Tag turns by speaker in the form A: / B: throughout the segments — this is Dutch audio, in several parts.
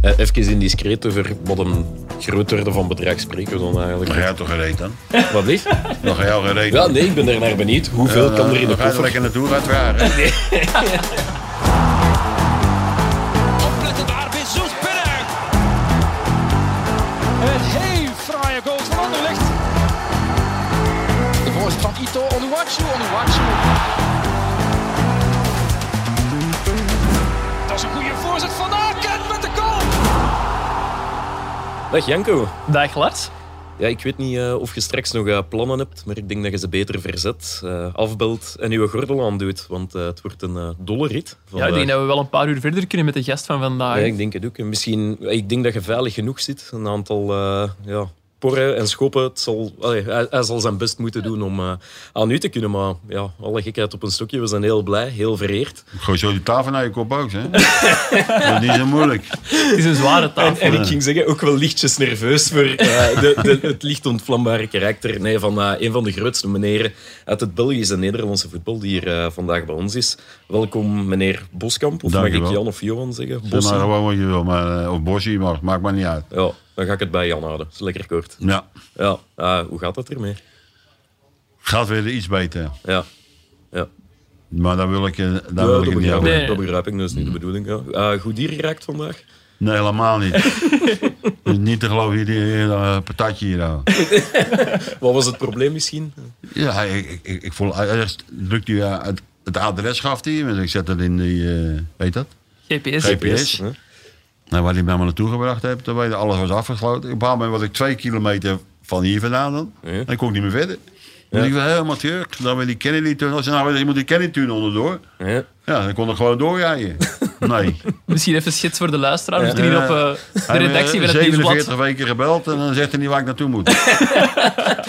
A: Eh, Even indiscreet over wat een grootorde van bedrag spreken we dan
B: Dan
A: eigenlijk.
B: ga jij toch gereed dan?
A: Wat is?
B: Dan ga jij gereed.
A: Ja, nee, ik ben er naar benieuwd. Hoeveel
B: Ja,
A: kan er in de
B: dan ga je er
A: koffer?
B: lekker naartoe gaan vragen.
C: Opletten daar bij Zoetberg. Een heel fraaie goal van Anderlecht. De voorzet van Ito Onuachu. Onuachu. Dat is een goede voorzet van Aken met de goal.
A: Dag Janko.
D: Dag Lars.
A: Ja, ik weet niet eh, of je straks nog eh, plannen hebt, maar ik denk dat je ze beter verzet, eh, afbelt en je gordel aandoet. Want eh, het wordt een eh, dolle rit.
D: Ja, ik
A: vandaag.
D: denk dat we wel een paar uur verder kunnen met de gast van vandaag.
A: Ja, ik denk het ook. En Misschien, eh, ik denk dat je veilig genoeg zit. Een aantal eh, ja, porren en schoppen. Het zal, allee, hij, hij zal zijn best moeten doen om eh, aan u te kunnen. Maar ja, alle gekheid op een stokje. We zijn heel blij, heel vereerd.
B: Gooi zo de tafel naar je kop ook, hè? Dat is niet zo moeilijk.
D: Het is een zware tafel.
A: En ik ging zeggen, ook wel lichtjes nerveus voor eh, de, de, het licht ontvlambare karakter nee, van eh, een van de grootste meneren uit het Belgische en Nederlandse voetbal die hier eh, vandaag bij ons is. Welkom meneer Boskamp, of
B: Dank je
A: mag ik
B: wel.
A: Jan of Johan zeggen?
B: Doe maar
A: Bossie.
B: gewoon wat je wil, maar, eh, of Bosje, maar maakt maar niet uit.
A: Ja, dan ga ik het bij Jan houden. Dat is lekker kort.
B: Ja,
A: Ja, eh, hoe gaat dat ermee?
B: gaat weer iets beter.
A: Ja. Ja,
B: Maar daar wil ik, eh, daar
A: Ja, dat,
B: wil ik het niet
A: begrijp
B: over.
A: ik.
B: Nee.
D: Nee.
A: dat begrijp ik, dat is niet de bedoeling. Ja. Eh, goed dier geraakt vandaag?
B: helemaal niet. Het is niet te geloven, hier, hier, hier, eh, patatje hier aan.
A: Wat was het probleem misschien?
B: Ja, ik, ik- ik, ik voel, eerst drukt hij eh, het, het adres gaf hij, want ik zet het in die, eh, weet dat?
D: GPS.
B: GPS.
A: hè?
B: Nou, waar hij mij maar naartoe gebracht heeft, dan weet je, alles was afgesloten. Op een bepaald moment was ik twee kilometer van hier vandaan dan.
A: Ja.
B: Dan kon ik niet meer verder. Dus ik was helemaal terug. Dan weer die Kennedy-tunnel. Ze nou, weet je, je moet die Kennedy-tunnel onderdoor.
A: Ja.
B: Ja, dan kon ik gewoon doorrijden. Nee.
D: Misschien even schets voor de luisteraar. We zitten hier
B: Ja.
D: op eh, de
B: Hij
D: redactie van
B: heeft
D: het
B: me, eh,
D: Nieuwsblad.
B: 47 weken gebeld en dan zegt hij niet waar ik naartoe moet.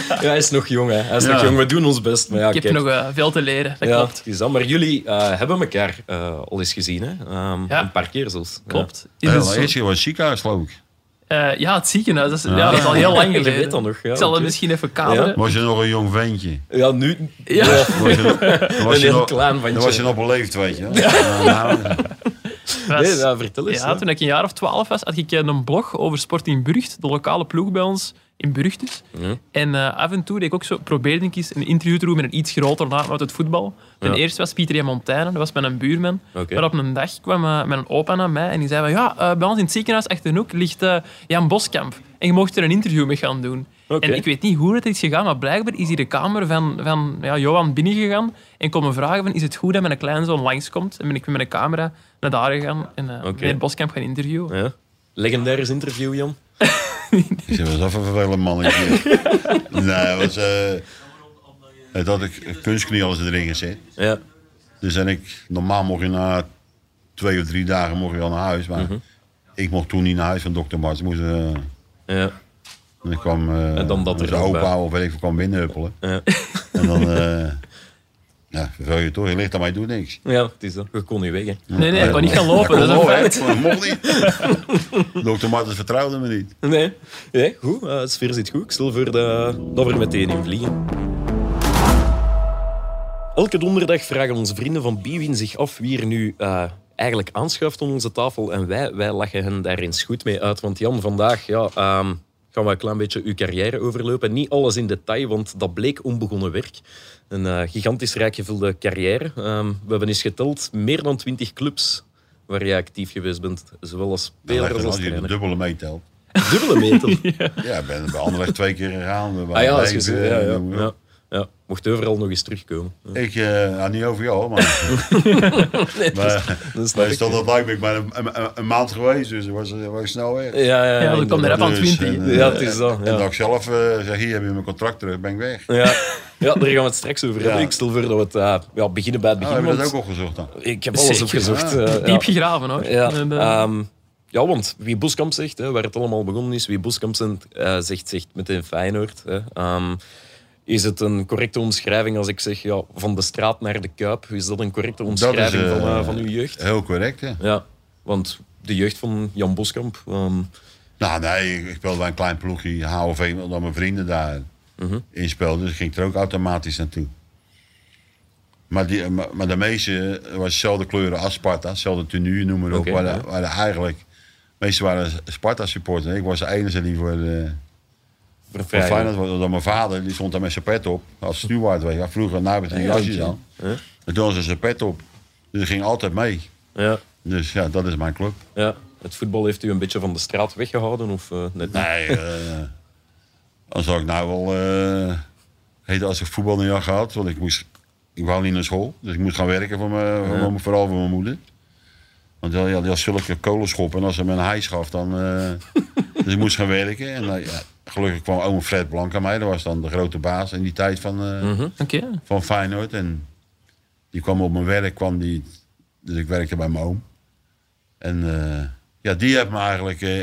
A: ja, hij is nog jong, hè. Hij is
B: Ja.
A: nog jong. We doen ons best. Maar ja,
D: Ik heb
A: kijk.
D: nog eh, veel te leren, dat
A: ja,
D: klopt.
A: het is dat. Maar jullie eh, hebben elkaar eh, al eens gezien, hè? Ehm,
D: Ja.
A: Een paar keer zelfs.
D: Klopt. Is
B: Ja,
D: het
B: de
D: zo-
B: eerste keer was het ziekenhuis, geloof ik.
D: eh, ja, het ziekenhuis. Dat is, ja, dat is al heel lang
A: Je
D: geleden.
A: weet dat nog, ja,
D: ik zal
A: oké.
D: het misschien even kaderen.
B: Was je nog een jong ventje?
A: Ja, ja nu...
D: Ja.
A: Ja.
B: Was je, dan was
A: Een
B: je
A: heel
B: nog,
A: klein
B: dan
A: ventje.
B: was je nog beleefd, weet je. Ja. nou,
D: Was-
A: Nee, ja, vertel eens.
D: Ja,
A: hè.
D: toen ik een jaar of twaalf was, had ik eh, een blog over sport in Burgt, de lokale ploeg bij ons in Burgt dus.
A: Ja.
D: En eh, af en toe deed ik ook zo, probeerde ik eens een interview te doen met een iets groter naam uit het voetbal. De
A: Ja.
D: eerste was Pieter J. Montaigne, dat was mijn buurman.
A: Oké.
D: Maar op een dag kwam eh, mijn opa naar mij en die zei van ja, eh, bij ons in het ziekenhuis achter de hoek ligt eh, Jan Boskamp. En je mocht er een interview mee gaan doen.
A: Oké.
D: En ik weet niet hoe dat is gegaan, maar blijkbaar is hier de kamer van, van ja, Johan binnengegaan en komen vragen van is het goed dat mijn kleinzoon langskomt? En ben ik met mijn camera naar daar gegaan en eh
A: Oké.
D: meneer Boskamp gaan interviewen.
A: Ja. Legendarisch interview, Jan.
B: ik zei, was dat voor een vervelend mannetje? nee, het was... eh het had ik kunstknie alles erin gezet.
A: Ja.
B: Dus en ik, normaal mocht je na twee of drie dagen mocht je al naar huis. Maar ik mocht toen niet naar huis van dokter Mars. Moest, eh,
A: Ja.
B: dan kwam eh,
A: En dan dat
B: onze
A: er ook bij.
B: opa of weet ik veel, kwam binnenhuppelen.
A: Ja.
B: En dan, eh ja, vervel je toch, je ligt aan mij, doet niks.
A: ja, het is dat. Je kon niet weg, hè.
D: Nee, nee, ik kon niet gaan lopen. Dat is een
B: Oh,
D: feit.
B: hè? Dat mocht niet. Dokter Martens vertrouwde me niet.
A: Nee. Nee, goed. eh de sfeer zit goed. Ik stel voor dat, dat we er meteen in vliegen. Elke donderdag vragen onze vrienden van Biwin zich af wie er nu eh, eigenlijk aanschuift aan onze tafel. En wij, wij lachen hen daar eens goed mee uit. Want Jan, vandaag ja, ehm, gaan we een klein beetje uw carrière overlopen. Niet alles in detail, want dat bleek onbegonnen werk. Een eh, gigantisch rijk gevulde carrière. Ehm, we hebben eens geteld meer dan twintig clubs waar jij actief geweest bent. Zowel als
B: Dan
A: speler als als
B: als je de
A: trainer.
B: dubbele meetelt.
A: Dubbele meter.
B: Ja, ik ben bij Anderlecht twee keer gegaan. We
A: Ah
B: waren
A: ja, als
B: bij-
A: je zo-
B: eh,
A: ja, ja,
B: noem maar
A: ja.
B: op.
A: ja. Mocht overal nog eens terugkomen. Ja.
B: Ik, eh, nou, niet over jou, maar... maar
A: Dat snap
B: Wij
A: ik.
B: stonden dat ik maar een, een, een- een maand geweest, dus dat was, dat was snel weg.
A: Ja, ja,
D: Ja, dat kwam eraf aan
B: Dus,
D: 20.
B: en, eh,
A: Ja, het is dat.
B: En dat
A: Ja.
B: ik zelf eh, zeg, hier heb je mijn contract terug, ben ik weg.
A: Ja. ja, daar gaan we het straks over hebben.
B: Ja.
A: Ik stel voor dat we het eh, ja, beginnen bij het
B: Oh,
A: begin.
B: hebben we dat
A: want
B: ook opgezocht dan?
A: Ik heb alles
D: Zeker.
A: opgezocht. eh, ja.
D: Diep gegraven hoor.
A: Ja,
D: En, eh,
A: ehm, ja, want wie Boskamp zegt, hè, waar het allemaal begonnen is, wie Boskamp zegt, eh, zegt, zegt meteen Feyenoord. Hè, Ehm, is het een correcte omschrijving als ik zeg ja, van de straat naar de Kuip? Is dat een correcte omschrijving
B: eh,
A: van, eh, van uw jeugd?
B: Heel correct, hè?
A: Ja, want de jeugd van Jan Boskamp. ehm,
B: Nou, nee, ik, ik speelde bij een klein ploegje, HOV, omdat mijn vrienden daar
A: Mhm.
B: in speelden. Dus ging ik er ook automatisch naartoe. Maar, die, maar, maar de meeste was dezelfde kleuren als Sparta, dezelfde tenue, noem maar op.
A: Oké,
B: waren,
A: ja.
B: waren eigenlijk meesten waren Sparta supporter. Ik was de enige die voor, eh
A: Voor
B: voor
A: Feyenoord.
B: Feyenoord was. Omdat mijn vader die stond daar met zijn pet op. Als steward, weet je. wel. Vroeger, nou met een jasje aan.
A: Ja.
B: En toen had ze zijn pet op. Dus ik ging altijd mee.
A: Ja,
B: Dus ja, dat is mijn club.
A: ja. Het voetbal heeft u een beetje van de straat weggehouden? Of, eh, net niet?
B: Nee, eh, dan zou ik nou wel... eh heden als ik voetbal niet had gehad, want ik moest... Ik wou niet naar school, dus ik moest gaan werken, voor mijn, voor mijn- vooral voor mijn moeder. Want ja, die had zulke kolenschoppen en als ze me een hijs gaf, dan... eh, dus ik moest gaan werken. En eh, ja, gelukkig kwam oom Fred Blank aan mij, dat was dan de grote baas in die tijd van... eh,
D: Oké.
B: van Feyenoord. En die kwam op mijn werk, kwam die, dus ik werkte bij mijn oom. En eh, ja, die heeft me eigenlijk eh,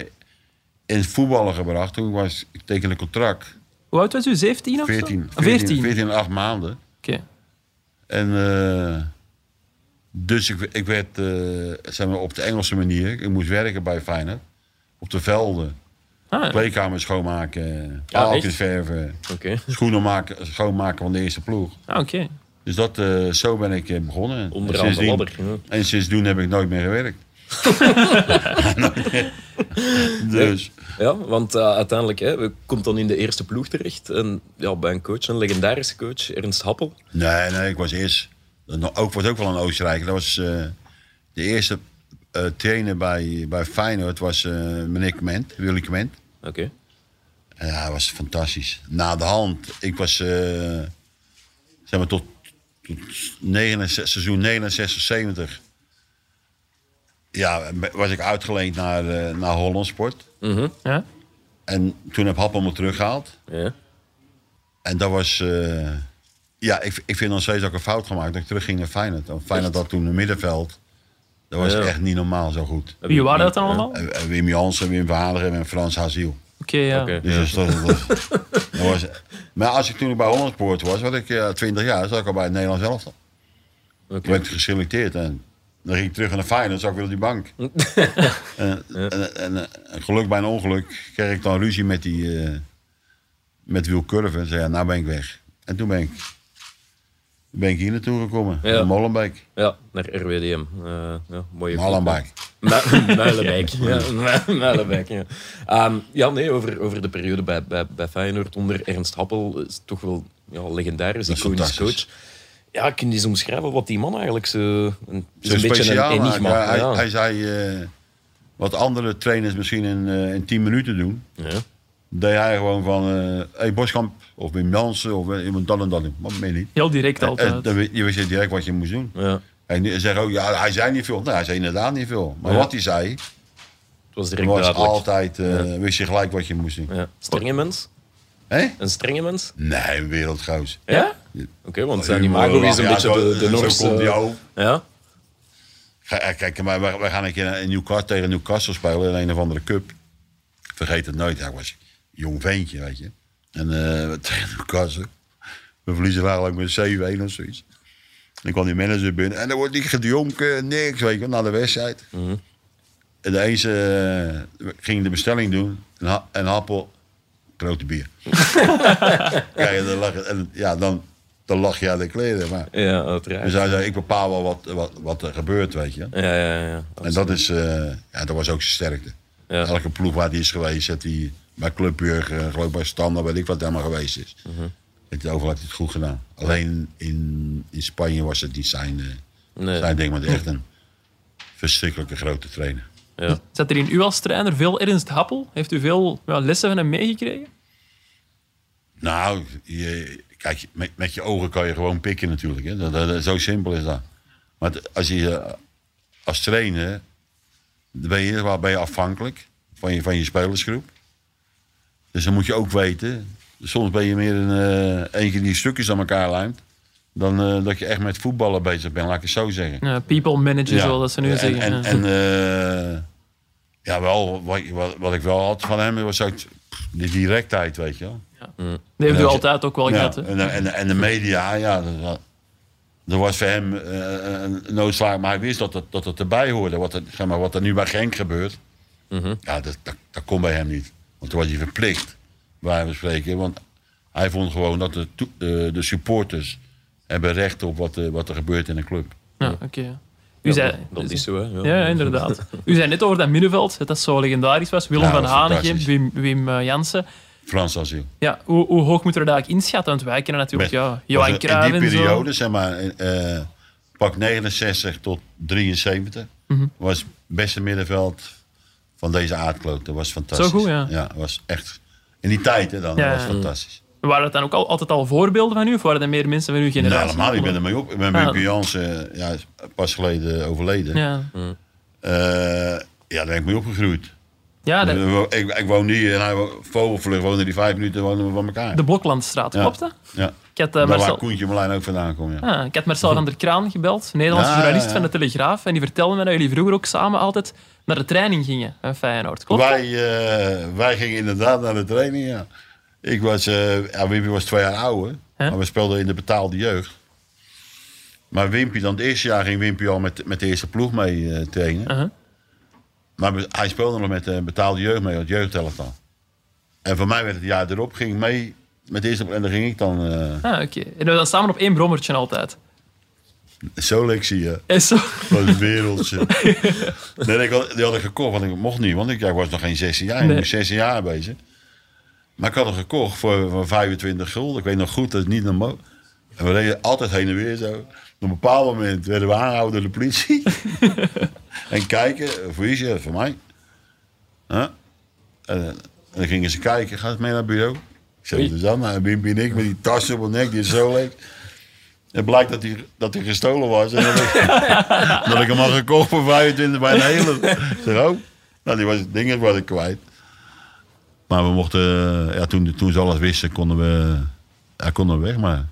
B: in het voetballen gebracht. Toen was ik tekende een contract,
D: Hoe oud was u? 17 of
B: 14,
D: zo? Ah, 14.
B: 14, 14 en 8 maanden.
D: Oké.
B: En eh, dus ik, ik werd eh, zeg maar, op de Engelse manier, ik moest werken bij Feyenoord. Op de velden,
D: Ah,
B: kleedkamer schoonmaken,
A: Ja, echt?
B: paaltjes verven,
A: Oké.
B: schoenen maken, schoonmaken van de eerste ploeg.
D: ah, oké.
B: Dus dat, eh, zo ben ik eh, begonnen.
A: Onderaan de
B: Sindsdien-
A: ladder. Ja.
B: En sindsdien heb ik nooit meer gewerkt. Nooit meer. dus
A: Ja, want eh, uiteindelijk hè, we- komt dan in de eerste ploeg terecht. En, ja, bij een coach, een legendarische coach, Ernst Happel.
B: nee, nee, ik was eerst. nog- Ook was ook wel een Oostenrijker. Dat was eh, de eerste eh, trainer bij, bij Feyenoord was eh, meneer Kment, Willy Kment.
A: Oké.
B: En Ja, hij was fantastisch. Na de hand, ik was eh, zeg maar tot, tot 69, seizoen 69, 70. Ja, was ik uitgeleend naar, eh, naar Holland Sport.
D: Ja?
B: En toen heb Happel me teruggehaald.
A: Ja.
B: En dat was... eh, ja, ik, ik vind nog steeds dat ik een fout gemaakt dat ik terugging naar Feyenoord. Want Feyenoord had toen een middenveld. Dat was
A: Ja.
B: echt niet normaal zo goed.
D: Wie waren dat dan allemaal?
B: En- en Wim Jansen, Wim Verhagen en Frans Haziel.
D: Oké, ja.
A: Oké.
B: Dus dat, dat, dat was, maar als ik toen bij Hollandspoort was, had ik eh, 20 jaar, zat ik al bij het Nederlands elftal.
A: Oké.
B: Toen werd ik geselecteerd en dan ging ik terug naar Feyenoord, zat ik weer op die bank. en, en, en, en geluk bij een ongeluk kreeg ik dan ruzie met die, eh, met Wil Curve. En zei, ja, nou ben ik weg. En toen ben ik, ben ik hier naartoe gekomen,
A: Ja.
B: naar Molenbeek.
A: Ja, naar RWDM. Eh ja, mooie
B: Molenbeek.
A: Mu- Muilenbeek. Ja, Mu- Muilenbeek, ja. Ehm, ja, nee, over, over de periode bij, bij, bij Feyenoord onder Ernst Happel is toch wel ja, legendarisch,
B: Dat is
A: iconisch
B: fantastisch.
A: coach. Ja, kun je eens omschrijven wat die man eigenlijk zo... Een,
B: Zo
A: zo'n beetje een
B: speciaal
A: enigma.
B: eigenlijk. Hij,
A: ja.
B: hij zei, eh, wat andere trainers misschien in, eh, in 10 minuten doen.
A: Ja.
B: deed hij gewoon van, eh hey Boskamp of Wim Jansen of eh, iemand dat en dat. Wat meer niet.
D: Heel direct
B: En
D: altijd.
B: dan weet- je wist direct wat je moest doen.
A: Ja.
B: En die zeggen ook, ja, hij zei niet veel. Nou, hij zei inderdaad niet veel. Maar
A: Ja.
B: wat hij zei,
A: Het was direct
B: was
A: duidelijk.
B: altijd, eh, wist je gelijk wat je moest doen.
A: Ja. Strenge mens?
B: Hè?
A: Een strenge mens?
B: Nee, wereldgoos.
D: Ja?
A: Oké, want zijn imago is een
B: Ja,
A: beetje
B: zo-
A: de, de
B: zo
A: Noorse...
B: komt hij ook.
A: Ja?
B: Ga- eh, Kijk, maar we, we gaan een keer in Newcastle, tegen Newcastle spelen in een of andere cup. Ik Vergeet het nooit. Ja, ik was een jong ventje, weet je. En eh, tegen Newcastle. We verliezen eigenlijk met 7-1 of zoiets. Dan kwam die manager binnen. En dan wordt niet gedronken, niks, weet je, wel, na de wedstrijd. En de eens eh, ging de bestelling doen. Een, ha- een appel, grote bier. Kijk, en dan lag, en, ja, dan, dan lach je aan de kleren. Maar,
A: Ja,
B: dus
A: uiteraard.
B: hij zei, ik bepaal wel wat, wat, wat er gebeurt, weet je.
A: Ja, ja, ja.
B: En dat, is, eh, ja, dat was ook zijn sterkte.
A: Ja.
B: Elke ploeg waar hij is geweest, heeft hij bij Clubburg, eh, geloof ik bij Standard, weet ik wat daar maar geweest is.
A: Mhm.
B: Het overal heeft hij het goed gedaan. Alleen in, in Spanje was het niet zijn, eh,
A: Nee.
B: zijn ding, maar echt een verschrikkelijke grote trainer.
A: Ja.
D: Zat er in u als trainer veel Ernst Happel? Heeft u veel ja, lessen van hem meegekregen?
B: Nou, je, kijk, met, met je ogen kan je gewoon pikken natuurlijk. Hè. Dat, dat- dat- zo simpel is dat. Maar t- als je eh, als trainer dan ben je, waar ben je afhankelijk van je, van je spelersgroep. Dus dan moet je ook weten. Soms ben je meer een eh, eentje die stukjes aan elkaar lijmt. Dan eh, dat je echt met voetballen bezig bent, laat ik het zo zeggen.
D: Ja, Eh, people manager, zoals ze nu
B: en,
D: zeggen.
B: En,
D: ja.
B: en eh, ja, wel, wat, wat, wat ik wel had van hem was ook pff, de directheid, weet je wel.
D: Die heeft u
B: en als je-
D: altijd ook wel
B: Ja,
D: gehad. hè?
B: en, de- en, de- en de media, ja. Dat, dat- dat was voor hem eh, een noodzaak, maar hij wist dat het, dat het erbij hoorde. Wat er, zeg maar, wat er nu bij Genk gebeurt, ja, dat, dat, dat kon bij hem niet. Want toen was hij verplicht, waar we spreken. Want hij vond gewoon dat de, toe- eh, de supporters hebben recht op wat, eh, wat er gebeurt in een club.
D: Ja, oké. U zei,
A: dat, dat is zo, hè.
D: ja, ja, inderdaad. U zei net over dat middenveld, dat dat zo legendarisch was. Willem
B: Ja,
D: van
B: dat is
D: Hanegem,
B: fantastisch.
D: Wim, Wim eh, Jansen.
B: Frans asiel.
D: Ja, hoe, hoe hoog moeten we daar eigenlijk inschatten? Want wij kennen natuurlijk
B: Met-
D: ja, Johan
B: was er
D: Cruijff
B: In
D: en
B: die
D: zo.
B: periode, zeg maar, eh, pak 69 tot 73,
D: Mhm.
B: was het beste middenveld van deze aardkloot. Dat was fantastisch.
D: Zo goed, ja.
B: Ja, was echt. In die tijd, hè, dan
D: Ja,
B: was
D: ja.
B: het fantastisch.
D: Waren dat dan ook al, altijd al voorbeelden van u? Of waren dat meer mensen van uw
B: Nou,
D: generatie?
B: helemaal, ik ben ermee op. Ik ben met
D: Ja.
B: Hugo Jansen, ja, is pas geleden overleden. Eh,
D: Ja,
B: Ja, daar ben ik mee opgegroeid.
D: ja
B: Dus
D: de,
B: we wo- ik, ik woon hier en hij wo- Vogelvlucht woonde die vijf minuten wonen we van elkaar.
D: de Bloklandstraat,
B: Ja.
D: klopt dat?
B: Ja.
D: Ik had, eh,
B: Daar waar
D: Marcel,
B: Koentje Melijn ook vandaan komt. Ja.
D: ah, ik had Marcel van der Kraan gebeld, een Nederlandse
B: Ja,
D: journalist
B: ja, ja.
D: van de Telegraaf. En die vertelde me dat jullie vroeger ook samen altijd naar de training gingen van Feyenoord. Klopt dat?
B: Wij, eh, wij gingen inderdaad naar de training, ja. Ik was, eh ja, Wimpy was twee jaar ouder,
D: Hè?
B: maar we speelden in de betaalde jeugd. Maar Wimpy, dan het eerste jaar ging Wimpy al met, met de eerste ploeg mee eh, trainen.
D: Uh-huh.
B: Maar we- hij speelde nog met de betaalde jeugd mee, het jeugdelftal. En voor mij werd het jaar erop, ging ik mee met de eerste ploeg. En dan ging ik dan, eh
D: Ah, oké. En dan samen op één brommertje altijd.
B: zo leuk zie je.
D: En zo...
B: Dat is wereldje. nee, ik had, die had ik gekocht, want ik mocht niet. Want ik, ja, ik was nog geen 16 jaar. Ik
D: Nee.
B: was 16 jaar bezig. Maar ik had hem gekocht voor, voor 25 gulden. Ik weet nog goed, dat is niet normaal. En we reden altijd heen en weer zo. Op een bepaald moment werden we aangehouden door de politie. en kijken, voor Isje, voor mij. Huh? En, eh, en dan gingen ze kijken, gaat het mee naar het bureau? Ik zei, wat is dat nou? En Wimpy en ik met die tas op mijn nek, die is zo leuk. En blijkt dat hij, dat hij gestolen was. En dat, ik, dat ik hem had gekocht voor 25 bij een hele. Ik zeg, oh, nou, die was, dingen was ik kwijt. Maar we mochten, eh, ja, toen, toen ze alles wisten, konden we, ja, konden we weg. Maar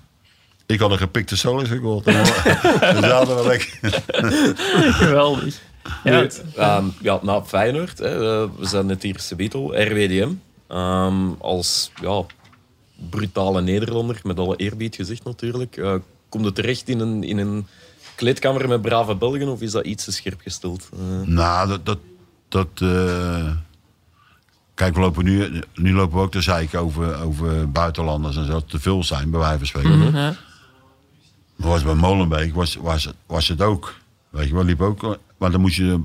B: ik had een gepikte solis gekocht. En we zaten wel lekker.
D: Geweldig.
A: Nu,
D: Ja, het-
A: ehm, ja, na Feyenoord, hè, eh, we zijn het hier Sebitel, RWDM. ehm, als ja, brutale Nederlander, met alle eerbied gezegd natuurlijk. eh komt het terecht in een, in een kleedkamer met brave Belgen of is dat iets te scherp gesteld? Eh,
B: Nou, dat. dat, dat eh, Kijk, we lopen nu, nu lopen we ook te zeiken over, over buitenlanders en zo. dat Te veel zijn, bij wijze van spreken.
D: Mhm.
B: Maar was bij Molenbeek was, was, het- was het ook. Weet je wel, liep ook. Maar, dan moest je,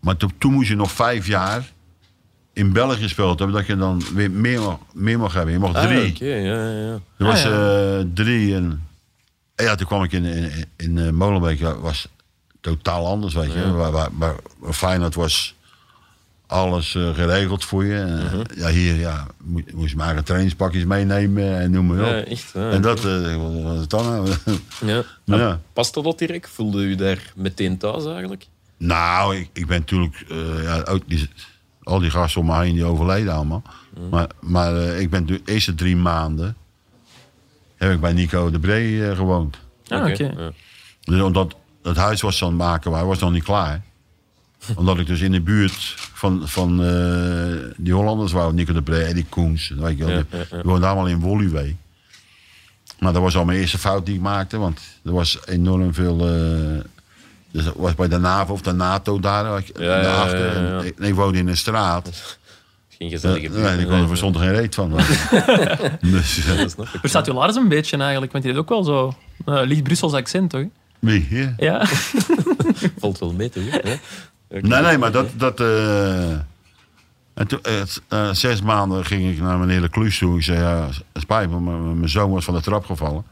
B: maar to- toen moest je nog vijf jaar in België gespeeld hebben. Dat je dan weer meer mag, meer mag hebben. Je mocht drie.
A: Ah, oké, ja, ja, ja.
B: Er
D: Ah,
B: was
D: ja.
B: eh, drie en... en Ja, toen kwam ik in, in, in eh, Molenbeek. ja, was totaal anders, weet je. Waar, waar, waar, waar Feyenoord was alles eh, geregeld voor je. En,
A: Mhm.
B: eh, Ja, hier ja, mo- moest je maar een trainingspakjes meenemen en noem maar op.
A: Ja, echt, ja.
B: En dat eh, wat was het dan. nou?
A: Ja.
B: Ja.
A: En Past dat al direct? Voelde u daar meteen thuis eigenlijk?
B: nou, ik, ik ben natuurlijk... eh, ja, ook die, al die gasten om me heen die overleden allemaal. Maar, maar eh, ik ben de eerste drie maanden... heb ik bij Nico de Bree eh, gewoond.
D: Ah, oké.
A: ja.
B: Dus omdat het huis was aan het maken, maar hij was nog niet klaar. Omdat ik dus in de buurt van, van eh, die Hollanders wou, Nico de Bree, Eddie Koens, weet je wel.
A: Ja,
B: die-
A: ja, ja.
B: Die woonden allemaal in Woluwe. Maar dat was al mijn eerste fout die ik maakte, want er was enorm veel... eh, dus dat was bij de NAVO of de NATO daar, had je-
A: Ja, ja,
B: daarachter.
A: ja, ja, ja.
B: En ik, en ik woonde in een straat. Eh,
A: Geen
B: Nee,
A: gezellige buurt,
B: ik kon er verstond geen reet van. dus, eh,
A: Dat snap ik.
D: Waar staat uw Lars een beetje eigenlijk? Want die heeft ook wel zo eh, licht Brussels accent, toch?
B: wie? hier?
D: Ja.
A: Valt wel mee, toch? hè? Oké.
B: Nee, nee, maar dat... dat eh, en toen, eh, het, eh, zes maanden ging ik naar meneer Leclus toe. Ik zei, ja, het spijt me, maar mijn zoon was van de trap gevallen.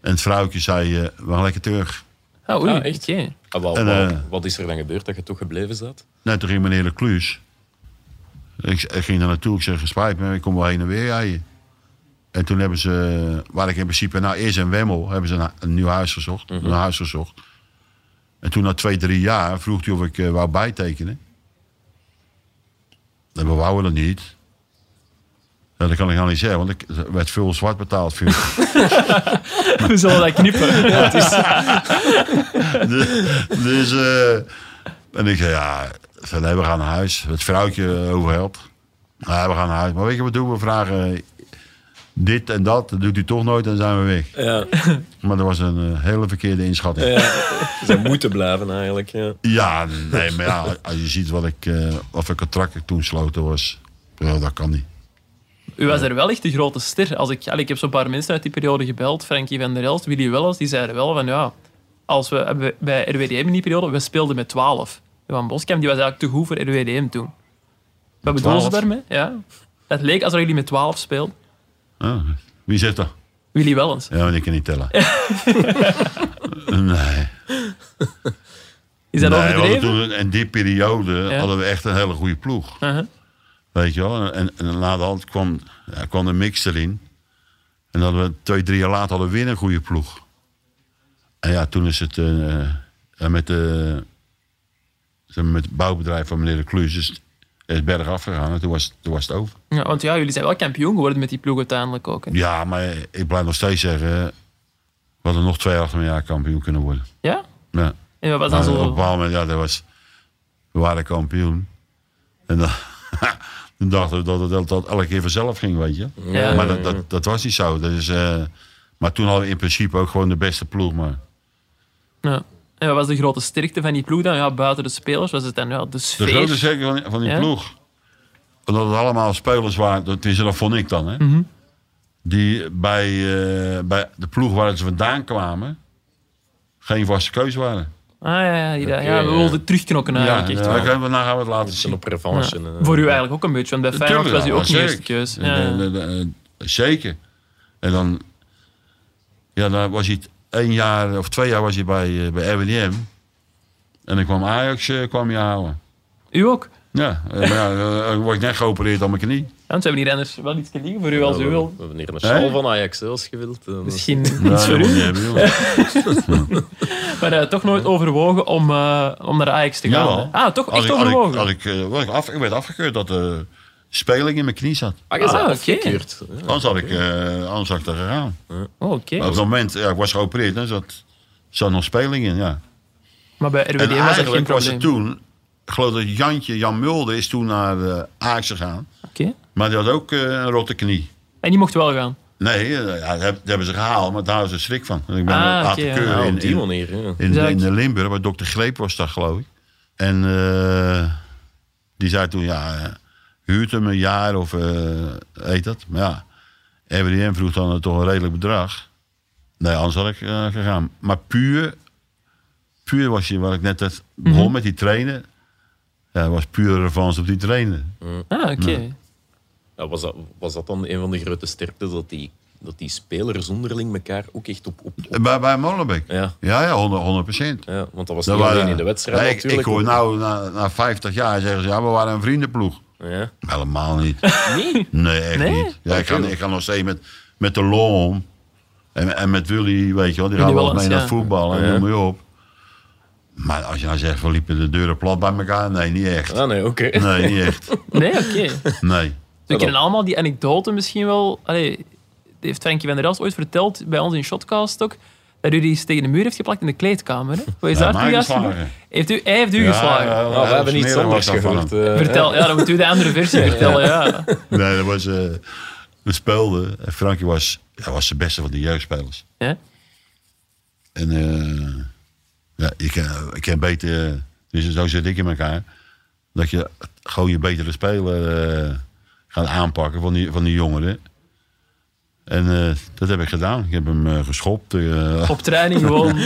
B: En het vrouwtje zei, eh, we gaan lekker terug.
D: Ah, oei,
A: Ah, echt?
D: oké.
A: Ah, wel,
B: En,
A: wel,
B: eh,
A: wat is er dan gebeurd dat je toch gebleven zat?
B: Nee, toen ging meneer Leclus. Ik, ik ging daar naartoe, ik zei, spijt me, ik kom wel heen en weer. Ja, je. En toen hebben ze, waar ik in principe, nou eerst in Wemmel, hebben ze een, hu- een nieuw huis gezocht. Een huis gezocht. En toen na twee, drie jaar vroeg hij of ik eh, wou bijtekenen. En we wouden dat niet. Ja, dat kan ik nou niet zeggen, want ik er werd veel zwart betaald. Veel.
D: We zullen dat knippen.
B: dus dus, eh, en ik zei, ja, ik zei, nee, we gaan naar huis. Het vrouwtje overhelpt. Nee, we gaan naar huis. Maar weet je wat doen we? We vragen dit en dat. Dat doet hij toch nooit en zijn we weg.
A: Ja,
B: Maar dat was een eh, hele verkeerde inschatting.
A: ze moeten blijven eigenlijk. Ja.
B: Ja, nee, maar ja, als je ziet wat ik, eh wat voor contract ik toen sloten was. Ja, dat kan niet.
D: U was er wel echt de grote ster. Als ik, allee, ik heb zo'n paar mensen uit die periode gebeld. Frankie van der Elst, Willy Wellens, die zeiden wel van ja... als we hebben bij RWDM in die periode, we speelden met 12. Van Boskamp die was eigenlijk te goed voor RWDM toen. Wat bedoelen
B: 12?
D: ze daarmee? Ja. Het leek alsof jullie met 12 speelden.
B: Ah, wie zegt dat?
D: Willy Wellens.
B: Ja, maar ik kan niet tellen. nee.
D: Is dat
B: Nee, we hadden
D: overdreven?
B: toen, in die periode
D: Ja.
B: hadden we echt een hele goede ploeg.
D: Uh-huh.
B: Weet je wel? En, en na de hand kwam, ja, kwam de mix erin. En dan hadden we twee, drie jaar later hadden we weer een goede ploeg. En ja, toen is het eh, eh, met, de, zeg maar, met het bouwbedrijf van meneer de Kluus is, het- is het berg afgegaan. En toen was, toen was het over.
D: Ja, want ja, jullie zijn wel kampioen geworden met die ploeg uiteindelijk ook. Hè?
B: Ja, maar ik blijf nog steeds zeggen... eh, We hadden nog twee achter jaar kampioen kunnen worden.
D: Ja?
B: Ja.
D: En wat was dan
B: Maar Op een
D: zo...
B: bepaald moment, ja, dat was, we waren kampioen. En dan, toen dachten we dat het dat, dat elke keer vanzelf ging, weet je.
D: Ja.
B: Maar dat, dat, dat was niet zo. Dat is, eh, maar toen hadden we in principe ook gewoon de beste ploeg. Maar
D: Ja. En wat was de grote sterkte van die ploeg dan? Ja, buiten de spelers was het dan ja, de
B: de
D: sfeer.
B: grote zeker van, die- van die
D: Ja.
B: ploeg. Omdat het allemaal spelers waren, dat, tenminste, dat vond ik dan. Hè,
D: Mhm.
B: Die bij, eh, bij de ploeg waar ze vandaan kwamen, geen vaste keus waren.
D: Ah ja, ja, ja, ja,
A: Oké,
D: we
A: ja.
D: wilden terugknokken
B: Ja,
D: eigenlijk.
B: ja,
D: echt
B: daar
D: wel.
B: gaan we- daar gaan we het laten
A: Misschien
B: zien.
A: op revanche. eh.
D: Voor u eigenlijk ook een beetje, want bij Feyenoord was u
B: Tuurlijk,
D: ook niet
B: ja,
D: eerste keus.
B: zeker.
D: Ja,
B: Eh,
D: ja.
B: eh, eh, eh, Zeker. En dan, ja, dan was hij t- één jaar of twee jaar was hij bij, eh, bij RWDM. En dan kwam Ajax eh, kwam je halen.
D: U ook?
B: Ja, eh, maar ja, eh, dan word ik net geopereerd aan mijn knie.
D: Ja, want we hebben hier anders wel iets liggen voor u
A: Ja,
D: als
A: we,
D: u wil. Dus
A: we hebben hier een
B: Hè?
A: schaal van Ajax, hè, als je wilt. Eh,
D: Misschien
B: Ja,
D: iets
B: dat
D: voor
B: moet je
D: u.
B: niet hebben, joh.
D: Maar eh, toch nooit overwogen om, eh, om naar Ajax te gaan.
B: Jawel.
D: hè? ah, toch
B: Had
D: echt
B: ik- had ik-
D: overwogen?
B: had ik, eh, was ik af- Ik werd afgekeurd dat de speling in mijn knie zat.
A: Ah, je bent
D: Ah, oké.
A: afgekeurd. Ja.
B: Anders had ik, eh anders had ik daar gegaan.
D: Oh, Oké.
B: Maar op dat moment, ja, ik was geopereerd en zat, zat nog speling in, ja.
D: Maar bij
B: En
D: RWDM was dat geen
B: eigenlijk was het
D: probleem. Oké.
B: toen, ik geloof dat Jantje, Jan Mulder is toen naar eh Ajax gegaan. Maar die had ook eh, een rotte knie.
D: En die mocht wel gaan.
B: Nee, eh, ja, dat heb- dat hebben ze gehaald, maar daar hadden ze schrik van. En ik ben
D: Ah,
B: laten
D: oké, ja.
B: keuren
A: Ah,
B: in,
A: op die
B: in,
A: manier. ja.
B: in,
D: Ja, ik-
B: in de Limburg, waar dokter Greep was daar geloof ik. En eh, die zei toen, ja, eh, huurt hem een jaar of eh heet dat. Maar ja, RWDM vroeg dan eh, toch een redelijk bedrag. Nee, anders had ik eh, gegaan. Maar puur, puur was je, wat ik net had- begon met die trainen. Ja, was puur revanche op die trainen.
D: Ah, oké.
A: Ja, was, dat, was dat dan een van de grote sterktes, dat die, dat die spelers onderling elkaar ook echt op... op, op-
B: Bij, bij Molenbeek?
A: Ja.
B: Ja, ja, 100, 100 procent.
A: ja, want dat was niet alleen in de wedstrijd
B: ik,
A: natuurlijk.
B: ik hoor nou, na, na 50 jaar zeggen ze, ja, we waren een vriendenploeg.
A: Ja.
B: Helemaal niet.
A: Nee?
B: Nee, echt
D: Nee?
B: niet. Ja, ik, ga, ik ga nog steeds met, met de Lom en, en met Willy, weet je wel. Die gaan wel eens mee
D: Wellens,
B: naar
D: ja.
B: voetbal en
A: Ja.
B: noem maar op. Maar als je nou zegt, we liepen de deuren plat bij elkaar. Nee, niet echt.
A: Ah, nee, oké.
B: Nee, niet echt.
D: Nee, oké.
B: Nee.
D: We kennen allemaal die anekdote misschien wel. Allee, die heeft Frankie van der Elst ooit verteld bij ons in Shotcast ook. Dat u die eens tegen de muur heeft geplakt in de kleedkamer. Hè? Wat is
B: Ja,
D: daar
B: mij
D: toen juist
B: geslagen.
D: gebeurd? Heeft u, hij heeft u geslagen.
B: Ja,
A: Nou, we
B: ja,
A: hebben iets
B: smeren
A: anders
B: was dat van
A: gehoord.
B: hem.
A: eh.
D: Vertel, ja, dan moet u de andere versie vertellen. Ja.
B: Nee, dat was... eh, we speelden. en Frankie was, hij was de beste van de jeugdspelers.
D: Ja.
B: En eh, ja, je kan, ik ken beter, eh, dus zo zit ik in elkaar, dat je gewoon je betere speler eh, gaat aanpakken van die, van die jongeren. En eh, dat heb ik gedaan. Ik heb hem eh, geschopt. eh,
D: Op training gewoon.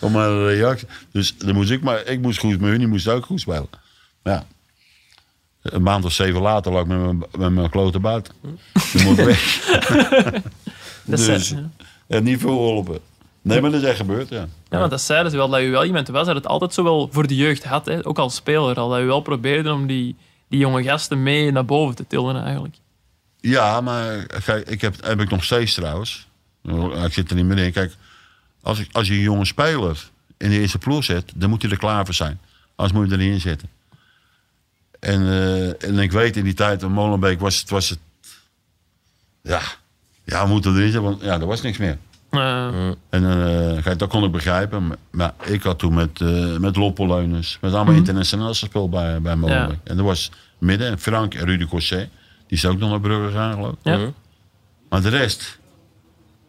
B: om een reactie. Dus dan moest ik, maar ik moest goed, maar hun die moest ook goed spelen. Maar ja, een maand of zeven later lag ik met mijn, met mijn klote buiten. Toen moest ik weg.
D: Dat is-
B: dus, en niet veel geholpen. Nee, maar dat is echt gebeurd, ja.
D: Ja, want dat zeiden ze wel, dat u wel iemand was dat het altijd zo wel voor de jeugd had. Hè? Ook als speler al, dat u wel probeerde om die, die jonge gasten mee naar boven te tillen eigenlijk.
B: Ja, maar kijk, ik heb, heb ik nog steeds trouwens. Nou, Ik zit er niet meer in. Kijk, als, ik, als je een jonge speler in de eerste ploeg zet, dan moet hij er klaar voor zijn. Anders moet je er niet in zitten. En, eh, en ik weet in die tijd, in Molenbeek was het, was het. Ja, ja, we moeten erin zitten, want ja, er was niks meer.
D: Eh,
B: En eh, kijk, dat kon ik begrijpen. Maar, maar ik had toen met, eh met Loppeleuners, met allemaal internationaals gespeeld bij, bij Molenbeek. En dat was midden, Frank en Rudy Corset. Die is ook nog naar Brugge gegaan, geloof ik.
D: ja.
B: Maar de rest.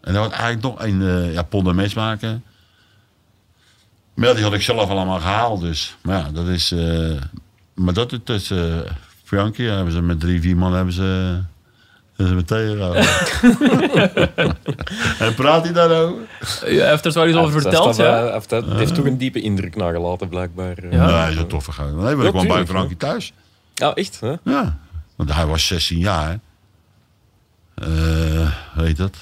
B: En dan had eigenlijk nog een eh ja, ponder mes maken. Maar ja, die had ik zelf allemaal gehaald, dus. Maar ja, dat is. eh, maar dat is. dus, eh Frankie, hebben ze met drie, vier man hebben ze. Dat is meteen raar. en praat hij daarover?
D: Ja, Hij heeft er zoiets over verteld,
A: Hij heeft,
D: ja.
A: dat- hij heeft, dat- het heeft toch een diepe indruk nagelaten, blijkbaar. eh.
D: Ja.
B: Nee, hij is een toffe gozer. Nee,
A: Ja,
B: maar ik kwam bij
A: tuurlijk,
B: Frankie thuis.
A: Ja, echt? Hè?
B: Ja, want hij was 16 jaar. hè. Eh, weet dat?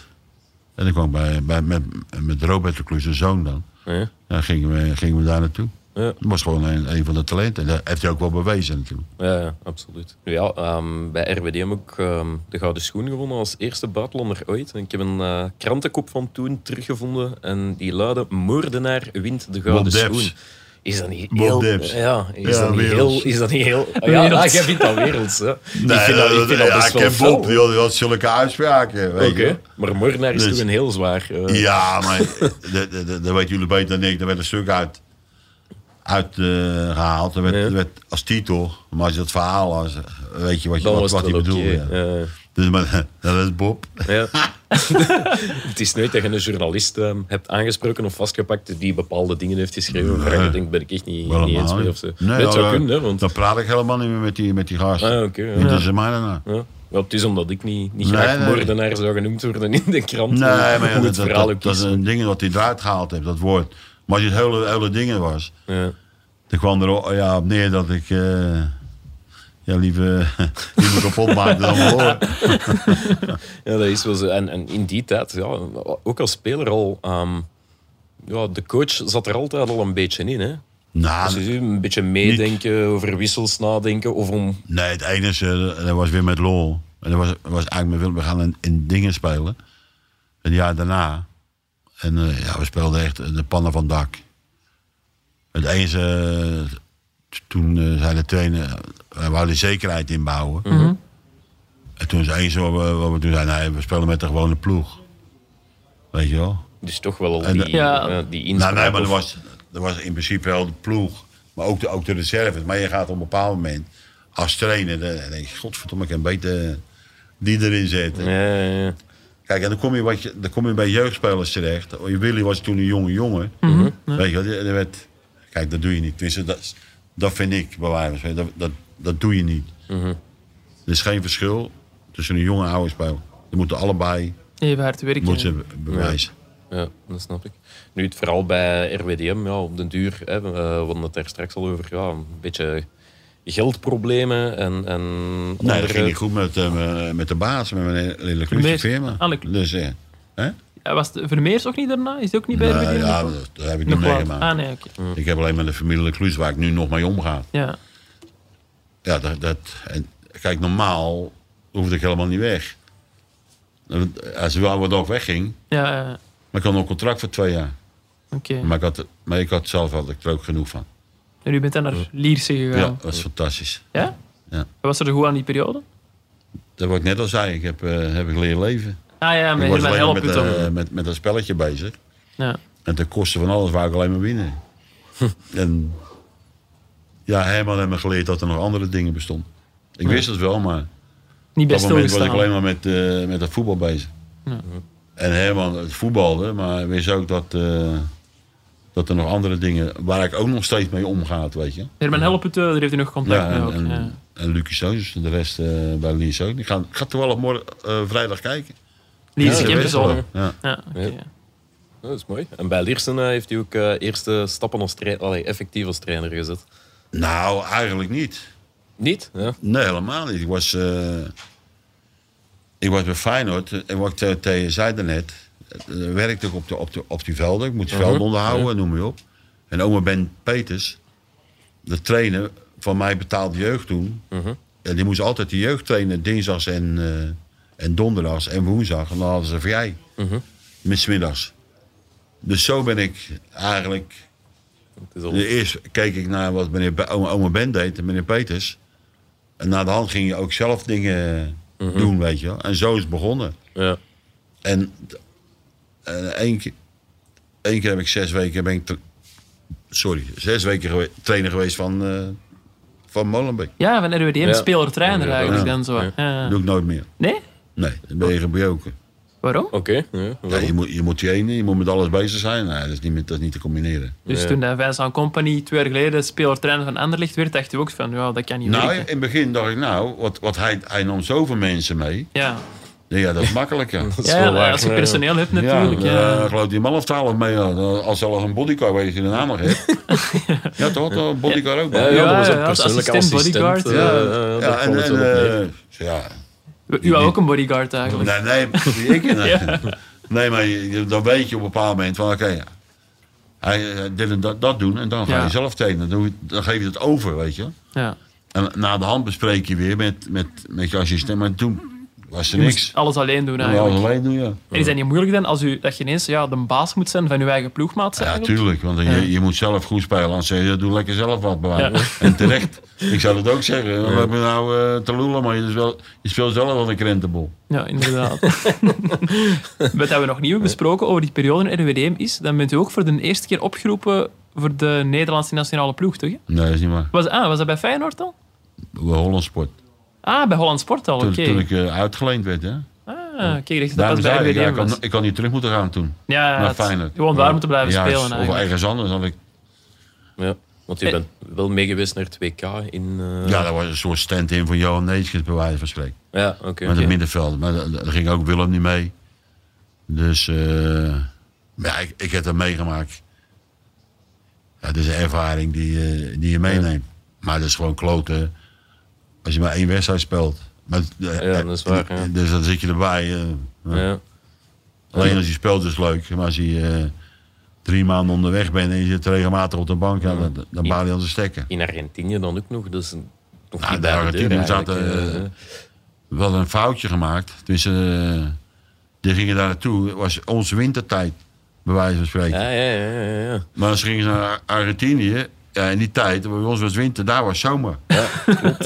B: En ik kwam bij, bij, met, met Robert de Kloes, zijn zoon dan.
A: Ja.
B: Ja, gingen, we, gingen we daar naartoe.
A: Ja.
B: Dat was gewoon een, een van de talenten. Dat heeft hij ook wel bewezen natuurlijk.
A: Ja, ja, absoluut. Nu Ja, ehm, bij RWD heb ik ehm, de Gouden Schoen gewonnen als eerste buitenlander ooit. En ik heb een eh krantenkop van toen teruggevonden en die luidde Moordenaar wint de Gouden
B: Bob Debs.
A: Schoen. Is dat niet
B: Bob
A: heel...
B: Debs.
A: Ja, is,
B: Ja,
A: dat niet
B: werelds.
A: heel, is dat niet heel... Ah, ja,
D: Werelds.
A: ah, jij vindt dat werelds, hè?
B: Nee,
A: ik vind dat, ik vind dat
B: ja,
A: best
B: ik
A: wel
B: ken
A: fel.
B: Bob, die had, die had zulke uitspraken. Weet
A: Oké,
B: je.
A: maar Moordenaar is
B: Dus-
A: toen een heel zwaar... eh,
B: Ja, maar dat- dat- dat- dat weten jullie beter dan ik. Er werd een stuk uit, uit eh, gehaald. Er werd,
A: Ja.
B: er werd als titel, maar als je dat verhaal was, weet je wat, je,
A: Dan
B: wat,
A: was
B: wat
A: het
B: hij
A: wel oké.
B: bedoelde. ja.
A: eh,
B: Dus, maar, dat is Bob.
A: Ja. het is nooit dat je een journalist ehm, hebt aangesproken of vastgepakt die bepaalde dingen heeft geschreven. Waar je denkt, ben ik echt niet,
B: Wel
A: niet eens
B: helemaal
A: mee
B: niet.
A: of zo.
B: Nee,
A: Nee, het zou
B: nou,
A: kunnen, hè, want...
B: Dan praat ik helemaal niet meer met die, met die gast.
A: Ah, oké, ja.
B: Niet eens een mij daarna.
A: Ja. Ja, het is omdat ik niet, niet
B: dus- Nee,
A: graag
B: nee.
A: moordenaar zou genoemd worden in de krant.
B: Nee, maar
A: hoe
B: ja,
A: het
B: dat, dat,
A: verhaal
B: dat,
A: ook
B: dat
A: is.
B: is een ding wat hij eruit gehaald heeft, dat woord. Maar als je het hele, hele dingen was,
A: Ja.
B: dan kwam er o- ja, op neer dat ik... eh, ja, liever, liever kapot maakte dan verloren.
A: Ja, dat is wel zo. En, en in die tijd, ja, ook als speler al... ehm, ja, de coach zat er altijd al een beetje in, hè.
B: Nou,
A: Dus een beetje meedenken, over wissels nadenken, of om...
B: Nee, het enige, eh, dat was weer met Lol. En dat was, was eigenlijk met Willem, we gaan in, in dingen spelen. Een jaar daarna. En eh, ja, we speelden echt eh, de pannen van het dak. Het enige, eh, t- toen eh, zei de trainer, eh, we wouden zekerheid inbouwen. En toen is het enige wat we, eh, wat we toen zeiden, nee, we spelen met de gewone ploeg. Weet je wel?
A: Dus toch wel al
B: En
A: die,
B: de-
D: Ja.
A: eh, die
B: Nou,
A: inspraak.
B: nee, maar
A: of-
B: er was, er was in principe wel de ploeg. Maar ook de, ook de reserves. Maar je gaat op een bepaald moment als trainer. Dan dan denk je, godverdomme, ik kan beter die erin zetten.
A: Ja, ja, ja.
B: Kijk, en dan kom, je wat je, dan kom je bij jeugdspelers terecht. Oh, Willy was toen een jonge jongen. Weet je wel, die- die werd, kijk, dat doe je niet. Tenminste, dat, is- dat vind ik bij wijze van spreken, Dat, dat, dat doe je niet. Er is geen verschil tussen een jonge en een oude speler. Die moeten allebei
D: Even hard werken.
B: moeten ze be- bewijzen.
A: Ja, dat snap ik. Nu, het verhaal bij RWDM, ja, op den duur, hè, we eh, we hadden het daar straks al over, ja, een beetje geldproblemen en, en
B: Nee, dat
A: andere-
B: ging niet goed met, eh, met de baas, met meneer Lille Kloes,
D: Vermeer.
B: de firma.
D: Ah, Lille-
B: Dus, eh, hè?
D: Ja, was de Vermeers ook niet daarna? Is die ook niet bij
B: Nou,
D: de
B: ja, dat, dat heb ik niet
D: Nog laat.
B: meegemaakt.
D: Ah, nee, oké.
B: Ik heb alleen maar de familie Kloes, waar ik nu nog mee omga.
D: Ja.
B: Ja, dat, dat, en, kijk, normaal hoefde ik helemaal niet weg. Want Als wel wat ook wegging,
D: Ja, ja. eh,
B: maar ik had nog een contract voor twee jaar.
D: Oké.
B: Maar ik had, maar ik had zelf had ik er ook genoeg van.
D: En u bent dan naar Lierse
B: Ja,
D: gegaan.
B: dat was fantastisch.
D: Ja?
B: Ja.
D: En Was er goed aan die periode?
B: Dat wat ik net al zei, ik heb, eh, heb ik leren leven.
D: Ah ja,
B: Ik
D: met
B: was
D: Herman
B: alleen maar met,
D: Helput dan.
B: eh, met, met dat spelletje bezig.
D: Ja.
B: En ten koste van alles wou ik alleen maar winnen. en ja, Herman heeft me geleerd dat er nog andere dingen bestonden. Ik wist het wel, maar
D: Niet
B: op
D: best
B: dat moment was ik alleen
D: stilgestaan.
B: maar met, eh, met dat voetbal bezig. En Herman het voetbalde, maar hij wist ook dat, eh, dat er nog andere dingen... waar ik ook nog steeds mee omgaat, weet je.
D: Herman Helput, eh, daar heeft u nog contact
B: Ja,
D: mee
B: en,
D: ook.
B: en,
D: ja.
B: en Lucie Seuns, de rest eh, bij Lies ook. Ik ga, ik ga toevallig morgen, eh, vrijdag kijken.
D: Lierse
A: ja,
D: ja,
A: dat
D: Kempers
A: weet ik
D: al.
A: wel.
B: Ja.
D: Ja, oké.
A: Ja. Ja, dat is mooi. En bij Liersen eh, heeft hij ook eh, eerste stappen als tra- allee, effectief als trainer gezet.
B: Nou, eigenlijk niet.
A: Niet? Ja.
B: Nee, helemaal niet. Ik was, eh, ik was bij Feyenoord. eh, En wat ik te- tegen je zei daarnet. eh, eh, werkte ik op, de, op, de, op die velden. Ik moet het veld onderhouden, noem maar op. En oma Ben Peters, de trainer van mij betaalde jeugd toen. En die moest altijd de jeugd trainen. Dinsdags en, eh, en donderdags en woensdag. En dan hadden ze vrij. Met 's middags. Dus zo ben ik eigenlijk
A: Het is al...
B: dus eerst keek ik naar wat meneer Be- oma, oma Ben deed, en meneer Peters. En na de hand ging je ook zelf dingen
D: Mhm.
B: doen, weet je wel. En zo is het begonnen.
A: ja.
B: En eh, één keer, één keer heb ik zes weken, ben ik tra- sorry, zes weken gewe- trainer geweest van, eh, van Molenbeek.
D: ja, van RWDM,
A: Ja.
D: speler-trainer
A: Ja.
D: eigenlijk
B: Ja.
D: dan zo.
A: Ja.
D: Ja.
B: doe ik nooit meer.
D: Nee?
B: Nee, dan ben je gebroken.
D: Waarom?
A: Oké. ja,
B: Ja,
A: waarom?
B: je, moet, je moet die ene, je moet met alles bezig zijn. Nee, dat, is niet, met- dat is niet te combineren.
D: Dus
A: Ja.
D: toen dat Vincent Company twee jaar geleden speler-trainer van Anderlicht werd, dacht u ook van, ja, dat kan niet
B: Nou,
D: werken.
B: in het begin dacht ik, nou, wat, wat hij, hij nam zoveel mensen mee.
D: Ja,
B: Nee, ja, dat is makkelijker.
A: Dat is
D: Ja,
A: wel
D: ja,
A: waar.
D: als je personeel hebt natuurlijk.
B: Ja,
D: Ja,
B: eh, geloof die man of twaalf mee. ja. Eh, Als zelfs een bodycar weet je de naam nog hebt. ja, toch? Een bodycar ook.
A: Ja,
B: bij.
A: ja, dat was
D: Ja,
A: een
D: ja, als
A: persoonlijke
D: assistent
A: assistent.
D: bodyguard,
A: eh,
D: ja.
A: eh, daar
B: Ja,
A: kwam
B: en,
A: het wel
B: en,
A: op neer.
B: eh, ja.
D: U- U had ook een bodyguard eigenlijk.
B: Nee, nee, ik niet. Nee, maar je- je- dan weet je op een bepaald moment van, oké, ja, hij eh, dit en dat, dat doen en dan ga
D: Ja.
B: je zelf tegen. Dan, doe je, dan geef je het over, weet je.
D: Ja.
B: En na de hand bespreek je weer met, met, met je assistent, maar toen was er
D: Je moest
B: niks.
D: alles alleen doen
B: Ja,
D: eigenlijk.
B: alleen doen, ja.
D: En is dat niet moeilijk dan als u, dat je ineens ja, de baas moet zijn van uw eigen ploegmaat?
B: Ja,
D: eigenlijk?
B: tuurlijk, want je, je moet zelf goed spelen. Anders zeg je, doe lekker zelf wat bewaren. En terecht, ik zou dat ook zeggen. Dan heb je nou eh, te lullen, maar je, is wel, je speelt zelf wel een krentenbol.
D: Ja, inderdaad. Wat hebben we nog niet hebben besproken over die periode in RWDM is, dan bent u ook voor de eerste keer opgeroepen voor de Nederlandse nationale ploeg, toch? hè?
B: Nee, dat is niet waar.
D: Was, ah, was dat bij Feyenoord al?
B: Holland Sport.
D: Ah, bij Holland Sport al, oké.
B: Toen, toen ik eh, uitgeleend werd, hè.
D: Ah, kijk, dat is dat
B: Daarom
D: pas bij
B: zei ik, ja,
D: RWDM
B: ik,
D: was.
B: had, ik had niet terug moeten gaan toen.
D: Ja,
B: naar
D: het-
B: Feyenoord.
D: gewoon daar moeten blijven
B: Ja,
D: spelen
B: Of
D: eigenlijk.
B: ergens anders. Had ik,
A: Ja, want je
D: Eh.
A: bent wel mee geweest naar het WK in... eh,
B: ja, dat was een soort stand-in van Johan Neeskens, bij wijze van spreken.
A: ja, oké.
B: Met
A: oké.
B: het middenveld. Maar daar daar ging ook Willem niet mee. Dus eh, maar ja, ik, ik heb dat meegemaakt. Ja, het is een ervaring die, je- die je meeneemt. Maar dat is gewoon kloten. Als je maar één wedstrijd speelt. Maar, eh,
A: Ja, dat is waar, ja.
B: Dus dan zit je erbij. eh,
A: Ja.
B: Alleen als je speelt is het leuk. Maar als je eh, drie maanden onderweg bent en je zit regelmatig op de bank, ja, dan, dan baal je aan de stekker.
A: In Argentinië dan ook nog. Dat is een- nog
B: Ja,
A: niet
B: de
A: bij de deur
B: Argentiniërs
A: eigenlijk,
B: zaten,
A: eh,
B: eh, Wel een foutje gemaakt. Dus eh die gingen daar naartoe. Het was onze wintertijd, bij wijze van spreken.
A: Ja, ja, ja, ja, ja.
B: Maar ze gingen ze naar Argentinië. Ja, in die tijd, bij ons was winter, daar was zomer.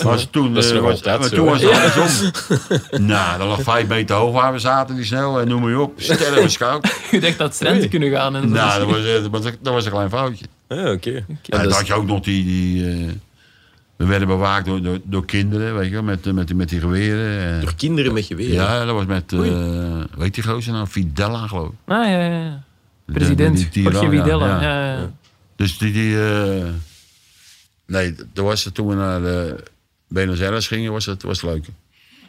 B: was toen,
A: Dat is
B: eh,
A: nog
B: was-
A: altijd
B: maar
A: zo,
B: toen
A: hè?
B: was het andersom. nou, dat lag vijf meter hoog waar we zaten, die snel. En noem maar op, sterren beschouwd.
D: U dacht dat strand te kunnen gaan en zo.
B: nou, dat was, eh, dat was- dat was een klein foutje.
A: Ah, Ja, oké.
B: En
A: En
B: dan
A: dat
B: had
A: is-
B: je ook nog die... die eh, we werden bewaakt door, door, door kinderen, weet je wel, met, eh, met, die- met die geweren. eh. En,
A: Door kinderen met geweren.
B: ja, dat was met, eh, weet die gozer nou, Fidella geloof ik.
D: Ah, ja, ja, ja.
B: die
D: President,
B: tiran,
D: Jorge
B: ja,
D: Videla.
B: ja.
D: Ja, ja, ja.
B: Dus die... die eh, nee, dat was het toen we naar de Buenos Aires gingen, was het was het leuk.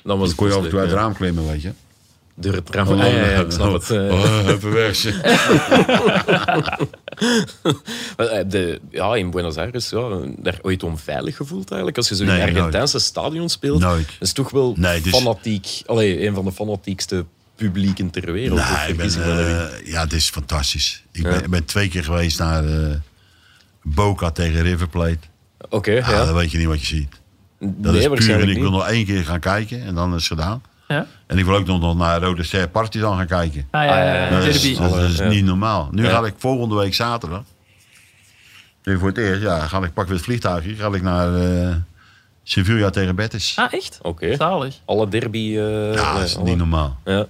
A: Dan was
B: Dan kon je
A: het dus
B: af en toe uit
A: leuk,
B: het
A: ja.
B: raam klimmen, weet je.
A: Door het raam. Ah, ja, ja, ik snap het. eh.
B: Oh, even weg. ze.
A: Maar, eh, de- ja, in Buenos Aires, ja, daar ooit onveilig gevoeld eigenlijk? Als je zo
B: Nee,
A: in Argentijnse stadion speelt,
B: Nooit.
A: dat is toch wel
B: Nee, dus- het is-
A: fanatiek. Allee, een van de fanatiekste publieken ter wereld. of
B: Nee, ik ben,
A: vergis ik me daarin?
B: eh, ja, het is fantastisch. Ik ben, ik ben twee keer geweest naar eh, Boca tegen River Plate.
A: Oké,
B: Ja,
A: ja.
B: dan weet je niet wat je ziet. Dat
A: nee,
B: is puur en
A: waarschijnlijk
B: ik wil
A: niet.
B: nog één keer gaan kijken en dan is het gedaan.
D: Ja?
B: En ik wil ook nog naar Rode Ster Partizan gaan kijken.
D: Ah, ja, ja, ja,
A: Ah, ja,
B: Dat is,
D: derby.
B: dat is
A: Ja.
B: niet normaal. Nu
A: Ja.
B: ga ik volgende week zaterdag. Nu voor het eerst, ja, ga ik pak weer het vliegtuigje. Ga ik naar eh, Sevilla tegen Betis.
D: Ah, echt?
A: Oké.
D: Zalig.
A: Alle derby... eh,
B: ja, dat
A: nee,
B: is
A: alle-
B: niet normaal.
A: Ja.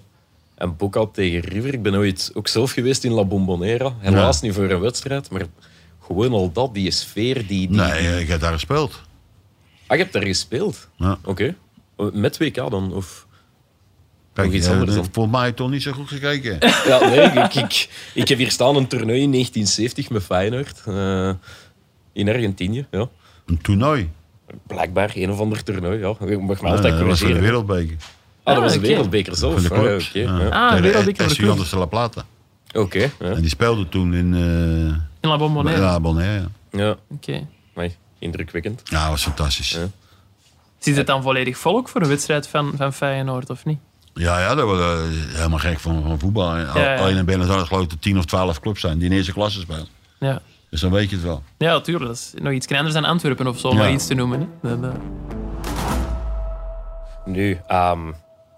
A: En Boca tegen River. Ik ben ooit ook zelf geweest in La Bombonera. Helaas niet voor een wedstrijd, maar gewoon al dat, die sfeer, die... die...
B: Nee, eh, ik heb daar gespeeld.
A: Ah, je hebt daar gespeeld?
B: Ja.
A: Oké. Met WK dan? Of...
B: Kijk,
A: Nog iets
B: eh,
A: anders dan.
B: volgens mij heb je toch niet zo goed gekeken.
A: Ja, nee, ik, ik, ik heb hier staan een toernooi in 1970 met Feyenoord. eh, in Argentinië, ja.
B: Een toernooi.
A: Blijkbaar een of ander toernooi, ja. Ik mag me
B: Ah, Ja,
A: altijd
B: dat was voor de
A: corrigeren.
B: wereldbeker.
A: Ah, dat was de
D: Ah, oké.
A: wereldbeker
B: Voor
A: zelf.
B: de
A: Ah, Oké,
B: clubs. Ja.
A: ja.
D: Ah,
B: Tegen
D: wereldbeker voor de
B: Estudiantes
D: clubs.
B: de La Plata.
A: Oké, ja.
B: En die speelde toen in eh
D: In La Bombonera.
B: La Bonaire. Ja,
A: ja.
D: Oké.
A: Amai, indrukwekkend.
B: ja dat was fantastisch.
A: Ja.
D: Zit het dan volledig vol ook voor een wedstrijd van, van Feyenoord, of niet?
B: Ja, ja, dat was eh, helemaal gek van, van voetbal. En al-
D: Ja, ja.
B: Alleen in Buenos Aires geloof ik dat 10 of 12 clubs zijn die in eerste klasse spelen.
D: Ja.
B: Dus dan weet je het wel.
D: Ja, tuurlijk. Dat is nog iets anders dan Antwerpen of zo, om
B: Ja.
D: maar iets te noemen. hè. Dat, eh,
A: Nu, ehm,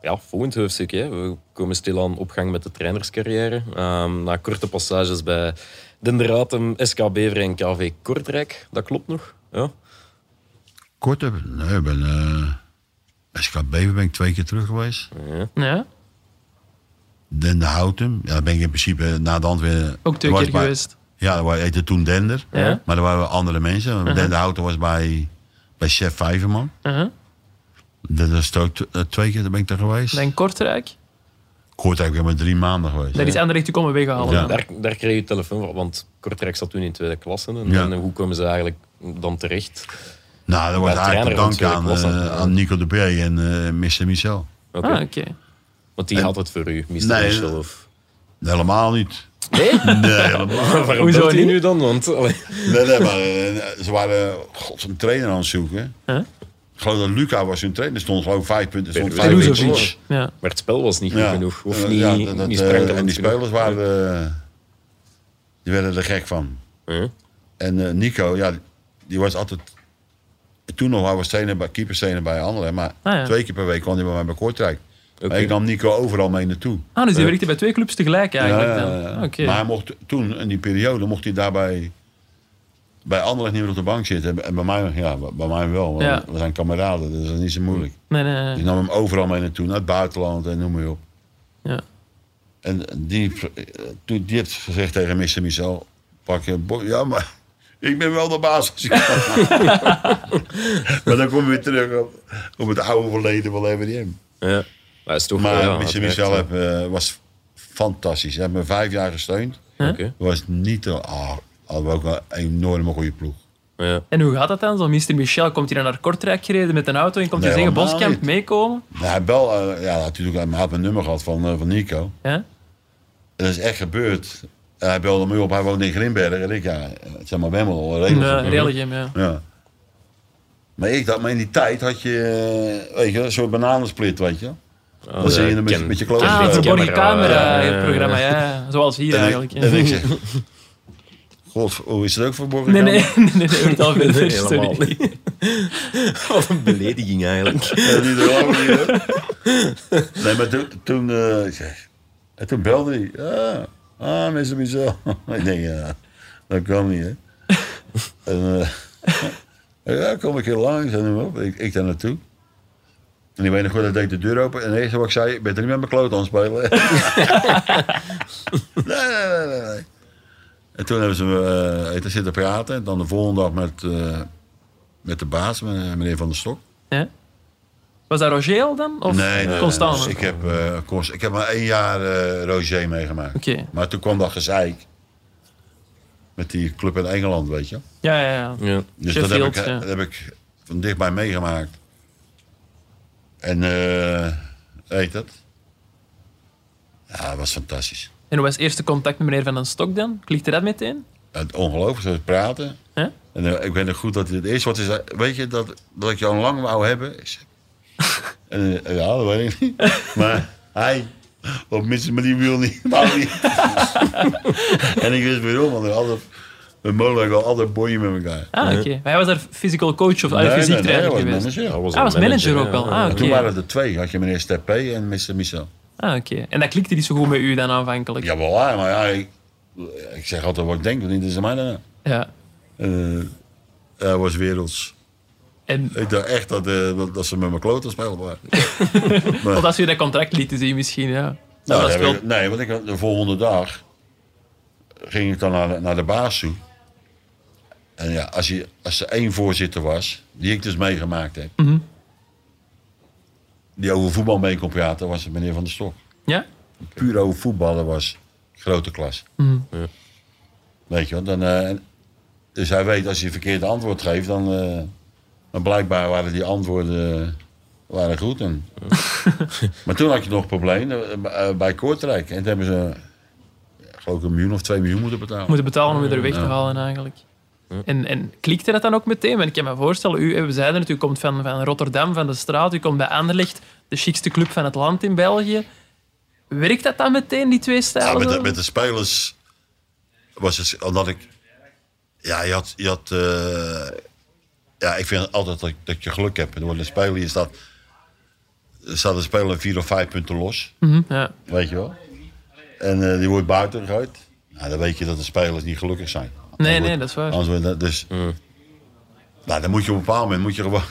A: ja, volgend hoofdstuk. Hè. We komen stilaan op gang met de trainerscarrière. Ehm, na korte passages bij Denderatum, SK Beveren en KV Kortrijk. Dat klopt nog, ja.
B: Kort heb Nee, ik ben... eh SKB ben ik twee keer terug geweest.
D: ja.
B: Dender Houten. Ja, daar ben ik in principe eh, na de hand weer...
D: Ook twee
B: was
D: keer
B: bij-
D: geweest.
B: Ja, dat wa- heette toen Dender.
D: Ja.
B: Maar er waren andere mensen. Dender Houten was bij, bij chef Vijverman.
D: Uh-huh.
B: Dat is ook t- eh, twee keer daar ben ik daar geweest.
D: Dan Kortrijk.
B: Kortrijk ben ik maar drie maanden geweest.
D: Daar is Anderlecht te komen weghalen.
B: Ja.
A: Daar, daar kreeg je telefoon van, want Kortrijk zat toen in tweede klasse. En,
B: Ja.
A: en hoe komen ze eigenlijk dan terecht?
B: Nou, dat was
A: Bij
B: eigenlijk te
A: trainer
B: danken aan,
A: natuurlijk was dat,
B: eh,
A: ja.
B: aan Nico de Brey en eh Mr. Michel.
A: Oké.
D: Ah, oké.
A: Want die
B: En-
A: had het voor u, Mr.
B: Nee. eh,
A: Mitchell, Of...
B: Helemaal niet.
A: Nee?
B: Nee, helemaal niet.
A: Waarom
D: Hoezo
A: belt hij
D: niet?
A: nu dan? Want, allee.
B: Nee, nee, maar eh, ze waren gods een trainer aan het zoeken.
D: Huh?
B: Ik geloof dat Luca was hun trainer. Er stond geloof ik vijf punten. er Stond vijf
A: Peruzovic.
B: punten.
D: Ja.
A: Maar het spel was niet goed
B: Ja.
A: genoeg. Of
B: Eh,
A: niet,
B: ja, dat- dat,
A: niet
B: eh,
A: sprankelend
B: En die
A: genoeg.
B: spelers waren... eh, die werden er gek van.
A: Huh?
B: En eh, Nico, ja, die was altijd... Toen nog, hij was trainer bij, keeperstrainer bij Anderlecht. Maar
D: Ah, ja.
B: twee keer per week kwam hij bij mij bij Kortrijk.
A: Oké.
B: Maar ik nam Nico overal mee naartoe.
D: Ah, dus die werkte bij twee clubs tegelijk eigenlijk.
B: Ja,
D: dan.
B: ja, ja.
D: Oké.
B: Maar hij mocht toen, in die periode, mocht hij daarbij bij Anderlecht niet meer op de bank zitten. En bij mij, ja, bij mij wel. want
D: Ja.
B: We zijn kameraden, dus dat is niet zo moeilijk.
D: Nee, nee,
B: Die
D: nee.
B: nam hem overal mee naartoe, naar het buitenland en noem maar op.
D: Ja.
B: En die, eh, toen- die heeft gezegd tegen Mr. Michel, pak je bo- Ja, maar ik ben wel de baas. als ik- maar dan kom je weer terug op, op het oude verleden van RWDM.
A: Ja. Maar het is toch
B: Maar
A: ja,
B: Mr.
A: uiteraard,
B: Michel
A: ja.
B: heb, eh, was fantastisch. Hij heeft me vijf jaar gesteund.
A: Oké.
B: was niet te. ah, hadden we ook een enorme goede ploeg.
A: Ja.
D: En hoe gaat dat dan? Zo'n Mr. Michel komt hier naar naar Kortrijk gereden met een auto en komt
B: Nee,
D: hier zeggen,
B: helemaal
D: Boskamp,
B: niet.
D: meekomen?
B: Nou, hij bel, eh, ja, natuurlijk, hij had mijn nummer gehad van, eh, van Nico.
D: Ja?
B: En dat is echt gebeurd. En hij belde me op, hij woonde in Grimbergen. En ik, ja, eh, zeg maar, ben wel een regel.
D: Nee, Religem, eh, ja.
B: Ja. Maar ik dacht, maar in die tijd had je, eh, weet je, een soort bananensplit, weet je.
A: Oh,
B: Dan
A: ja,
B: zie je hem
A: ken-
B: met, met je kloot.
D: Ah, het
A: Camera,
D: verborgen camera,
B: eh,
A: ja, ja, ja.
D: het programma, ja. Zoals hier
B: en,
D: eigenlijk.
B: ik,
D: ja.
B: en ik zeg, god, hoe is het ook verborgen?
D: Nee, nee,
B: camera?
D: nee, nee, nee, vertel verder,
A: Nee,
D: sorry.
A: helemaal niet. Wat een belediging eigenlijk.
B: Ja, eh, die er ook niet, hoor. Nee, maar toen, toen, eh, ik zeg, en toen belde hij. Ah, ah Mr. Michel. ik denk, ja, dat kan niet, hè. en, eh, ja, kom ik hier langs en noem op. Ik, ik daar naartoe. En ik weet nog goed, dat deed de deur open. En het eerste wat ik zei, ik ben er niet met mijn kloot aan het spelen. nee, nee, nee, nee, nee. En toen hebben ze me eh, eten zitten praten. En dan de volgende dag met, eh, met de baas, met- eh, meneer Van der Stok.
D: Ja. Was dat Roger al dan? Of
B: Nee, nee,
D: Constant?
B: dus ik, heb, eh, Const- ik heb maar één jaar eh Roger meegemaakt.
D: Oké.
B: Maar toen kwam dat gezeik. Met die club in Engeland, weet je.
D: Ja, ja, ja.
A: Ja.
B: Dus dat heb, ik,
D: Sheffield, ja.
B: dat heb ik van dichtbij meegemaakt. En, eh heet dat? Ja, dat was fantastisch.
D: En hoe was het eerste contact met meneer Van den Stok dan? Klikte dat meteen?
B: Het ongelooflijk, zo praten.
D: Ja?
B: En eh, ik weet nog goed dat het eerste wat is, weet je, dat, dat ik jou lang wou hebben. Ik zeg, en, eh, ja, dat weet ik niet. Maar hij, op minstens maar die wil niet. wou niet. en ik wist waarom, want we hadden, met Molenweg al altijd boeien met elkaar.
D: Ah, oké. Maar hij was daar physical coach of nee, fysiek
B: hij
D: trainer
B: was
D: geweest?
B: manager.
A: Hij
D: Ah, was manager ook wel. Ah,
A: ja.
D: oké.
B: Toen waren er twee, had je meneer Steppé en Mr. Michel.
D: Ah, oké. En dat klikte niet zo goed met u dan aanvankelijk?
B: Ja, wel waar, maar ja, ik, ik zeg altijd wat ik denk, want niet is aan mij daarna.
D: Ja.
B: Eh, Hij was werelds.
D: En
B: Ik dacht echt dat, eh, dat, dat ze met mijn kloten spelen waren.
D: want als u dat contract liet zien misschien, ja. Dat
B: Nou, dat
D: was
B: heb
D: wel...
B: ik- nee, want ik, had- de volgende dag ging ik dan naar de, naar de baas toe. En ja, als, je, als er één voorzitter was, die ik dus meegemaakt heb,
D: Mhm.
B: die over voetbal mee kon praten, was het meneer Van der Stok.
D: Ja?
B: Puur over voetballen was grote klas.
A: Ja.
B: Weet je wel, dan, eh, en- dus hij weet als je een verkeerde antwoord geeft, dan, eh, dan blijkbaar waren die antwoorden eh, waren goed. En, maar toen had je nog een probleem eh, b- eh, bij Kortrijk. En toen hebben ze, eh, geloof ik, een miljoen of twee miljoen moeten betalen.
D: Moeten betalen om u er weg te halen eigenlijk. En, en klikte dat dan ook meteen? Want ik kan me voorstellen, u, we zeiden het, u komt van, van Rotterdam, van de straat, u komt bij Anderlecht, de chicste club van het land in België. Werkt dat dan meteen, die twee
B: Ja,
D: stijlen?
B: met, de,
D: dan?
B: met de spelers was het omdat ik. Ja, je had. Je had eh, ja, ik vind altijd dat, dat je geluk hebt. Door de speler je staat. Er staat een speler vier of vijf punten los.
D: Mhm, ja.
B: Weet je wel. En eh, die wordt buiten gegooid. Nou, dan weet je dat de spelers niet gelukkig zijn.
D: Nee,
B: Anders-
D: nee, dat is waar.
B: anders wordt dat- dus, nou, dan moet je op een bepaald moment moet je gewoon.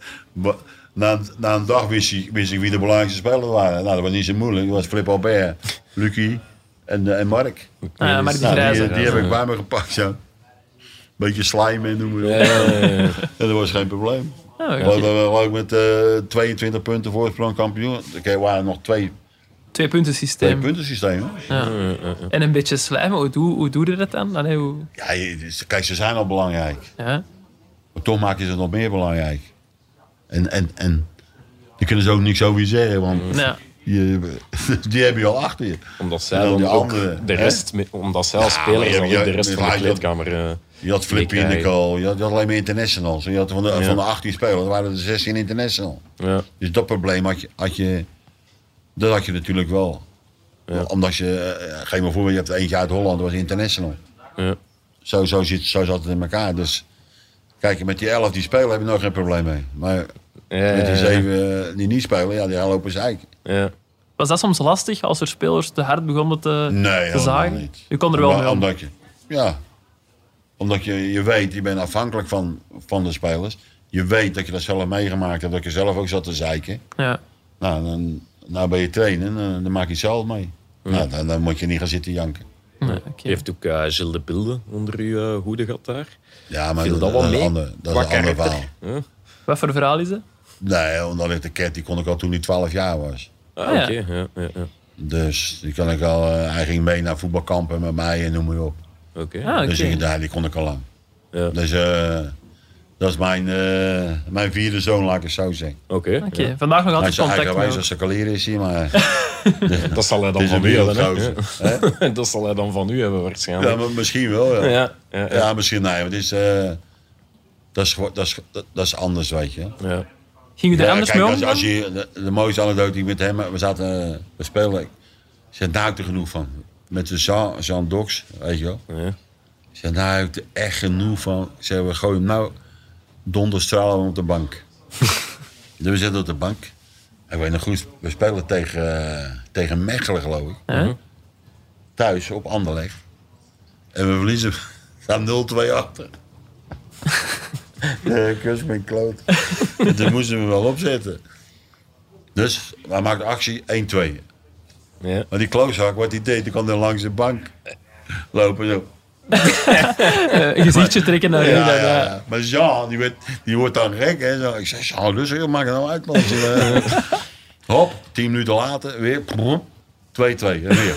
B: Ba- na, een- na een dag wist ik, wist ik wie de belangrijkste spelers waren. Nou, dat was niet zo moeilijk. Dat was Flip Albert, Lucky en, eh, en Mark.
D: Ah, ja, maar die
B: Nou, die,
D: grijze.
B: die heb ik bij me gepakt, ja. Beetje slime en noem maar op. En dat was geen probleem.
D: Ah,
B: We
D: oké.
B: waren ook met eh, 22 punten voorsprong kampioen. Oké, waren nog twee,
D: Twee punten
B: twee
D: systeem.
B: punten systeem. hè.
D: En een beetje slijmen, hoe, doe- hoe doe je dat dan? Allee, hoe,
B: Ja, je- dus, kijk, ze zijn al belangrijk.
D: ja.
B: Maar toch maak je ze nog meer belangrijk. En, en, en je kunnen ze ook niks over je zeggen, want
D: Ja.
B: Je, die heb je al achter je.
A: Omdat zij
B: En dan
A: dan
B: die
A: ook
B: andere,
A: de
B: hè?
A: rest, me- omdat zij als
B: Ja, maar
A: speler
B: je
A: dan
B: hebt-
A: ook de
B: je-
A: rest van
B: maar
A: de
B: je had-
A: kleedkamer. eh,
B: Je had Flip
A: Die krijg je.
B: Pinnacle, je had je had alleen maar internationals. Je had van de, van de 18 spelers waren er 16 international.
A: ja.
B: Dus dat probleem had je, had je dat had je natuurlijk wel. Omdat je, eh, geef maar voor, je hebt eentje uit Holland, dat was international.
A: Ja.
B: Zo, zo, zit, zo zat het in elkaar. Dus kijk, met die 11 die spelen heb je nog geen probleem mee. Maar
A: Ja,
D: Eh.
B: met die
A: ja, ja.
B: 7 die niet spelen, ja, die gaan lopen zeik.
A: Ja.
D: Was dat soms lastig als er spelers te hard begonnen te,
B: Nee,
D: te
B: helemaal
D: zagen?
B: niet.
D: Je kon er wel
B: Omdat-
D: mee om.
B: Omdat je, ja, omdat je, je weet, je bent afhankelijk van, van de spelers. Je weet dat je dat zelf meegemaakt hebt, dat je zelf ook zat te zeiken.
D: Ja.
B: Nou, dan, nou ben je trainen, dan, dan maak je het zelf mee. Nou, dan, dan moet je niet gaan zitten janken.
D: Nee, oké.
A: Je heeft ook eh, Gilles de Bilde onder uw eh, hoede gehad daar.
B: Ja, maar
A: Viel
B: dat,
A: dat wel
B: is een
A: mee?
B: ander, dat
A: Qua
B: is een ander
A: karakter.
B: verhaal.
D: Wat voor verhaal is dat?
B: Nee, omdat ik de cat, die kon ik al toen hij 12 jaar was.
A: Ah,
D: Ah, ja.
A: oké. Ja, ja, ja.
B: Dus die kon ik al, eh, hij ging mee naar voetbalkampen met mij en noem maar op.
A: Oké.
D: Ah,
B: Dus
D: oké.
B: ik, daar, die kon ik al lang.
A: Ja.
B: Dus eh, dat is mijn, eh, mijn vierde zoon, laat ik het zo zeggen.
A: Oké, ja.
D: Oké, Vandaag nog
B: Hij
D: altijd
B: is
D: contact
B: eigenwijs
D: mee.
B: als een kalier is hij, maar
A: Dat zal hij
B: het
A: dan
B: is
A: van
B: een
A: u hebben. hè?
B: wereldgozer. Hè?
A: Ja. Dat zal hij dan van u hebben
B: Ja,
A: waarschijnlijk.
B: maar misschien wel,
A: Ja,
B: ja. Ja,
A: ja, ja. ja.
B: misschien, nee, want het is, eh, dat, is, gewoon- dat, is, dat, dat is anders, weet je.
D: Ging u er
B: Ja,
D: anders
B: kijk,
D: mee om?
B: als, als
D: dan?
B: je, de, de mooiste anekdote die ik met hem, we zaten, eh, we spelen, ik zei, daar heb ik er genoeg van. Met de Jean, Jean Dox, weet je wel.
A: Ja.
B: Ik zei, daar heb ik er echt genoeg van. Ik zei, we gooien hem nou donderstralen op de bank. dus we zitten op de bank. En weet nog goed, we spelen tegen, eh, tegen Mechelen, geloof ik.
D: Hè?
B: Thuis, op Anderlecht. En we verliezen gaan 0-2 achter. Ja, kus mijn kloot. Toen Dus moesten we wel opzetten. Dus hij maakt actie 1-2.
A: Ja.
B: Maar die klootzak, wat hij deed, die kwam dan langs de bank lopen. Zo.
D: Eh, Een gezichtje trekken naar u.
B: Ja,
D: dan,
B: ja,
D: ja.
B: ja. Maar Jean, die, werd, die wordt dan gek. Hè? Zo, ik zeg, Jean, dus heel maak het nou uit. man." Zo, eh, Hop, tien minuten later, weer. prrrm, 2-2. En weer.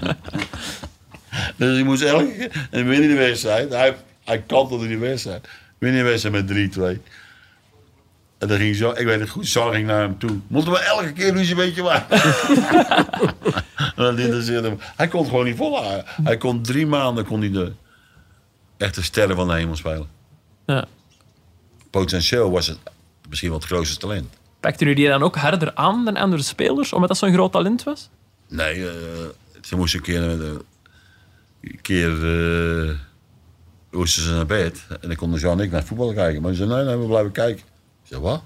B: dus hij moest elke keer... En win die wedstrijd. Hij, hij kantelde die wedstrijd. Win die wedstrijd met 3-2. En dan ging zo, ik weet het goed, Jean ging naar hem toe. Moeten we elke keer ruzie een beetje maken? Want dit is- hij kon het gewoon niet volhouden. Hij kon drie maanden kon hij de echte sterren van de hemel spelen.
D: Ja.
B: Potentieel was het misschien wel het grootste talent.
D: Pakten jullie die dan ook harder aan dan andere spelers, omdat dat zo'n groot talent was?
B: Nee, eh, ze moesten een keer, eh, een keer eh, moesten ze naar bed. En dan konden ze en ik naar het voetbal kijken. Maar ze zei, nee, nee, we blijven kijken. Ik zei, wat?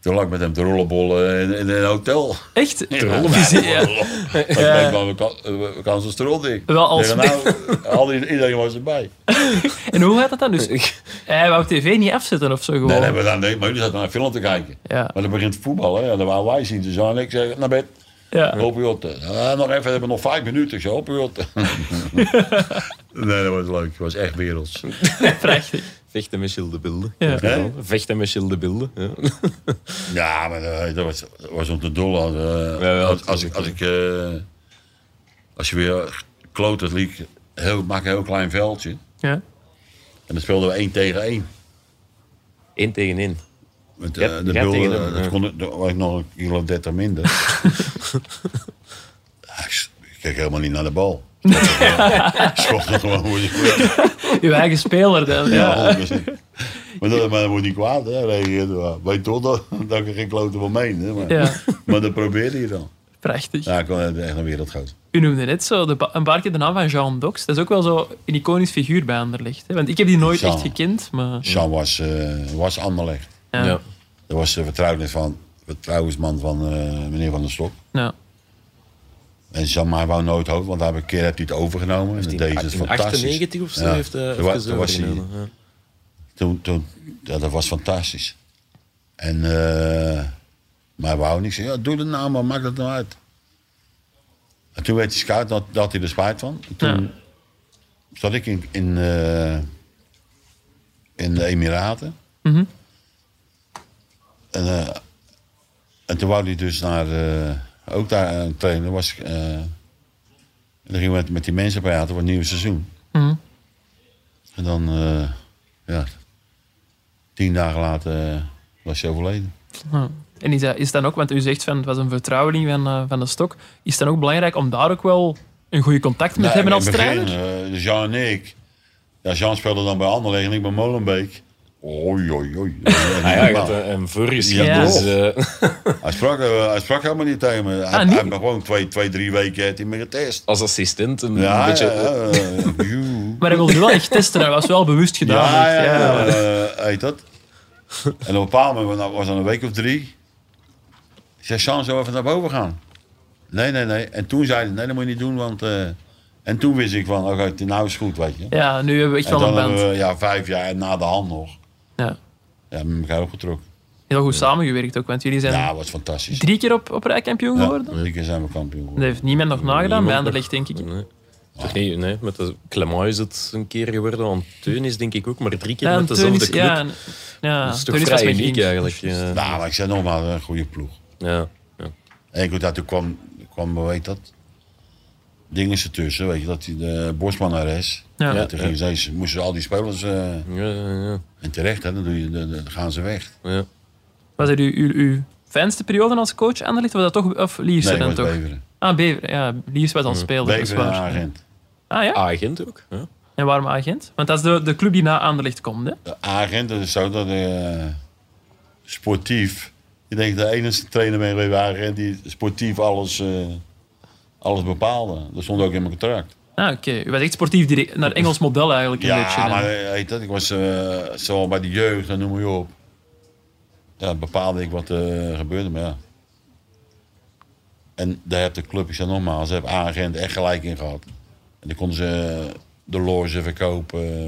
B: Toen lag ik met hem te rollenbollen in, in een hotel.
D: Echt?
B: Ja,
D: Fysie- ja.
B: Ik denk, maar we kan- eh, we- we kan zo'n strot in.
D: Wel als-
B: Ik zeg, nou, al die- iedereen was erbij.
D: En hoe gaat dat dan? Dus, hij wou tv niet afzetten of zo gewoon?
B: Nee, nee, maar, dan, nee, maar jullie zaten naar film te kijken.
D: Oh. Ja.
B: Maar dan begint voetballen. Ja, dan waren wij zien. Dus dan ik zeg, naar bed.
D: ja.
B: Op je hotte. Ja, nog even, we hebben nog vijf minuten. Ik zei, op je hotte. nee, dat was leuk. Het was echt werelds.
D: Prachtig.
A: Vechten met Gilles de Bilde.
D: Ja.
A: Weet je wel? Vechten met Gilles de Bilde. Ja.
B: Ja, maar eh, dat was, dat was om te dol. Als, eh,
A: Ja, ja,
B: als, als, ik, als, ik, eh, als je weer kloters liep, heel, maak een heel klein veldje.
D: Ja.
B: En dan speelden we één tegen één.
A: Eén tegen één.
B: Met,
A: Ja,
B: eh, de
A: ja,
B: bullen,
A: tegen
B: eh,
A: hem,
B: dat
A: ja.
B: kon, dat was ik nog een kilo of dertig minder. Ah, ik s- ik keek helemaal niet naar de bal. Ik schrok er gewoon voor je
D: Uw eigen speler dan. Ja.
B: Ja, 100%. Maar dat, maar dat wordt niet kwaad, hè? reageerde wel. Weet toch dat, dat ik er geen klote van meen, hè? Maar,
D: Ja.
B: maar dat probeerde je dan.
D: Prachtig.
B: Ja, ik was echt een wereldgoot.
D: U noemde net zo de ba- een paar keer de naam van Jean Dox. Dat is ook wel zo een iconisch figuur bij Anderlecht. Hè? Want ik heb die nooit
B: Jean.
D: echt gekend, maar...
B: Sam was, eh was Anderlecht.
D: Ja. Ja.
B: Dat was de vertrouwens van, vertrouwensman van eh, meneer Van der Stok. En Sam, hij wou nooit hoofd, want daar heb ik een keer heeft hij het overgenomen. En dat deed hij het
A: In
B: fantastisch.
A: 98 of zo
B: Ja.
A: heeft hij
B: Toen wa-
A: even zo
B: toen was hij-
A: overgenomen, ja.
B: Toen, toen, ja, dat was fantastisch. En, eh maar hij wou niet zeggen, ja, doe het nou maar, maak dat nou uit. En toen werd hij scout, dat, dat had hij er spijt van. En toen
D: Ja.
B: zat ik in, in, eh, in de Emiraten. En, eh, en toen wou hij dus naar, eh, ook daar eh, trainen. Dat Was, eh, en dan gingen we met, met die mensen praten voor het nieuwe seizoen. En dan, eh, ja, tien dagen later eh, was hij overleden.
D: En is, dat- is dan ook, want u zegt van het was een vertrouweling van, eh, van de stok, is het dan ook belangrijk om daar ook wel een goede contact mee te hebben als trainer?
B: Dus Jean en ik. Ja, Jean speelde dan bij Anderlecht en ik bij Molenbeek. Oei, oei, oei. Dat is niet
A: Ah, ja, je
B: normaal.
A: hebt een- een furries.
B: Ja,
A: Ja. Dus,
B: toch?
A: eh,
B: hij, sprak, eh, hij sprak helemaal niet tegen me. Hij,
D: Ah,
B: hij
D: niet?
B: heeft me gewoon twee, twee drie weken heeft hij me getest.
A: als assistent een
B: Ja,
A: beetje...
B: ja, eh, joe.
D: Maar hij wilde wel echt testen, dat was wel bewust gedaan.
B: Ja, ja,
D: Dus,
B: ja, eh, heet dat. En op een bepaald moment nou, was dat een week of drie. Ik zei, Sean, zullen we even naar boven gaan? Nee, nee, nee. En toen zei hij, nee, dat moet je niet doen, want... eh, en toen wist ik van, oké, nou is goed, weet je.
D: Ja, nu hebben we echt
B: en
D: wel een
B: dan
D: band.
B: hebben we, ja, vijf jaar na de hand nog.
D: Ja.
B: Ja, met elkaar opgetrokken.
D: Heel goed samengewerkt ook, want jullie zijn
B: Ja, was fantastisch.
D: drie keer op, op rij kampioen
B: Ja,
D: geworden.
B: drie keer zijn we kampioen
D: Dat
B: geworden.
D: heeft niemand nog nagedaan, bij
A: Niemand
D: Anderlecht denk ik.
A: Nee. Toch niet, nee. Met de Clement is het een keer geworden. Want Teun is denk ik ook maar drie keer
D: Ja,
A: met
D: en Teunis-
A: dezelfde club.
D: ja, en- ja,
A: dat is toch
D: Teunis was
A: vrij
D: met
A: uniek
D: Genk.
A: eigenlijk. Ja.
B: Nou, maar ik zei nogmaals, een goede ploeg.
A: Ja. Ja.
B: En goed, ja, toen kwam, kwam, hoe heet dat? Dingen ertussen, weet je, dat die de Bosman er is.
D: Ja.
B: Ja. toen gingen ze- ze, moesten al die spelers, eh,
A: Ja, ja,
B: en terecht, hè, dan, doe je, dan, dan gaan ze weg.
A: ja.
D: Was dat uw, uw, uw fijnste periode als coach Anderlecht? Of, was dat toch, of Lierse
B: Nee, ik
D: dan
B: was
D: toch?
B: Beveren.
D: Ah, Bever. Ja, Liers was al speler, dat is
B: Beveren en
D: waar.
B: agent.
D: Ah ja?
A: Agent ook. Ja.
D: En waarom agent? Want dat is de, de club die na Anderlecht komt, hè?
B: De agent, dat is zo dat eh, sportief, je denkt de enige trainer ben geweest bij agent die sportief alles, eh, alles bepaalde. Dat stond ook in mijn contract.
D: Ah, oké. U was echt sportief direct, naar Engels model eigenlijk een beetje.
B: Ja,
D: hè?
B: maar eh, heet dat, ik was eh zo bij de jeugd en noem maar op. Ja, bepaalde ik wat er gebeurde, maar ja. En daar heeft de club, ik zeg nogmaals, ze hebben agent echt gelijk in gehad. En dan konden ze eh, de loge verkopen,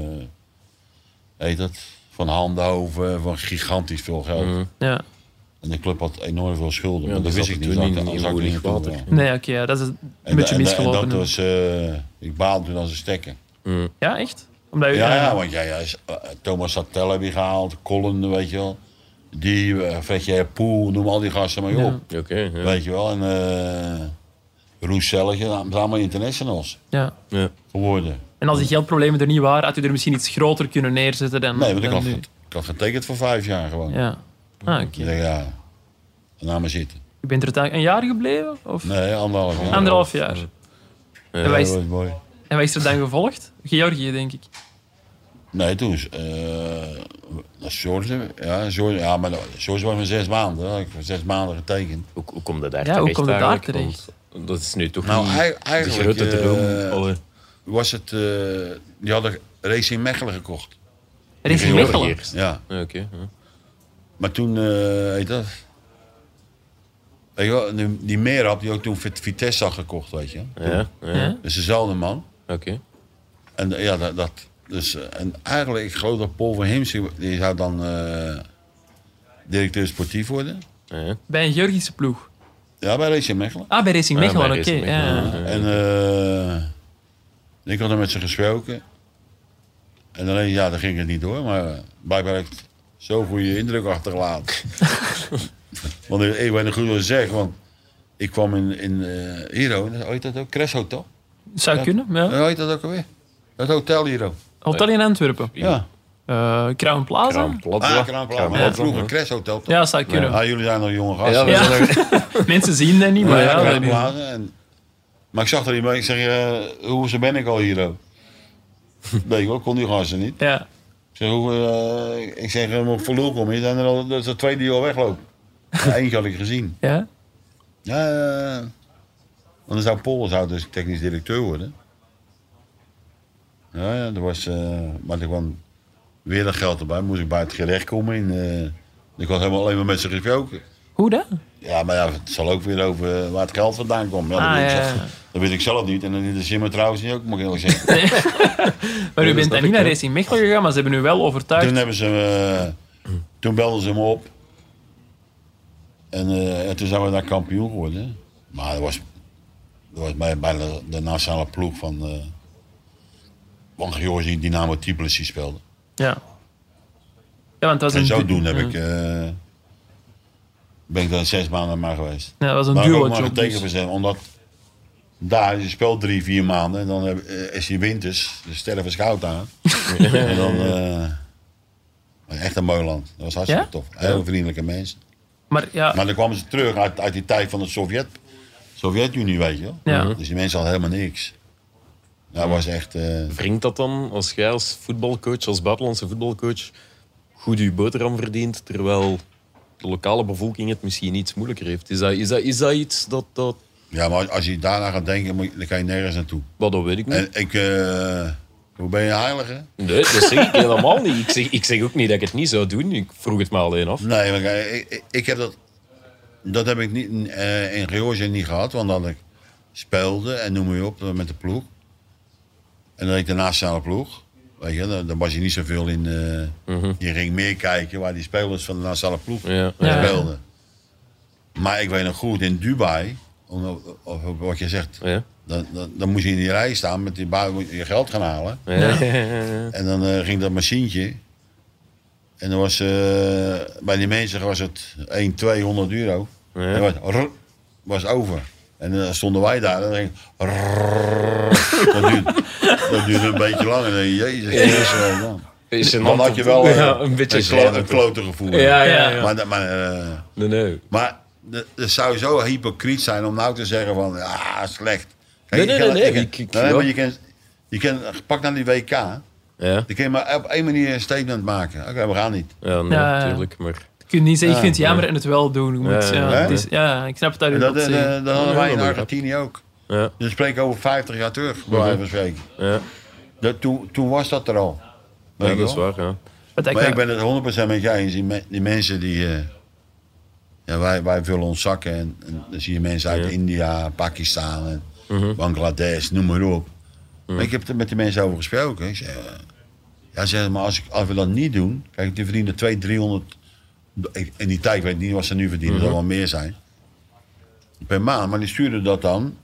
B: eh, heet dat, van Handenhoven, van gigantisch veel geld.
D: Ja.
B: En de club had enorm veel schulden,
A: Ja,
B: maar dat
A: die
B: wist ik
A: zaten
B: niet.
A: toen
B: dat
A: in-
B: had-
A: in
B: had ik
A: woelig
B: niet naartoe
A: water.
B: gegaan.
D: Nee, oké. ja, dat is een
B: En da-
D: beetje
B: en da- en
D: misgelopen.
B: dat was, eh, ik baalde toen als een stekker.
D: Ja, echt? Omdat u,
B: Ja,
D: eh,
B: ja, want jij, jij is- eh, Thomas Sattel heb je gehaald, Colin, weet je wel. Die, eh, Fredje Poel, noem al die gasten maar op.
A: Oké. ja.
B: Weet je wel, en eh Roes Selletje, dat zijn allemaal internationals
D: ja.
A: Ja.
B: geworden.
D: En als die geldproblemen er niet waren, had u er misschien iets groter kunnen neerzetten dan,
B: Nee, want ik
D: dan
B: had,
D: nu.
B: get- ik had getekend voor vijf jaar gewoon.
D: Ja. Ah, oké.
B: Ik dacht, ja, laat maar zitten.
D: U bent er dan een jaar gebleven? Of
B: Nee, anderhalf jaar.
D: anderhalf jaar? En,
B: Ja,
D: wat
B: dat
D: is,
B: was mooi.
D: en wat is er dan gevolgd? Georgië, denk ik.
B: Nee, toen is... eh, dat is George, ja, George, ja, maar dat- George was maar zes maanden. hè. Ik heb zes maanden getekend.
A: Hoe, hoe komt dat daar
D: Ja, hoe
A: terecht?
D: komt dat daar
A: eigenlijk?
D: terecht?
A: Want dat is nu toch
B: Nou,
A: niet
B: ei-
A: de
B: eigenlijk,
A: grote
B: eh,
A: droom. Alle-
B: was het, eh, die hadden Racing Mechelen gekocht.
D: Richting
A: Georgië
D: Mechelen.
A: eerst.
B: Ja.
A: Ja, Oké. ja.
B: Maar toen, eh heet dat? Weet je wel, die, die Merab, die ook toen Vit- Vitesse had gekocht, weet je.
A: Ja, ja.
D: Ja.
B: Dat is dezelfde man.
A: Oké.
B: En eh, ja, dat, dat dus, eh, en eigenlijk, ik geloof dat Paul van Heemsing, die zou dan eh, directeur sportief worden.
A: Ja.
D: Bij een Georgische ploeg.
B: Ja, bij Racing Mechelen.
D: Ah, bij Racing
A: Ah,
D: Mechelen,
A: bij
D: oké.
A: Racing Mechelen,
D: ja.
A: ja.
B: En eh, ik had er met ze gesproken. En alleen, ja, dan ging het niet door. Maar eh, blijkbaar heeft het zo'n goede indruk achtergelaten. want ik, ik weet nog goed wat ik zeg, want ik kwam in, in eh Hero, hoe heet dat ook? Crash Hotel.
D: Zou kunnen, ja.
B: Hoe heet dat ook alweer? Het hotel Hero.
D: Hotel in Antwerpen.
B: Ja.
D: Eh Crown Plaza?
A: Kraam Plaza.
B: Ah, Kraan Plaza.
A: Kraam Plaza,
B: Vroeger
A: ja.
B: Crash Hotel. toch?
D: Ja, zou kunnen.
B: Ah, jullie zijn nog jonge gasten.
A: Ja, we
D: Ja.
A: zijn er-
D: Mensen zien dat niet, maar
B: Ja,
D: ja.
B: ik
D: dat
B: heb
D: is-
B: blazen en- maar ik zag er niet bij. Ik zeg, eh, hoe ze ben ik al hier? ook? Nee, hoor, kon die gasten niet.
D: ja.
B: Ik zeg, hoe, eh, ik zeg, eh, moet ik voor lul komen? Hier zijn er al, dat is er twee die al weglopen. Ja, Eentje had ik gezien.
D: ja.
B: Ja, eh, want dan zou Paul zou dus technisch directeur worden. Ja, ja, dat was... eh, maar er kwam weer dat geld erbij. Moest ik bij het gerecht komen. En, eh, ik was helemaal alleen maar met ze gesproken.
D: Hoe dan?
B: Ja, maar ja, het zal ook weer over eh, waar het geld vandaan komt. Ja, dat,
D: Ah,
B: weet ik
D: ja,
B: zelf-
D: ja.
B: dat weet ik zelf niet. En dan in de Zimmer trouwens niet ook, moet ik eerlijk zeggen.
D: Maar u
A: dat snap
D: bent dan niet
A: ik,
D: naar
A: hè.
D: Racing Mechelen gegaan, maar ze hebben u wel overtuigd.
B: Toen, hebben ze, eh, toen belden ze me op. En, eh, en toen zijn we daar kampioen geworden. Maar dat was, dat was bij, bij de, de nationale ploeg van... eh van Georgië die Dynamo Tbilisi speelde.
D: Ja. Ja, want dat was
B: En
D: een,
B: zo
D: du-
B: doen heb ik... eh, ben ik daar zes maanden maar geweest.
D: ja, dat was een
B: Maar ook
D: duo
B: maar
D: job.
B: getekend voor zijn, omdat daar, je speelt drie, vier maanden en dan heb- eh, is die winters, de sterven is koud aan. en dan, eh, maar echt een mooi land. Dat was hartstikke
D: Ja?
B: tof. Heel vriendelijke mensen.
D: Maar ja,
B: Maar dan kwamen ze terug uit, uit die tijd van de Sovjet, Sovjet-Unie, weet je wel.
D: Ja.
B: Dus die mensen hadden helemaal niks. Dat was echt... eh,
A: Wringt dat dan als jij als voetbalcoach, als buitenlandse voetbalcoach, goed je boterham verdient, terwijl de lokale bevolking het misschien iets moeilijker heeft? Is dat, is dat, is dat iets dat, dat...
B: ja, maar als je daarna gaat denken, moet je- dan kan je nergens naartoe.
A: Wat, dat weet ik niet.
B: En ik... eh, hoe ben je heilige?
A: Nee, dat zeg ik helemaal niet. Ik zeg, ik zeg ook niet dat ik het niet zou doen. Ik vroeg het me alleen af.
B: Nee, maar kijk, ik, ik, ik heb dat... Dat heb ik niet, eh, in Georgië niet gehad, want dan ik speelde en noem maar op eh, met de ploeg. En dan deed ik de nationale ploeg. Weet je, dan, dan was je niet zoveel in... eh, Je ging meer kijken waar die spelers van de nationale ploeg
A: Mhm. Ja.
D: Ja.
B: speelden. Maar ik weet nog goed, in Dubai, om- of- of wat je zegt,
A: Ja.
B: dan, dan, dan moest je in die rij staan met die bui, moet je je geld gaan halen. En dan eh, ging dat machientje. En dan was, eh, bij die mensen was het 1, 200 euro. En dat was, rrr, was over. En dan stonden wij daar en dan ging rrr. dat, duurde, dat duurde een beetje lang. En dan, jezus, jezus, wel, man.
A: Is een
B: dan had je wel eh,
A: Ja, een beetje
B: een, klo-
A: gênant.
B: een klote gevoel.
A: Ja, ja, ja.
D: Ja.
B: Maar, dat- maar, eh,
A: Nee, nee.
B: maar de- het zou zo hypocriet zijn om nou te zeggen van, ah, slecht.
A: Nee, nee,
B: je kan-
A: nee, nee.
B: je
A: Ik-
B: kan-
A: ik-
B: nee,
A: ja.
B: maar je kan- Je kan, pak naar die WK. Dan
A: Ja,
B: kun je maar op één manier een statement maken. Oké, we gaan niet.
A: ja, nee,
D: Ja, ja.
A: tuurlijk. Maar
D: je kunt niet zeggen, ik vind het
A: Ja.
D: jammer en het wel doen. Je moet,
A: Ja,
D: ja,
A: ja.
D: het is- ja, ik snap het daar
B: En dat,
D: op
B: eh,
D: zich.
B: dat
A: Oh,
B: hadden wij in Argentinië ook.
A: ja,
B: Dus spreek over 50 jaar terug, bij wijze van spreken.
A: ja,
B: Dat, toen, toen was dat er al. Weet
A: ja,
B: je
A: dat is
B: wel?
A: waar. Ja.
D: Wat ik,
B: Maar ik
D: wel-
B: ben het 100% met jij eens. Die, me- die mensen die. eh, ja, wij, wij vullen ons zakken. En, en dan zie je mensen uit India, Pakistan, en Bangladesh, noem maar op. Maar ik heb er met die mensen over gesproken. Ik zei, eh, ja, zeg maar, als, ik, als we dat niet doen. Kijk, die verdienen 200, 300. ik- In die tijd ik weet niet wat ze nu verdienen, dat zal wel meer zijn. Per maand, maar die stuurden dat dan.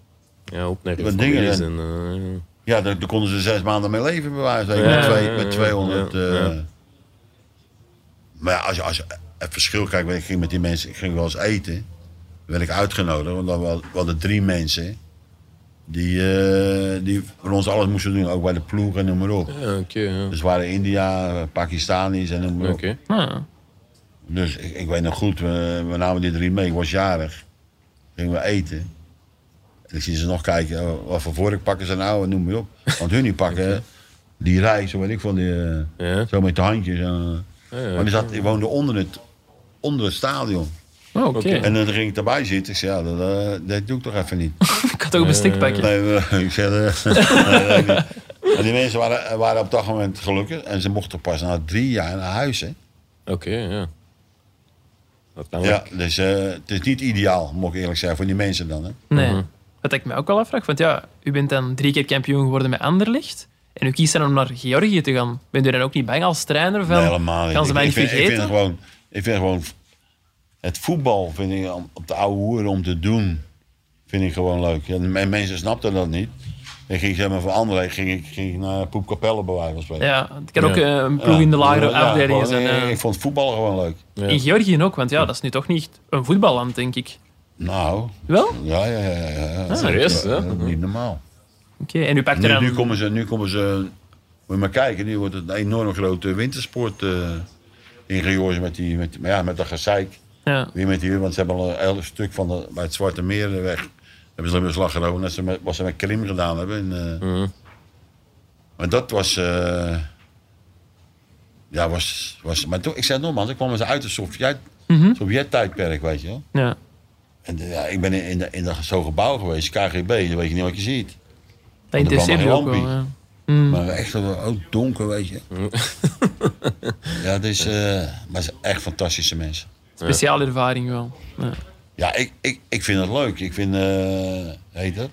A: Ja, op naar de
B: Wat dingen,
A: families
B: hè?
A: en, eh, ja.
B: Ja, daar, daar konden ze zes maanden mee leven, bij wijze van spreken,
D: Ja,
B: met, twee,
A: ja, ja,
B: met 200.
A: ja, ja.
B: eh. Maar ja, als je, als je het verschil kijkt, want ik ging met die mensen, ik ging wel eens eten. werd ik uitgenodigd, want dan wa- we hadden drie mensen die, eh, die voor ons alles moesten doen, ook bij de ploeg en noem maar op.
A: eh, Ja, oké. ja.
B: Dus waren India, Pakistanis en noem maar op.
A: Oké.
D: Ah,
B: Dus ik, ik weet nog goed, we, we namen die drie mee, ik was jarig. Gingen we eten. En ik zie ze nog kijken, oh, wat voor vork pakken ze nou, en noem maar op. Want hun die pakken die rijst, zo weet ik van die, eh,
A: Ja.
B: zo met de handjes. en, eh.
A: Ja, ja.
B: maar die, zat, die woonde onder het, onder het stadion.
D: oh, Oké,
A: Oké.
B: En dan ging ik erbij zitten, ik zei, ja, dat, eh, dat doe ik toch even niet.
D: ik had ook een bestek pakken.
B: Nee, we- ik zei, eh, nee, dat doe ik niet. En die mensen waren, waren op dat moment gelukkig en ze mochten pas na drie jaar naar huis, hè.
A: Oké, ja. Uiteindelijk.
B: Ja, dus eh, het is niet ideaal, moet ik eerlijk zeggen, voor die mensen dan. Hè?
D: Nee. Wat ik me ook wel afvraag, want ja, u bent dan drie keer kampioen geworden met Anderlicht. En u kiest dan om naar Georgië te gaan. Bent u dan ook niet bang als trainer van?
B: Nee, helemaal niet.
D: Gaan ze
B: Ik-
D: mij
B: ik
D: niet
B: vind- Ik
D: vergeten?
B: vind, gewoon, ik vind gewoon... Het voetbal vind ik om- op de oude hoer om te doen... vind ik gewoon leuk. Ja, de men- mensen snapten dat niet. Ik ging zeg maar van Anderlecht ging ik ging ik naar Poepkapelle bij wijze van spreken.
D: Ja, het kan ook
A: Ja.
D: eh, een ploeg in de lagere
B: Ja,
D: afdelingen
B: gewoon,
D: zijn.
B: ik-
D: eh.
B: Ik vond voetbal gewoon leuk.
A: Ja.
D: In Georgië ook, want ja, dat is nu toch niet een voetballand, denk ik.
B: Nou,
D: Wel? Oké,
B: ja, ja, ja. ja,
D: Ah,
B: ja.
A: serieus, hè?
B: Ja, Niet normaal.
D: en u pakt er
B: Nu,
D: dan...
B: nu komen ze, nu komen ze, moet je maar kijken, nu wordt het een enorm grote wintersport eh, in Georgië met, die, met, maar ja, met dat gezeik.
D: Ja.
B: Weer met die, want ze hebben al een heel stuk van de, bij het Zwarte Meer weg. Hebben ze een beslag genomen, net zo met, wat ze met Krim gedaan hebben. En, eh, Maar dat was, eh, ja, was, was, maar toen, ik zei het nogmaals, ik kwam eens uit de Sovjet, Sovjet-tijdperk, weet je wel.
D: Ja.
B: En eh, ja, ik ben in, in, de- in dat- zo'n gebouw geweest, KGB, dan weet je niet wat je ziet.
D: Dat interesseert u
B: kwam
D: ook
B: een
D: wel.
B: lampie.
D: ja. Mm.
B: Maar echt wel ook donker, weet je. ja, dus, eh, maar ze zijn echt fantastische mensen.
D: Speciale ervaring wel. Ja. Dus
B: Ja, ik, ik, ik vind het leuk. Ik vind, eh heet dat?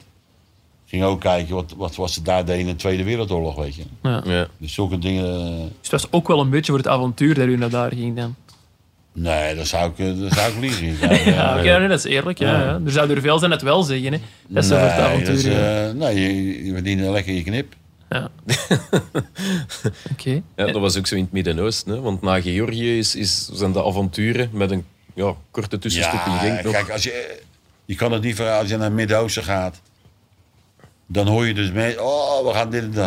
B: Ik ging ook kijken wat, wat, wat ze daar deden in de Tweede Wereldoorlog, weet je.
A: Ja.
B: Dus zulke dingen... eh,
D: Dus het was ook wel een beetje voor het avontuur dat u naar daar ging dan.
B: nee, dat zou ik, eh, dat zou ik liegen. Ik zou, eh,
D: Ja, Ah, oké, nee, dat is eerlijk. Ja, ja. Er zouden er veel zijn dat wel zeggen, hè. Dat is zo voor het
B: nee, dat
D: avontuur.
B: is,
D: ja.
B: eh, nee, je, je verdient lekker je knip.
D: Ja. Oké.
A: Ja, dat was ook zo in het Midden-Oosten. hè, Want na Georgië is, is, zijn de avonturen met een ja, korte tussenstop in Genk nog.
B: kijk, als je, je kan het niet verhalen als je naar het Midden-Oosten gaat. Dan hoor je dus mee, oh, we gaan dit en dat.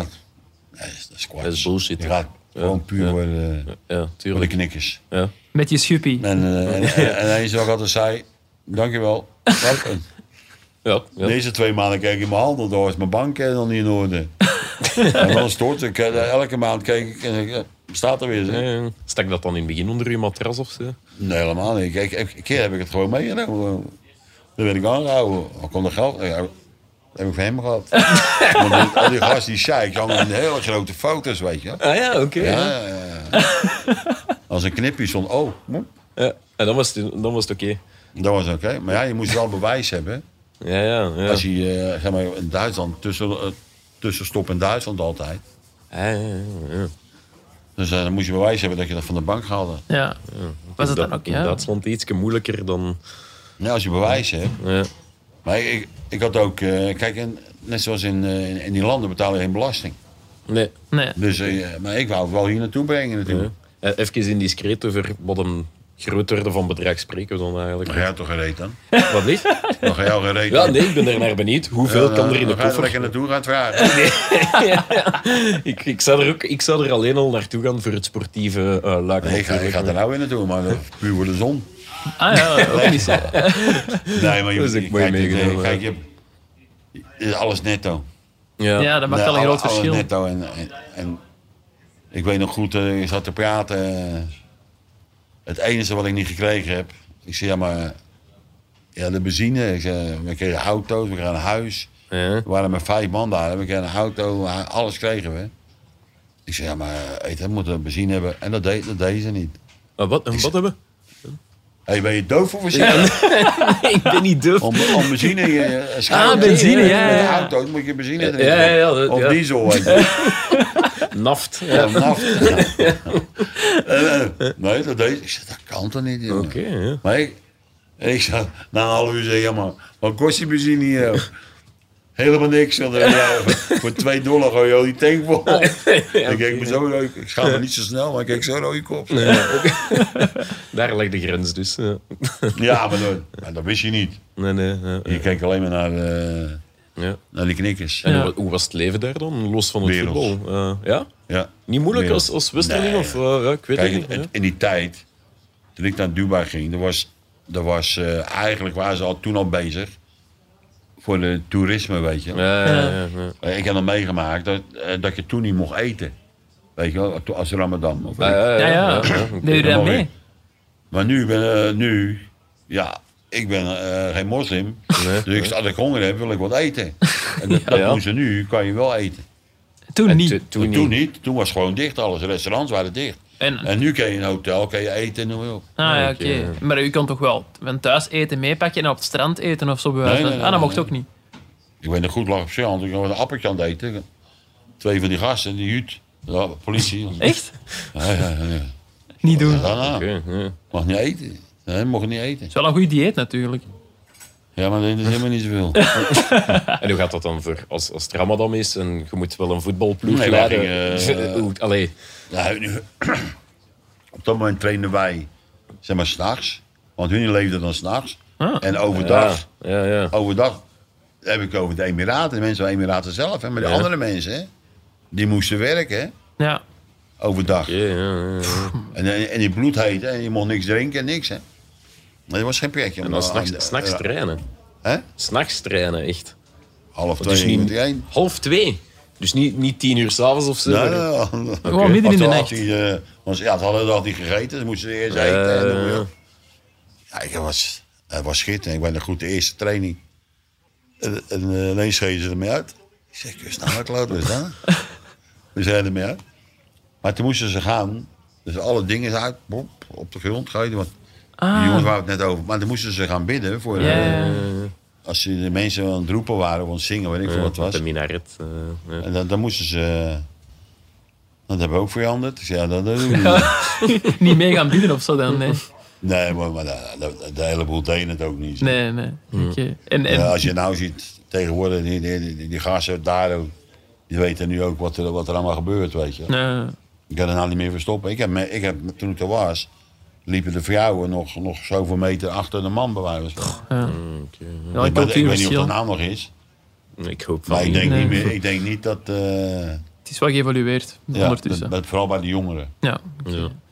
B: Nee, dat is, dat is kwart.
A: Dat is bullshit,
B: Je
A: hè?
B: gaat Gewoon puur
A: ja.
B: voor, de,
A: Ja,
B: voor de
A: tuurlijk.
B: knikkers.
A: Ja.
D: Met je schuppie.
B: En, eh, en, en, en hij is ook altijd zei, dankjewel. Wat?
A: Ja, ja.
B: Deze twee maanden kijk ik in mijn handen, daar is mijn bank eh, nog niet in orde. en dan stort ik, eh, elke maand kijk ik en ik, eh, staat er weer. zeg.
A: Ja, ja. Stak dat dan in het begin onder je matras of zo?
B: Nee, helemaal niet. Kijk, een keer heb ik het gewoon meegenomen. eh, Dan ben ik aangehouden. Dan kon er geld. Ja, dat heb ik van hem gehad. Want die- al die gasten, die sheiks, hangen in hele grote foto's, weet je.
A: Ah ja, oké.
B: Ja, ja, ja. Als een knipje stond, oh, moep.
A: Ja, En dan was het, dan was het oké.
B: dat was oké. Maar ja, je moest wel bewijs hebben.
A: Ja, ja, ja.
B: Als je, eh, zeg maar, in Duitsland, tussen, eh, tussenstop in Duitsland altijd.
A: Ah, ja, ja, ja.
B: Dus eh, dan moest je bewijs hebben dat je dat van de bank haalde.
D: Ja. Was het
A: Dat-
D: dan ook,
A: in
D: ja?
A: Duitsland iets moeilijker dan...
B: Ja, Nou, als je bewijs hebt.
A: Ja,
B: Maar ik, ik, ik had ook, eh, kijk, en net zoals in, eh, in- in die landen betaal je geen belasting.
A: nee.
D: Nee.
B: Dus, eh, maar ik wou het wel hier naartoe brengen natuurlijk.
A: Eh, Even indiscreet over wat een groot worden van bedrag spreken we dan eigenlijk.
B: Maar jij had toch gereed dan?
A: Wat niet?
B: Nog jou gereed eh,
A: Ja, nee, ik ben er naar benieuwd. Hoeveel kan er in de
B: Ga je er
A: koffer?
B: lekker naartoe gaan vragen?
A: Ik, ik, zou er ook, ik zou er alleen al naartoe gaan voor het sportieve eh luik.
B: Nee, ik ga, ik ga er nou weer naartoe, maar dat is puur voor de zon.
D: Ah ja, ook niet zo.
B: Nee, maar je,
A: Dat is ook
B: je
A: mooi
B: kijkt het, eh,
A: meegenomen,
B: kijk, je, het is alles netto.
A: Ja.
D: Ja, dat maakt
B: Nee,
D: al een
B: alle-
D: groot
B: alles
D: verschil.
B: netto en, en, en ik weet nog goed, eh, ik zat te praten. eh, het enige wat ik niet gekregen heb, ik zei ja maar, ja de benzine, ik zei, we kregen auto's, we kregen een huis.
A: Ja.
B: We waren met vijf man daar, we kregen een auto, alles kregen we. Ik zei ja maar, eten, we moeten benzine hebben. En dat deed, dat deed ze niet.
A: Ah, wat, en wat hebben
B: Hé, ben je doof of benzine?
A: we? ik ben niet doof.
B: Om, om benzine, eh, je schuilt-
D: Ah, benzine, ja,
B: Met
D: ja.
B: een auto moet je benzine drinken.
A: ja, ja, dat-
B: of
A: ja.
B: diesel, weet je.
A: Naft. Ja.
B: Ja, naf. Eh, eh, nee, dat deed ik. zei, dat kan toch niet, jongen.
A: Oké, ja.
B: Maar ik, ik zat na een half uur zeggen, ja, maar wat kost die benzine hier? Helemaal niks. Want, eh, ja, voor 2 dollar gooi je al die tank vol. ik kijk me zo leuk. Ik schaam me niet zo snel, maar ik kijk zo rode kop.
A: Daar ligt de grens dus. Ja.
B: Ja, maar dat, maar dat wist je niet.
A: Nee, nee. Ja.
B: Je keek alleen maar naar, eh,
A: ja.
B: naar die knikkers.
A: En
D: Ja.
A: hoe- hoe was het leven daar dan, los van het
B: Werelds.
A: voetbal? Eh, ja?
B: Ja.
A: Niet moeilijk
B: Wereld.
A: als, als Westerling?
B: Nee.
A: Of, eh, ja, ik weet
B: Kijk,
A: het niet.
B: het-
A: ja.
B: het- in die tijd, toen ik naar Dubai ging, er was, er was, eh, eigenlijk waren ze al toen al bezig voor de toerisme, weet je.
A: Ja, ja, ja, ja.
B: Eh, Ik heb dan meegemaakt dat, eh, dat je toen niet mocht eten. Weet je wel, to- als Ramadan. Of
A: Ah,
D: Ja, ja.
A: oké.
D: Deed
B: dan
D: je daar
B: mag
D: mee?
B: ik. Maar nu, ben, eh, nu, ja, ik ben eh, geen moslim.
A: Nee,
B: dus ik, als ik honger heb, wil ik wat eten. En dat, dat
A: Ja.
B: doen ze nu, kan je wel eten.
D: Toen
A: En
D: niet.
A: to-
B: Toen, toen niet, toen was het gewoon dicht alles. Restaurants waren dicht.
D: En, ah
B: En nu kan je in een hotel, kan je eten en noem maar op.
D: ja,
A: Nee,
D: oké.
A: oké,
B: eh,
A: ja.
D: Maar u kan toch wel van thuis eten meepakken en op het strand eten of zo bij wijze
B: Nee,
D: van-
B: nee,
D: Ah, dat
B: nee,
D: mocht
B: nee.
D: ook niet.
B: Ik ben er goed lag op zand. Ik was een appeltje aan het eten. Twee van die gasten, die Jut. Ja, politie.
D: Echt?
B: Ja, ja, ja. ja.
D: Niet doen. Het
B: Daarna,
A: Oké, ja.
B: Mag niet eten. Nee, mocht niet eten.
D: is wel een goed dieet natuurlijk.
B: Ja, maar dat is helemaal niet zoveel.
A: En hoe gaat dat dan voor als, als het Ramadan is en je moet wel een voetbalploeg
B: Nee, wij
A: leiden?
B: gingen, eh,
A: Hoe- Allee,
B: Nou, nu- op dat moment trainden wij, zeg maar, s'nachts. Want hun leefden dan s'nachts. En
A: Ah. ja,
B: overdag,
A: ja, ja.
B: overdag heb ik over de Emiraten. De mensen van de Emiraten zelf. En maar de
A: Ja.
B: andere mensen, hè, die moesten werken, hè,
D: Ja.
B: overdag.
A: Ja, ja, ja.
B: En, eh, en, en die bloed heet, hè, en je mocht niks drinken en niks, hè. Maar dat was geen eh, pretje.
A: En dan s'nachts s'nachts trainen.
B: Hè?
A: S'nachts trainen, echt.
B: Half
A: Dus
B: twee
A: niet-
B: uur meteen.
A: half twee. Dus niet, niet tien uur s'avonds of zo.
B: Nee,
A: maar-
B: nee, nee.
D: Gewoon midden in de
B: Want
D: nacht.
B: toen had hij, eh, want ze- ja, ze hadden dat niet gegeten, dus moesten ze eerst
A: Eh,
B: eten. en dan
A: ja.
B: weer- ja, ik was, het was schitterend. Ik ben een goede eerste training. En, en eh, ineens schreven ze ermee uit. Ik zeg, kus nou maar kloot, dus dan. We zijn ermee uit. Maar toen moesten ze gaan. Dus alle dingen uit, bop, op de grond gooien. Want die jongens waren het net over. Maar toen moesten ze gaan bidden. Voor,
D: Ah,
B: eh,
D: Ja.
B: Als ze de mensen aan het roepen waren of aan het zingen, weet ik veel wat het was.
A: De minaret. eh, ja.
B: En dan, dan moesten ze. eh, Dat hebben we ook veranderd. Ik zei, ja, dat dat doen we niet.
D: Niet mee gaan bieden of zo dan, nee.
B: Nee, maar, maar de, de, de hele boel deed het ook niet.
D: Nee, nee. Oké. En, en,
B: Ja, als je nou ziet, tegenwoordig, die, die, die, die gasten daar ook, die weten nu ook wat er, wat er allemaal gebeurt, weet je.
D: eh,
B: Ik kan er nou niet meer verstoppen. Ik heb, me- ik heb, toen ik er was, liepen de vrouwen nog, nog zoveel meter achter de man bij wijze van spreken.
D: wel een
B: Ik, ben- ik weet niet of
D: cultuurverschil.
B: dat nou nog is,
A: Ik hoop van
B: maar ik
A: niet.
B: denk,
D: Nee.
B: niet, meer, ik denk niet dat... eh,
D: Het het is wel geëvolueerd
B: Ja,
D: ondertussen.
B: met- met- vooral bij de jongeren.
D: Ja.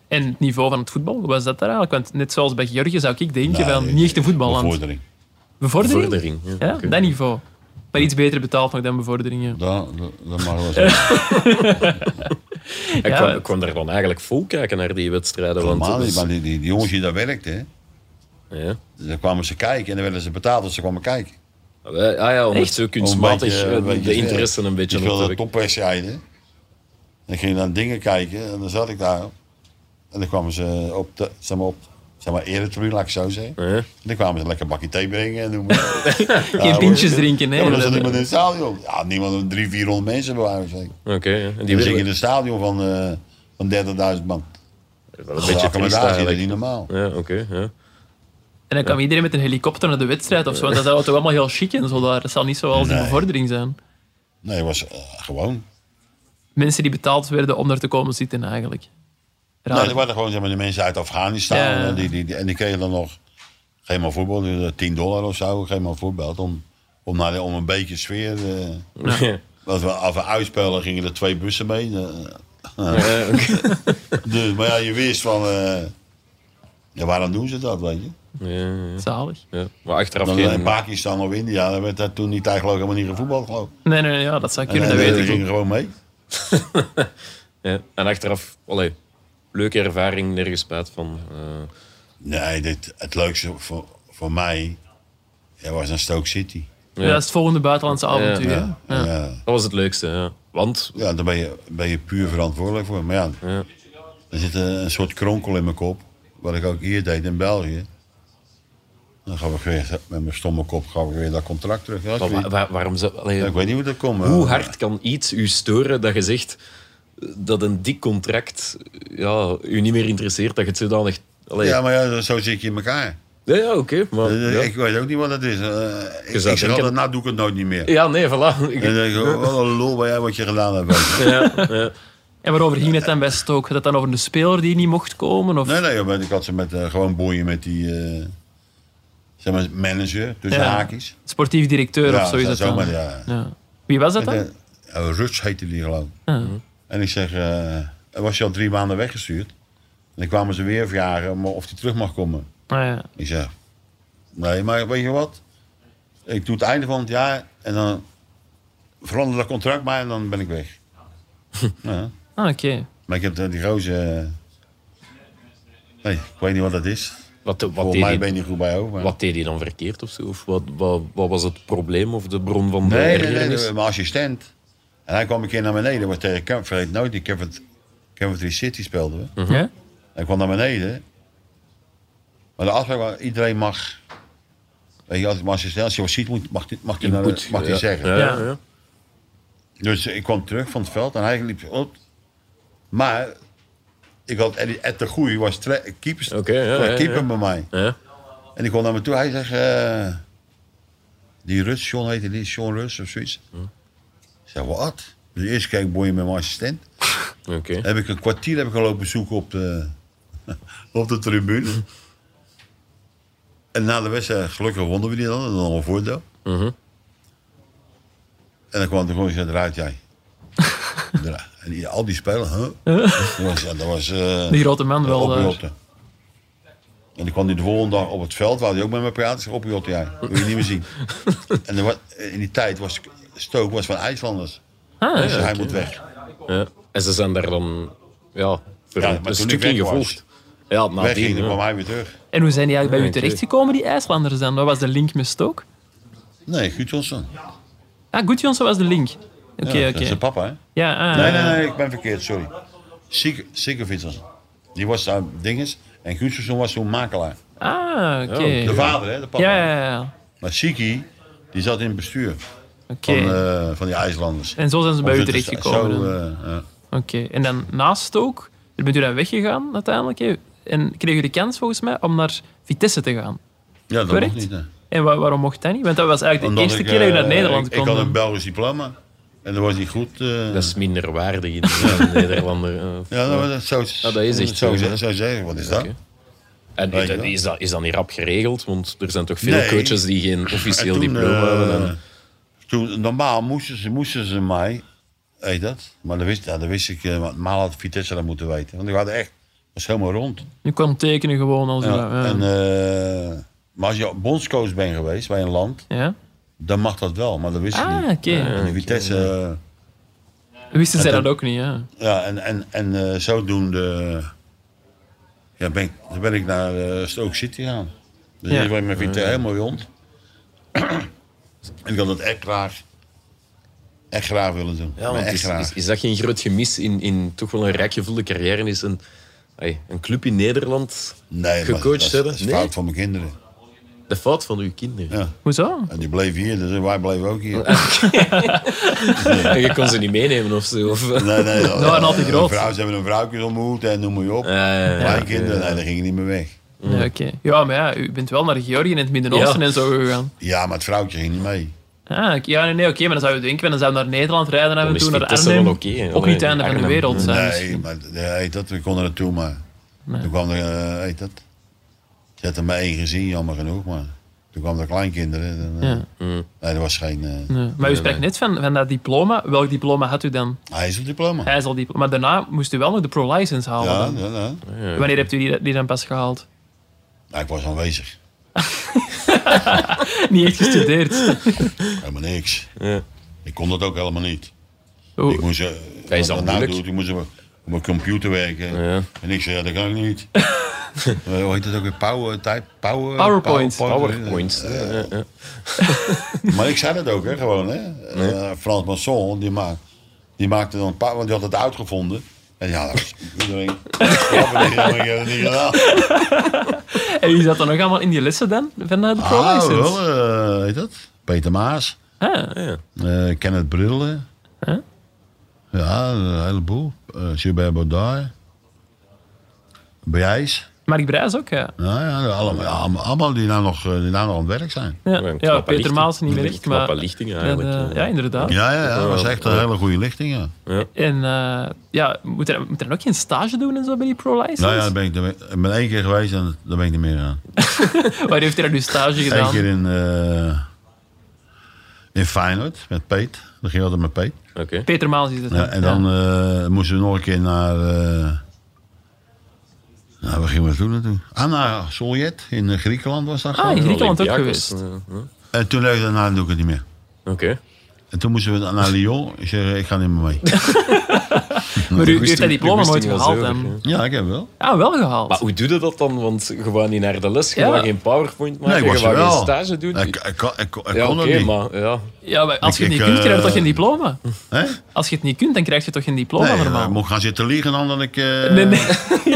D: En het niveau van het voetbal, hoe was dat daar eigenlijk? Want net zoals bij Georgië zou ik denken
B: Nee,
D: van niet echt een voetballand.
B: Bevordering.
D: Bevordering?
A: Vordering. Ja,
D: Ja,
A: oké.
D: dat niveau. Maar iets beter betaald nog dan bevorderingen.
B: Dat, dat, dat mag wel zeggen.
A: Ik
D: Ja,
A: kwam,
D: het-
A: ik kwam daar dan eigenlijk vol kijken naar die wedstrijden. Want
B: Normaal
A: het
B: niet,
A: is-
B: maar die, die, die jongens die daar werkten, Dus
A: ja.
B: dan kwamen ze kijken en dan werden ze betaald als ze kwamen kijken.
A: Wij- Ah ja, om het
D: Echt?
A: zo kunstmatig eh, de- de interesse een beetje
B: Ik
A: op te
B: wilde
A: wekken.
B: topwedstrijden. En dan ging ik dan dingen kijken en dan zat ik daar. En dan kwamen ze op, de, zeg maar op zeg maar eretribune, laat ik het zo zeggen.
A: Ja.
B: En dan kwamen ze een lekker bakje thee brengen en noem maar. op.
D: Geen
B: hoor.
D: pintjes drinken, hè?
B: ja, maar dan
D: Dat-
B: zat niemand in het stadion. Ja, niemand, 300, 400 mensen bij wijze van spreken.
A: Eh, Oké, ja. En die
B: Die zit je
A: willen...
B: in een stadion van, eh van 30.000 man.
A: Dat is
B: Dat
A: een beetje triest
B: accommodatie, dat is
A: eigenlijk.
B: niet normaal.
A: Ja, oké. ja.
D: En dan kwam iedereen met een helikopter naar de wedstrijd of zo. Dat zou toch allemaal heel chic en zo daar. Dat zal niet zoals een
B: Nee.
D: bevordering zijn.
B: Nee, het was eh, gewoon.
D: Mensen die betaald werden om daar te komen zitten eigenlijk. Raar.
B: Nee, Nou, er waren gewoon zeg maar, de mensen uit Afghanistan.
D: Nou, Ja.
B: En, die, die, die- en die kregen dan nog, geen maar voetbal, die- eh, 10 dollar of zo, geen maar voetbal. Om, om, naar, de- om een beetje sfeer. eh als we af en uitspelen gingen er twee bussen mee. eh,
A: Ja, oké.
B: dus, maar ja, je wist van, eh, ja, waarom doen ze dat, weet je?
A: Ja, ja,
D: Zalig.
A: ja. Maar achteraf
B: Dan in
A: geen...
B: Pakistan of India, dan werd dat toen die tijd geloof ik helemaal niet gevoetbald, geloof ik.
D: Nee, nee, nee, ja, dat zou
B: En,
D: kunnen, dat
B: eh,
D: weet
B: die
D: ik ook.
B: gingen gewoon mee.
A: Ja. En achteraf, allee, leuke ervaring, nergens spijt van. eh.
B: Nee, dit, het leukste voor, voor mij ja, was naar Stoke City.
D: Ja, dat is het volgende buitenlandse avontuur. hè.
B: Ja. Ja.
A: dat was het leukste, ja. Want...
B: Ja, daar ben je, ben je puur verantwoordelijk voor. Maar ja,
A: Ja.
B: er zit een, een soort kronkel in mijn kop. Wat ik ook hier deed in België. Dan ga ik weer met mijn stomme kop ga ik weer dat contract terug. Ja, ik,
A: wa-
B: weet,
A: wa- waarom zou... allee,
B: ja, ik weet niet hoe dat komt. maar-
A: Hoe hard kan iets u storen dat je zegt dat een dik contract ja, u niet meer interesseert, dat je het zodanig... Allee,
B: Ja,
A: ja,
B: maar ja, zo zit je in elkaar.
A: ja, oké, maar...
B: Dus, eh,
A: Ja.
B: Ik weet ook niet wat dat is. Eh, ik,
A: zou
B: ik zeg
A: denken-
B: altijd, nou doe ik het nooit niet meer.
A: ja, nee, voilà. Ik-
B: En dan denk ik, oh, oh, lol, wat jij wat je gedaan hebt. weet je.
D: En waarover ging het dan bij Stoke? Had het dan over een speler die niet mocht komen? Of...
B: Nee, nee, want ik had ze met, eh, gewoon boeien met die eh, zeg maar manager, tussen
D: Ja.
B: haakjes.
D: Sportief directeur of zo is dat dan?
B: zomaar, ja.
D: Ja. Wie was dat dan? Ah.
B: En, eh, eh, Ruts heette die geloof ik. En ik zeg, eh, hij was je al drie maanden weggestuurd? En dan kwamen ze weer vragen om- of hij terug mag komen.
D: Ah, ja.
B: Ik zeg, nee, maar weet je wat? Ik doe het einde van het jaar en dan verander dat contract maar en dan ben ik weg. ja.
D: Ah, oké.
B: Maar ik heb eh, die roze... nee, ik weet niet wat dat is.
A: Wat, wat,
B: Volgens
A: deed
B: mij
A: hij,
B: ben je niet goed bij over. maar-
A: wat deed hij dan verkeerd of zo? Of wat, wat, wat was het probleem of de bron van de
B: Nee, nee, nee,
A: ergernis?
B: nee, mijn assistent. En hij kwam een keer naar beneden, was tegen Cam, vergeet nooit, die Cavent- Coventry City speelden we.
D: Ja?
B: Hij kwam naar beneden. Maar de afspraak was, iedereen mag... Weet je, als mijn assistent, als je wat ziet, moet- mag hij mag die naar de-
A: Input,
B: mag die
A: ja.
B: zeggen.
A: Ja,
D: Ja.
A: ja.
B: Dus ik kwam terug van het veld en hij liep op. Maar ik had Eddie Ed de Goeie, was tra- keepers,
A: Oké, ja, ja, ja.
B: keeper bij mij.
A: Ja.
B: En die kwam naar me toe. Hij zegt... eh, die Rus, John heette die, John Rus of zoiets. Ik zeg, wat? Dus eerst keek ik boeien met mijn assistent.
A: Oké.
B: Heb ik een kwartier heb ik al lopen zoeken op de, op de tribune. En na de wedstrijd, gelukkig wonnen we die dan. Dat is nog een voordeel.
D: Mhm.
B: En dan kwam de gewoon en zei, eruit jij. Eruit. en die- al die spelers, huh? dat was... Dat was eh,
D: Die grote man wel.
B: op
D: daar.
B: Jotte. En die kwam die de volgende dag op het veld, waar hij ook met me praten. Ik zeg, op Jotte, jij. Dat wil je niet meer zien. en er was- in die tijd was Stoke was van IJslanders.
D: Ah,
B: dus hij moet weg.
A: Ja. En ze zijn daar dan ja, voor
B: Ja,
A: een-
B: maar
A: een
B: toen
A: stuk
B: ik
A: in
B: weg was,
A: gevolgd. Ja,
D: Ah,
B: Weg ging,
A: nadien.
B: dan kwam
A: Ja.
B: hij weer terug.
D: En hoe zijn die eigenlijk bij u
A: oké.
D: terechtgekomen, die IJslanders dan? Wat was de link met Stoke?
B: Nee, Gutjonsson.
D: Ah, Gudjonsson was de link. Oké,
B: Ja,
D: oké.
B: Dat is zijn papa, hè?
D: Ja, ah,
B: Nee, nee, nee, ik ben verkeerd, sorry. Sigurvidsson. Die was daar dinges. En Gutjonsson was zo'n makelaar.
D: ah oké.
B: De vader, hè, de papa.
D: Ja, ja, ja.
B: Maar Siki, die zat in het bestuur
D: Oké.
B: van, eh, van die IJslanders.
D: En zo zijn ze bij
B: Of
D: u
B: het is
D: terechtgekomen.
B: Zo,
D: dan.
B: eh, ja.
D: Oké. En dan naast Stoke, daar bent u dan weggegaan uiteindelijk. hè? En kreeg u de kans volgens mij om naar Vitesse te gaan.
B: ja, dat
D: Correct?
B: mocht niet, hè.
D: En wa- waarom mocht dat niet? Want dat was eigenlijk de
B: Omdat
D: eerste
B: ik,
D: keer dat je naar
B: eh,
D: Nederland
B: ik,
D: kwam.
B: Ik had een Belgisch diploma. En dat was niet goed. eh.
A: Dat is minder waardig in de Nederlander. eh.
B: ja, nou, dat, was- zo,
A: Ah, dat is echt
B: zo.
A: zo,
B: Zo,
A: hè?
B: zo zeggen, wat is
A: Oké.
B: dat?
A: En
B: Weet
A: is
B: je
A: dat,
B: wel.
A: is, dat, is dat niet rap geregeld? Want er zijn toch veel
B: Ah, Nee.
A: coaches die geen
B: En
A: officieel
B: toen,
A: diploma
B: eh,
A: hebben. En,
B: toen, normaal moesten ze, moesten ze mij eh, Weet je dat? Maar dat wist, ja, dat wist ik, eh, maar normaal had Vitesse dat moeten weten. Want die waren echt, was helemaal rond.
D: Je kon tekenen gewoon als...
B: Ja,
D: je- ja.
B: En, eh, maar als je bondscoach bent geweest bij een land,
D: Ja?
B: dan mag dat wel. Maar dat wist ik
D: Ah,
B: niet.
D: oké.
B: En die Vitesse... eh,
D: Wisten zij
B: En dan-
D: dat ook niet, ja.
B: Ja, en, en, en eh, zodoende ja, ben, ik, dan ben ik naar eh, Stoke City gaan. Dus
D: Ja.
B: hier ben ik met Vita helemaal rond. en ik had dat echt graag, echt graag willen doen.
A: Ja,
B: maar
A: want
B: echt
A: is,
B: graag.
A: is, is dat geen groot gemis in, in toch wel een rijk gevulde carrière? Is een, ai, een club in Nederland
B: nee, dat was-
A: gecoacht
B: dat is-
A: hebben?
B: Dat is
A: Nee.
B: fout van mijn kinderen.
A: de fout van uw kinderen?
B: Ja.
D: Hoezo?
B: En die bleven hier, dus wij bleven ook hier.
A: En je kon ze niet meenemen of zo? Of,
B: Nee, nee, dat
D: waren Nou, altijd groot.
B: Vrouw, ze hebben een vrouwtje ontmoet en noem maar op.
A: Eh,
B: Mijn kinderen, nee, dat ging niet meer weg.
D: Ja, oké. Ja, maar ja, u bent wel naar Georgië in het Midden-Oosten
A: Ja.
D: en zo gegaan.
B: Ja, maar het vrouwtje ging niet mee.
D: Ah, oké. ja, nee, nee oké, maar dan zou je denken, dan zou we naar Nederland rijden en
A: Dan
D: we
A: is
D: toen naar
A: Vitesse
D: Arnhem.
A: wel oké, hè.
D: ook niet het einde van de
A: Arnhem.
D: wereld zijn. misschien.
B: Nee, maar nee, dat, we konden naartoe, maar toen kwam er, eh, heet dat? Ze hadden maar één gezien, jammer genoeg, maar toen kwamen er kleinkinderen. En, eh,
D: Ja.
A: Mm.
B: Nee, dat was geen... eh,
D: Nee. Maar u spreekt net van, van dat diploma. Welk diploma had u dan?
B: Ah, Hij is op diploma.
D: Hij is al diploma. Maar daarna moest u wel nog de pro-license halen.
B: Ja,
D: dan.
B: ja, ja.
D: Wanneer hebt u die, die dan pas gehaald?
B: Nou, ik was aanwezig.
D: Niet echt gestudeerd.
B: Helemaal niks.
A: Ja.
B: Ik kon dat ook helemaal niet.
D: Hoe-
B: Ik moest... eh, wat
A: al
B: ik
A: moeilijk.
B: doe, ik moest op, op mijn computer werken.
A: Ja.
B: En ik zei, ja, dat kan ik niet. Eh, Hoe heet dat ook weer? Power, type, power,
D: PowerPoint.
A: PowerPoint. Ja, ja, ja.
B: Maar ik zei dat ook, hè, gewoon. Hè. Eh, Frans Masson, die, maak, die maakte dan een paar, want die had het uitgevonden. En ja, dat was iedereen. Ah, Ja, maar ik heb het niet gedaan.
D: En u zat dan nog allemaal in die lessen dan? Van eh, de
B: Ah,
D: pro-license?
B: wel, eh, heet dat? Peter Maas,
D: Ah,
B: eh Kenneth Brille.
D: Huh?
B: Ja, een heleboel. Eh Gilbert Baudard. Beijs.
D: Mark Brijs ook, ja.
B: Nou ja, allemaal, ja, allemaal- allemaal die nou, nog, eh, die nou nog aan het werk zijn.
D: Ja,
A: Een
D: ja
A: knappe
D: Peter
A: lichting.
D: Maals niet meer echt,
A: Een knappe
D: maar...
A: lichting
D: dat,
A: eigenlijk.
D: eh, ja, inderdaad.
B: Ja, ja, ja, dat was echt een hele goede lichting, ja.
D: En eh, ja, moet er, moet er dan ook geen stage doen en zo bij die pro-license?
B: Nou ja, daar ben ik, daar ben- ik ben één keer geweest en daar ben ik niet meer aan.
D: Waar heeft hij dan uw stage
B: Eén
D: gedaan?
B: keer in, eh in Feyenoord met Peet. Dat ging altijd met Peet.
A: Oké.
D: Peter Maals is het.
B: Ja, en dan eh, moesten we nog een keer naar... eh nou, waar gingen we toen naartoe? Ah, naar Soljet in eh, Griekenland was dat
D: Ah,
B: gewoon.
D: in Griekenland ook
A: Olympiakos.
D: geweest.
A: Eh,
B: En toen leefde daarna doe ik het niet meer.
A: Oké.
B: En toen moesten we naar Lyon. Ik zeg, ik ga niet meer mee.
D: Maar u, u heeft dat
A: Goesting-
D: diploma nooit
A: goesting was
D: gehaald,
A: over,
D: hè?
A: ja.
B: ja, ik heb wel.
D: Ah, wel gehaald.
A: Maar hoe doe je dat dan? Want gewoon niet naar de les,
D: Ja.
A: gewoon geen powerpoint
B: Nee,
A: maken,
B: ik was er
A: gewoon geen
B: wel.
A: stage doen.
B: Ik, ik, kon- ik, kon- ik
A: ja,
B: kon
A: oké,
B: dat niet.
A: maar ja.
D: ja, maar als
B: Ik-
D: je het niet
B: ik,
D: kunt, krijg je
B: eh,
D: toch geen diploma?
B: Hè?
D: Als je het niet kunt, dan krijg je toch geen diploma
B: Nee,
D: normaal?
B: ik mocht gaan zitten liegen dan dat ik... eh
D: Nee, nee.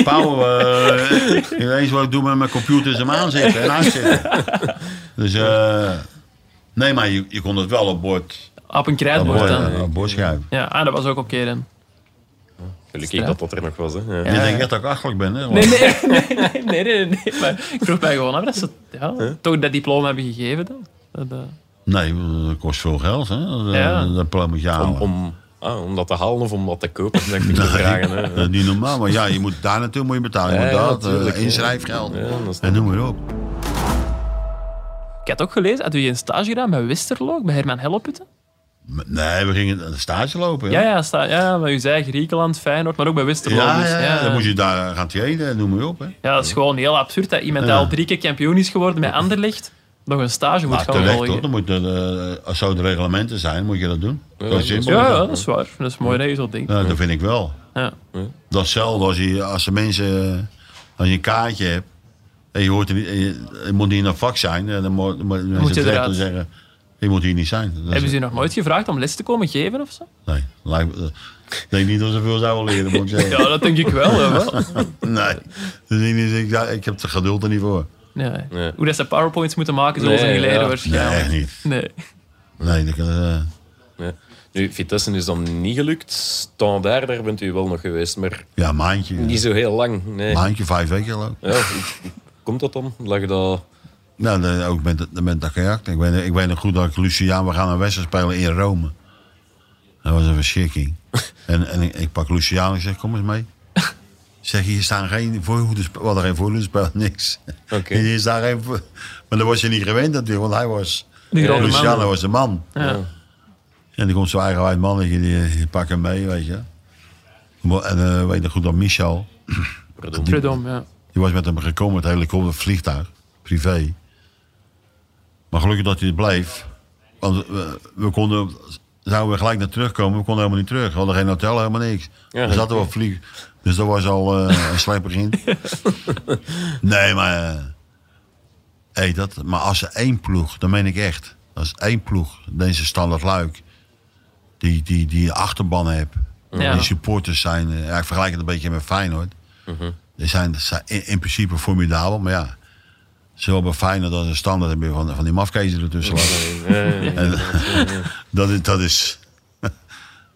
B: Pauw, eh, ineens wat ik doe met mijn computer is hem aanzetten en uitzetten. Dus, eh, nee, maar je, je kon het wel op boord,
D: Op een
B: op
D: krijtbord
B: boord,
D: dan.
B: op boord schuiven.
D: Ja, ah, dat was ook oké dan.
A: Gelukkig dat dat er nog was. Hè. Ja.
B: Je denkt echt dat ik achterlijk ben, hè?
D: Nee, nee, nee, nee, nee, nee, nee. Maar ik vroeg mij gewoon af dat ze ja, toch dat diploma hebben gegeven dan. Dat, eh,
B: Nee, dat kost veel geld, hè? Dat, eh,
D: Ja.
B: dat plan moet je halen.
A: Om, om, ah, om dat te halen of om dat te kopen, dat ik te
B: Nee,
A: vragen. Hè.
B: dat is niet normaal, maar ja, je moet daar naartoe moet je betalen. Je
A: Ja,
B: moet
A: ja,
B: dat, eh,
A: tuurlijk, ja.
B: inschrijfgeld.
A: Ja, dat is-
B: En noem maar op.
D: Ik had ook gelezen, had u een stage gedaan bij Westerlo, ook bij Herman Helleputten?
B: Nee, we gingen een stage lopen. hè?
D: Ja, ja, sta, ja, maar u zei Griekenland, Feyenoord, maar ook bij Westerlo.
B: ja,
D: dus,
B: ja, ja. Dan moet je daar gaan trainen en noem maar op, hè?
D: Ja, dat is gewoon heel absurd dat iemand die
B: Ja.
D: al drie keer kampioen is geworden met Anderlecht nog een stage moet
B: Maar
D: gaan
B: terecht, hoor.
D: volgen.
B: Dan moet je, eh, als zo de reglementen zijn, moet je dat doen. Zo
A: dat is
B: simpel.
D: Ja, ja, dat is waar. Dat is mooi dat je zo denkt.
B: Ja, dat vind ik wel.
D: Ja.
B: Dat is hetzelfde als, je, als de mensen... eh, Als je een kaartje hebt... En je, hoort er niet, en je, je moet niet in een vak zijn. eh, Dan moet, dan moet mensen
D: je
B: terecht
D: eruit.
B: en zeggen... Je moet hier niet zijn. Dat is-
D: Hebben ze u nog nooit gevraagd om les te komen geven of zo?
B: Nee, lijkt, me- ik denk niet dat ze veel zouden leren, moet ik zeggen.
D: Ja, dat denk ik wel. hè, wel.
B: Nee, Dus ik, ik, ja, ik heb de geduld er niet voor.
D: Nee.
A: Nee.
D: Hoe dat ze powerpoints moeten maken, zullen ze
A: Nee,
D: niet leren
A: ja.
B: Nee,
D: waarschijnlijk.
B: echt niet.
D: Nee.
B: Nee, dat, kan, eh,
A: Ja. Nu, Vitesse is dan niet gelukt. Standaard, daar bent u wel nog geweest, maar
B: ja, een maandje.
A: niet zo heel lang. Nee.
B: maandje, vijf weken geloof ik.
A: Ja, hoe- hoe komt dat dan? Lag je dat...
B: Nou, dat- ook met, dat- met dat kayak. Ik weet, ik weet nog goed dat ik Luciaan, we gaan een wedstrijd spelen in Rome. Dat was een verschrikking. en en ik, ik pak Luciaan en ik zeg, kom eens mee. Zeg, hier staan geen voorhoeders, we hadden geen voorhoederspel, niks.
A: Oké.
B: Hier staan geen voor- maar dat was je niet gewend natuurlijk, want hij was...
D: De grote man.
B: Luciano was de man.
D: Ja.
B: Ja. En dan komt zo'n eigenwijs mannetje, die, die pakt hem mee, weet je. En eh, weet je goed dat Michel,
A: Pardon.
D: Prudom, ja.
B: die was met hem gekomen met het helikopter, vliegtuig, privé. Maar gelukkig dat hij er bleef. Want we, we konden, zouden we gelijk naar terugkomen, we konden helemaal niet terug. We hadden geen hotel, helemaal niks.
A: Ja,
B: we zaten wel vlieg. Dus dat was al eh, een slecht begin. nee, maar... eh, hey, dat, maar als ze één ploeg, dan meen ik echt. Als één ploeg, deze standaard luik, die, die, die achterban hebt.
D: Ja.
B: Die supporters zijn, eh, ja, ik vergelijk het een beetje met Feyenoord. Die zijn, zijn in, in principe formidabel, maar ja. Zowel bij Feyenoord als een standaard heb je van, van die mafkezen ertussen. laten. En, dat, is, dat, is,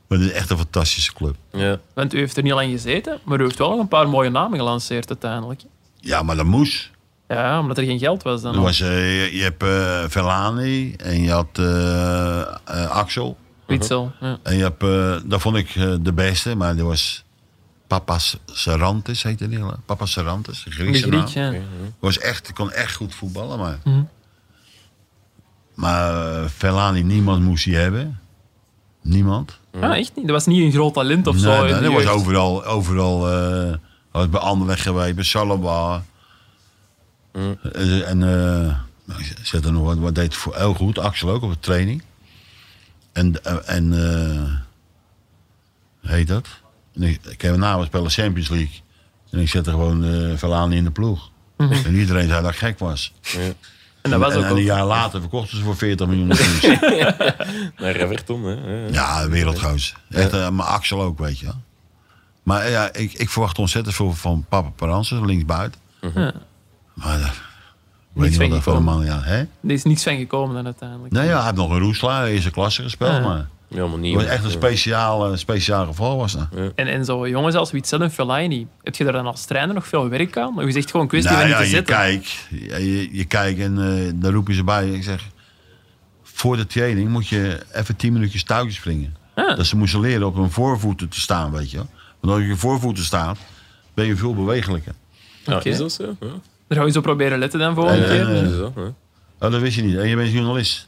B: dat is echt een fantastische club.
A: Ja.
D: Want u heeft er niet lang gezeten, maar u heeft wel nog een paar mooie namen gelanceerd uiteindelijk.
B: Ja, maar dat moest.
D: Ja, omdat er geen geld was dan.
B: Er
D: al.
B: was, eh, je, je hebt eh Velani en je had eh, eh, Axel.
D: Witzel. Ja.
B: En je hebt, eh, dat vond ik eh, de beste, maar die was Papa Sarantis heette die. hè? Papa Sarantis, een
D: De
B: Griekse naam.
D: Griek, ja.
B: Was echt, kon echt goed voetballen, maar... Maar eh, Velani, niemand moest die hebben. Niemand.
D: Ah, echt niet? Dat was niet een groot talent of
B: Nee,
D: zo. in
B: nee,
D: de
B: dat was
D: jeugd.
B: overal, overal eh, was bij Anderlecht geweest, bij Salaba. Eh, En eh, nou, ik zet er nog wat, wat deed voor heel goed, Axel ook op de training. En, eh, en eh, heet dat? En ik, ik heb na, we spelen Champions League. En ik zette gewoon eh Verlaani in de ploeg. En iedereen zei dat ik gek was.
D: En dat was
B: en,
D: ook
B: en een
D: al-
B: jaar later verkochten ze voor 40 miljoen. opnieuw.
A: Naar Everton, hè. Ja.
B: Ja, wereldgoos. Echt, eh, maar Axel ook, weet je. wel. Maar eh, ja, ik, ik verwacht ontzettend veel van Papa Paransen, linksbuiten.
D: Mhm.
B: Maar eh, ik weet niet wat dat voor een man ja, hè?
D: Er is niks van gekomen dan uiteindelijk.
B: Nee, ja, hij heeft nog een Roesla, eerste klasse gespeeld.
D: Ja.
B: Maar
A: Ja, maar
B: het
A: niet.
B: was echt een speciaal, eh, speciaal geval. Was dat.
D: En, en zo'n jongens als Witzel en Fellaini, heb je daar dan als trainer nog veel werk aan? Of is het echt gewoon een kwestie
B: nou
D: van
B: ja,
D: niet
B: je
D: te zitten?
B: kijkt, ja, je, je kijkt en eh dan roep je ze bij. Ik zeg, voor de training moet je even tien minuutjes touwtjes springen. Dat ze moesten leren op hun voorvoeten te staan, weet je. wel. Want als je op je voorvoeten staat, ben je veel bewegelijker.
A: Ja,
D: Oké.
A: is dat zo? Ja.
D: Daar gaan we zo proberen letten dan volgende
B: Ja, ja,
D: keer.
B: ja.
A: Is dat, hè?
B: eh, Oh, dat wist je niet. En je bent journalist.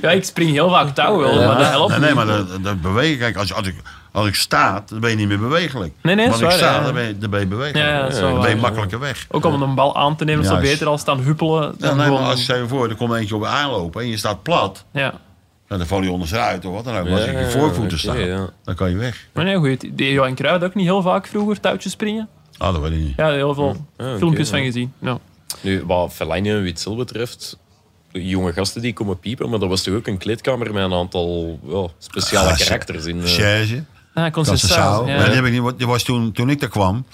D: Ja, ik spring heel vaak touw wel, maar dat helpt
B: Nee,
D: niet.
B: nee maar dat, dat bewegen. Kijk, als, als, ik, als ik sta, dan ben je niet meer bewegelijk.
D: Nee, nee,
B: maar als
D: is
B: ik
D: waar,
B: sta,
D: ja.
B: dan ben je, dan ben je bewegelijk.
D: Ja, ja, dat is wel
B: dan ben je
D: waar.
B: makkelijker weg.
D: Ook om een bal aan te nemen is dat
B: Juist.
D: beter dan staan huppelen.
B: Ja,
D: Dan
B: nee, maar
D: gewoon-
B: als je voor, er komt eentje op je aanlopen en je staat plat.
D: ja.
B: Nou, dan val je onder ze uit of wat dan ook. Maar als je
A: Ja,
B: op je
A: ja,
B: voorvoeten
A: oké,
B: staat,
A: ja.
B: dan kan je weg.
D: Maar nee, goed. Deed Johan Cruijff ook niet heel vaak vroeger touwtjes springen?
B: Ah, dat weet ik niet.
D: Ja, heel veel
A: Ah, oké,
D: filmpjes
A: ja.
D: van gezien. Ja.
A: Nu, wat Fellaini en Witzel betreft, de jonge gasten die komen piepen, maar dat was toch ook een kleedkamer met een aantal ja, speciale
B: Ah,
A: karakters in. eh.
B: Serge,
D: Ah,
B: Cassesau.
D: Concessao.
B: Maar die
D: Ja.
B: heb ik niet, want die was toen, toen ik daar kwam,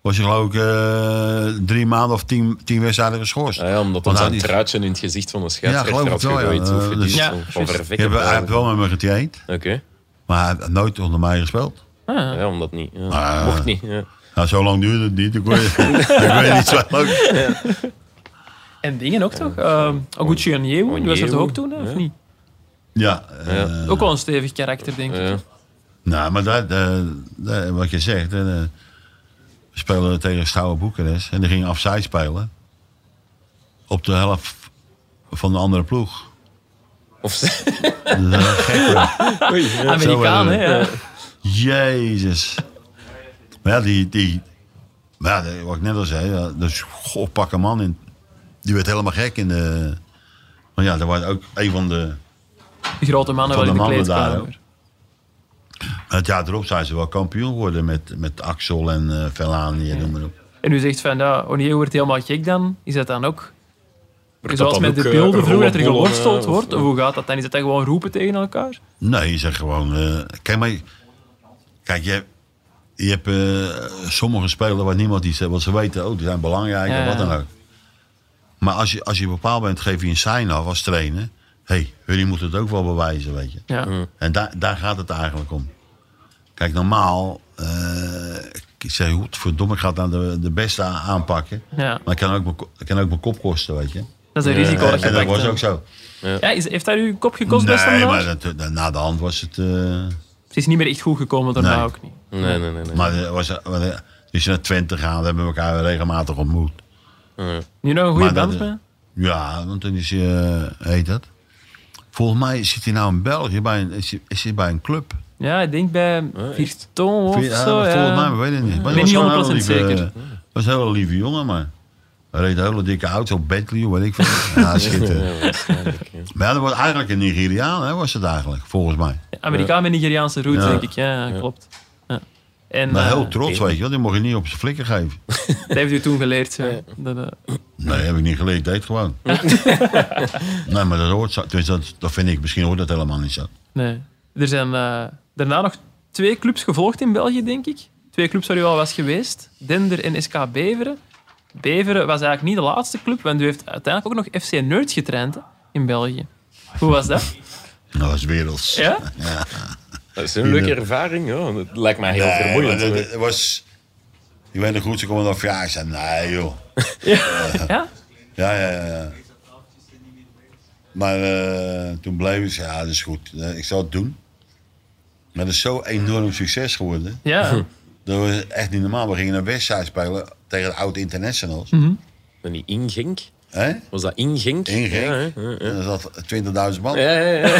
B: was je geloof ik eh, drie maanden of tien, tien wedstrijden geschorst.
A: Ah ja, omdat
B: Want
A: dan
B: hij
A: zo'n
B: die-
A: truitje in het gezicht van de
B: Ja,
A: scheidsrechter
B: geloof
A: had
B: ik wel, ja.
A: gegooid. Of
B: Eh,
A: die
B: dus-
A: ja,
D: Ja,
A: van
D: juist.
B: Ik heb-
A: vervekken.
B: Hij heeft eh, wel met me getraind,
A: Oké,
B: maar hij heeft nooit onder mij gespeeld.
A: ja, omdat niet. Ja.
B: Ah.
A: Mocht niet. Ja.
B: Nou, zo lang duurde het niet. Ik weet, ik weet niet zo lang.
D: En dingen ook toch? Ehm Oguchi Onyewu, die was dat toch ook toen, hè, of
A: Ja.
D: niet?
B: Ja, eh,
D: Ook wel een stevig karakter, denk ik.
A: Ja.
B: nou, maar dat, eh, dat- wat je zegt. eh, we speelden tegen Stouwe Boekarest en die gingen afzij spelen. Op de helft van de andere ploeg.
A: Of
B: Dat is wel gek, hoor.
A: Oei, ja.
D: Amerikaan,
B: Zo, eh,
D: hè? ja.
B: Jezus. Maar ja, die, die, maar ja, wat ik net al zei, ja, dus goh, pak een man in. Die werd helemaal gek in de. Want ja, dat was ook een van de.
D: De grote mannen
B: Van
D: wel in
B: de
D: de
B: mannen daar,
D: kleedkamer.
B: Het jaar erop zijn ze wel kampioen geworden met, met Axel en eh Velani en noem maar op.
D: En u zegt van, ja, Onyewu wordt helemaal gek dan. Is dat dan ook?
A: Wordt dat
D: Zoals
A: dan
D: met de
A: ook, eh,
D: beelden vroeger dat er
A: rollenbollen,
D: geworsteld
A: eh,
D: wordt.
A: of-
D: Of hoe gaat dat dan? Is dat dan gewoon roepen tegen elkaar?
B: Nee, je zegt gewoon. eh, kijk, maar. Kijk, je, hebt- je hebt eh, sommige spelers waar niemand iets zegt, want ze weten, oh, die zijn belangrijk
D: Ja.
B: en wat dan ook. Maar als je, als je bepaald bent, geef je een sign af als trainer. Hé, hey, jullie moeten het ook wel bewijzen, weet je.
D: Ja.
B: En daar daar gaat het eigenlijk om. Kijk, normaal. eh ik zeg, godverdomme, ik ga het aan de, de beste a- aanpakken.
D: Ja.
B: Maar ik kan, ook mijn, ko- ik kan ook mijn kop kosten, weet je. Eh,
D: Dat is een risico dat je
B: en dat
D: pakt,
B: was
D: hè.
B: ook zo.
D: Ja, is, heeft dat u kop gekost best
B: nee,
D: vandaag?
B: maar dat- dat- na de hand was het. eh,
D: Het is niet meer echt goed gekomen daarna
B: Nee.
D: ook niet.
A: Nee, nee, nee. nee.
B: maar het was, was- dus je naar Twente gaan, daar hebben we elkaar regelmatig ontmoet.
D: Nu nog een goede
B: Maar dat
D: band
B: is-
D: mee?
B: Ja, want toen is je, eh, heet dat? Volgens mij zit hij nou in België, bij een, is, hij, is hij bij een club.
D: Ja, ik denk bij Virton of
B: Vind je- ja,
D: zo.
B: volgens mij,
D: Ja.
B: we weten het niet. Maar
D: ben
B: het
D: niet
B: was gewoon
D: 100%
B: een hele lieve,
D: zeker.
B: eh, was een hele lieve jongen, maar hij reed een hele dikke auto, Bentley, weet ik veel. Ja, schitterend.
A: Ja, waarschijnlijk, ja.
B: Maar ja, dat was eigenlijk een Nigeriaan, hè, was het eigenlijk, volgens mij.
D: Amerikaan met Nigeriaanse roots,
B: Ja.
D: denk ik. Ja, klopt. Ja. En
B: Maar heel
D: eh,
B: trots, weet je wel. Die mocht je niet op zijn flikker geven.
D: dat heeft u toen geleerd. Ja. Dat, eh,
B: Nee, heb ik niet geleerd. Deed gewoon. nee, maar dat hoort zo. Dus dat, dat vind ik. Misschien hoort dat helemaal niet zo.
D: nee. Er zijn eh, daarna nog twee clubs gevolgd in België, denk ik. Twee clubs waar u al was geweest. Dender en SK Beveren. Beveren was eigenlijk niet de laatste club, want u heeft uiteindelijk ook nog FC Nerds getraind hè, in België. Hoe was dat?
B: Nou, Dat was werelds.
D: Ja?
A: Dat is een leuke ervaring. Ja. Het lijkt mij heel
B: eh. Nee,
A: vermoeiend.
B: maar dat- dat was... Je weet nog goed, ze komen dan verjaardag. zei, Nee, joh.
D: Ja?
B: Ja, ja, ja. ja. Maar eh, toen bleef ik zeggen, ja, dat is goed. Eh, Ik zal het doen. Maar dat is zo enorm succes geworden.
D: Ja.
B: Dat was echt niet normaal. We gingen een wedstrijd spelen tegen de oud-internationals.
A: Mhm. En die ingink?
B: Hè?
A: Was dat ingink?
B: Inging.
A: Ja, hè?
B: En dan zat 20.000 man.
A: Ja, ja, ja.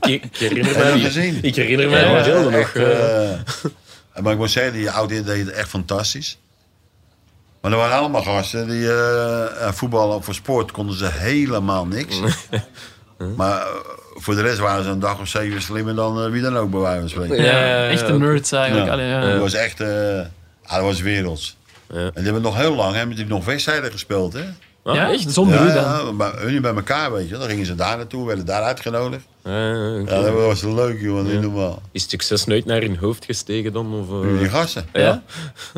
A: ik, ik herinner
B: Heb je
A: mij
B: dat
A: die-
B: gezien?
A: Ik herinner mij
D: Ja,
A: ja,
B: Ja,
A: nog.
B: echt,
A: eh,
B: eh, maar ik moet zeggen, die ouderen deden het echt fantastisch. Maar er waren allemaal gasten die eh, eh, voetballen of voor sport konden ze helemaal niks. maar eh, voor de rest waren ze een dag of zeven slimmer dan eh, wie dan ook bij wijze van spreken.
A: Ja, ja, ja,
D: Echte
A: ja.
D: nerds eigenlijk.
B: Ja.
D: Allee, ja.
B: Dat was echt, eh, ah, dat was werelds. En die hebben nog heel lang, hebben die nog wedstrijden gespeeld hè.
A: ah,
D: Ja,
A: echt?
D: Zonder u
B: ja,
D: dan.
B: ja, maar hun bij elkaar weet je, dan gingen ze daar naartoe, werden daar uitgenodigd.
A: Eh, oké.
B: Ja, dat was leuk jongen, niet normaal.
A: Is het succes nooit naar hun hoofd gestegen dan? Of, eh,
B: Die gasten.
A: ja?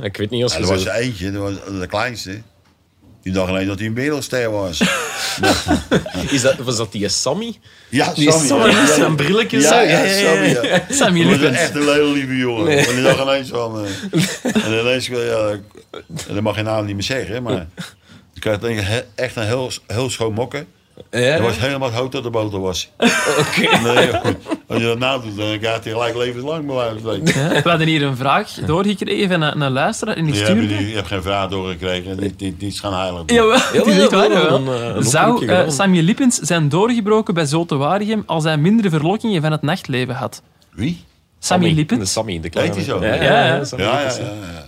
A: Ik weet niet als
B: Mm. Ja,
A: je
B: er
A: zo-
B: was er eentje, dat was de kleinste. Die dacht alleen dat hij een wereldster was.
A: Is dat, was dat die Sammy?
B: Ja,
A: Die
B: Sammy.
A: Sammy
B: ja,
A: met
B: ja,
A: zijn brilletjes.
B: Ja,
A: hè?
B: ja, Sammy. Ja.
D: Sammy
B: Dat was
D: Lippens.
B: echt een hele lieve jongen. En die dacht ineens van... eh, en ineens, eh, ja, dat mag je naam niet meer zeggen, maar... Ik kreeg denk ik he- echt een heel, heel schoon mokken.
A: Ja.
B: Hij was helemaal rood dat de boter was. Oké. als je dat nadoet, dan krijgt hij gelijk levenslang bij wijze van spreken.
D: Ja, We hadden hier een vraag doorgekregen van een, een luisteraar en die
B: Je hebt,
D: stuurde...
B: je hebt geen vraag doorgekregen. Die, die, die is gaan huilen.
D: Jawel, het is echt
A: wel,
D: waar,
A: wel,
D: jawel.
A: een, eh, een
D: Zou
A: oproepje
D: eh,
A: gedaan.
D: Sammy Lippens zijn doorgebroken bij Zote Waregem als hij mindere verlokkingen van het nachtleven had?
B: Wie?
D: Sammy
A: De
D: Lippens?
A: Sammy, de kleine.
B: Heet die zo?
A: Ja, ja,
D: Ja,
A: ja,
D: ja.
A: Sammy
B: Ja, ja,
A: Lippens,
B: ja. ja.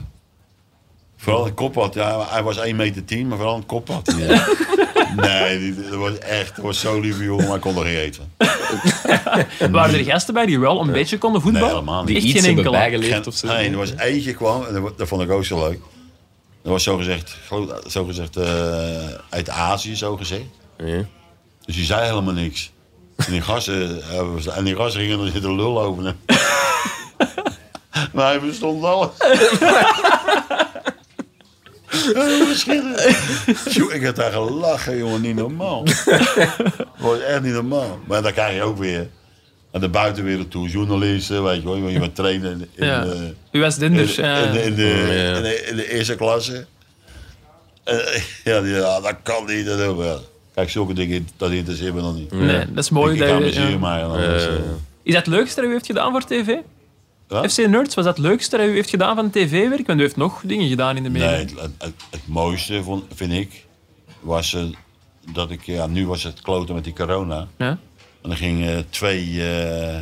B: Vooral het koppad. Ja, hij was 1,10 meter, maar vooral het koppad. Ja. nee, die- dat was echt dat was zo lieve jongen, maar hij kon er geen eten.
D: Waren er gasten bij die wel een beetje konden voetballen?
B: Nee, helemaal niet.
A: Die
D: Echt
A: iets
D: geen
A: hebben
D: enkele.
A: bijgeleerd of zo.
B: nee, er was eentje kwam, en dat, wa- dat vond ik ook zo leuk. Dat was zogezegd, geloof- zogezegd eh uit Azië, zogezegd.
A: Ja.
B: Dus die zei helemaal niks. En die gasten, eh, en die gasten gingen er zitten lul over hem. maar hij verstond alles. Eh, schitterend. Tjoe, ik heb daar gelachen, jongen, niet normaal. Dat was echt niet normaal. Maar dan krijg je ook weer aan de buitenwereld toe, journalisten, weet je wel, je bent trainen in, in,
D: Ja. Dus,
B: de-
D: U was eh.
B: in,
D: dinders. ja.
B: de- in de,
A: Ja.
B: in de- in de eerste klasse. Eh, ja, die- ja, dat kan niet. Dat ook wel. Kijk, zulke dingen, dat interesseert me nog niet.
D: Nee, dat is mooi.
B: Ik
D: dat
B: ga
D: u-
B: me zien,
D: ja.
B: maar... ja, dat is, eh,
D: Is dat het leukste dat u heeft gedaan voor tv?
B: Ja?
D: FC Nerds, was dat het leukste dat u heeft gedaan van tv-werk? Want u heeft nog dingen gedaan in de media.
B: Nee, het, het, het- het mooiste, vond, vind ik, was eh, dat ik... Ja, nu was het kloten met die corona.
D: Ja?
B: En dan gingen twee, eh,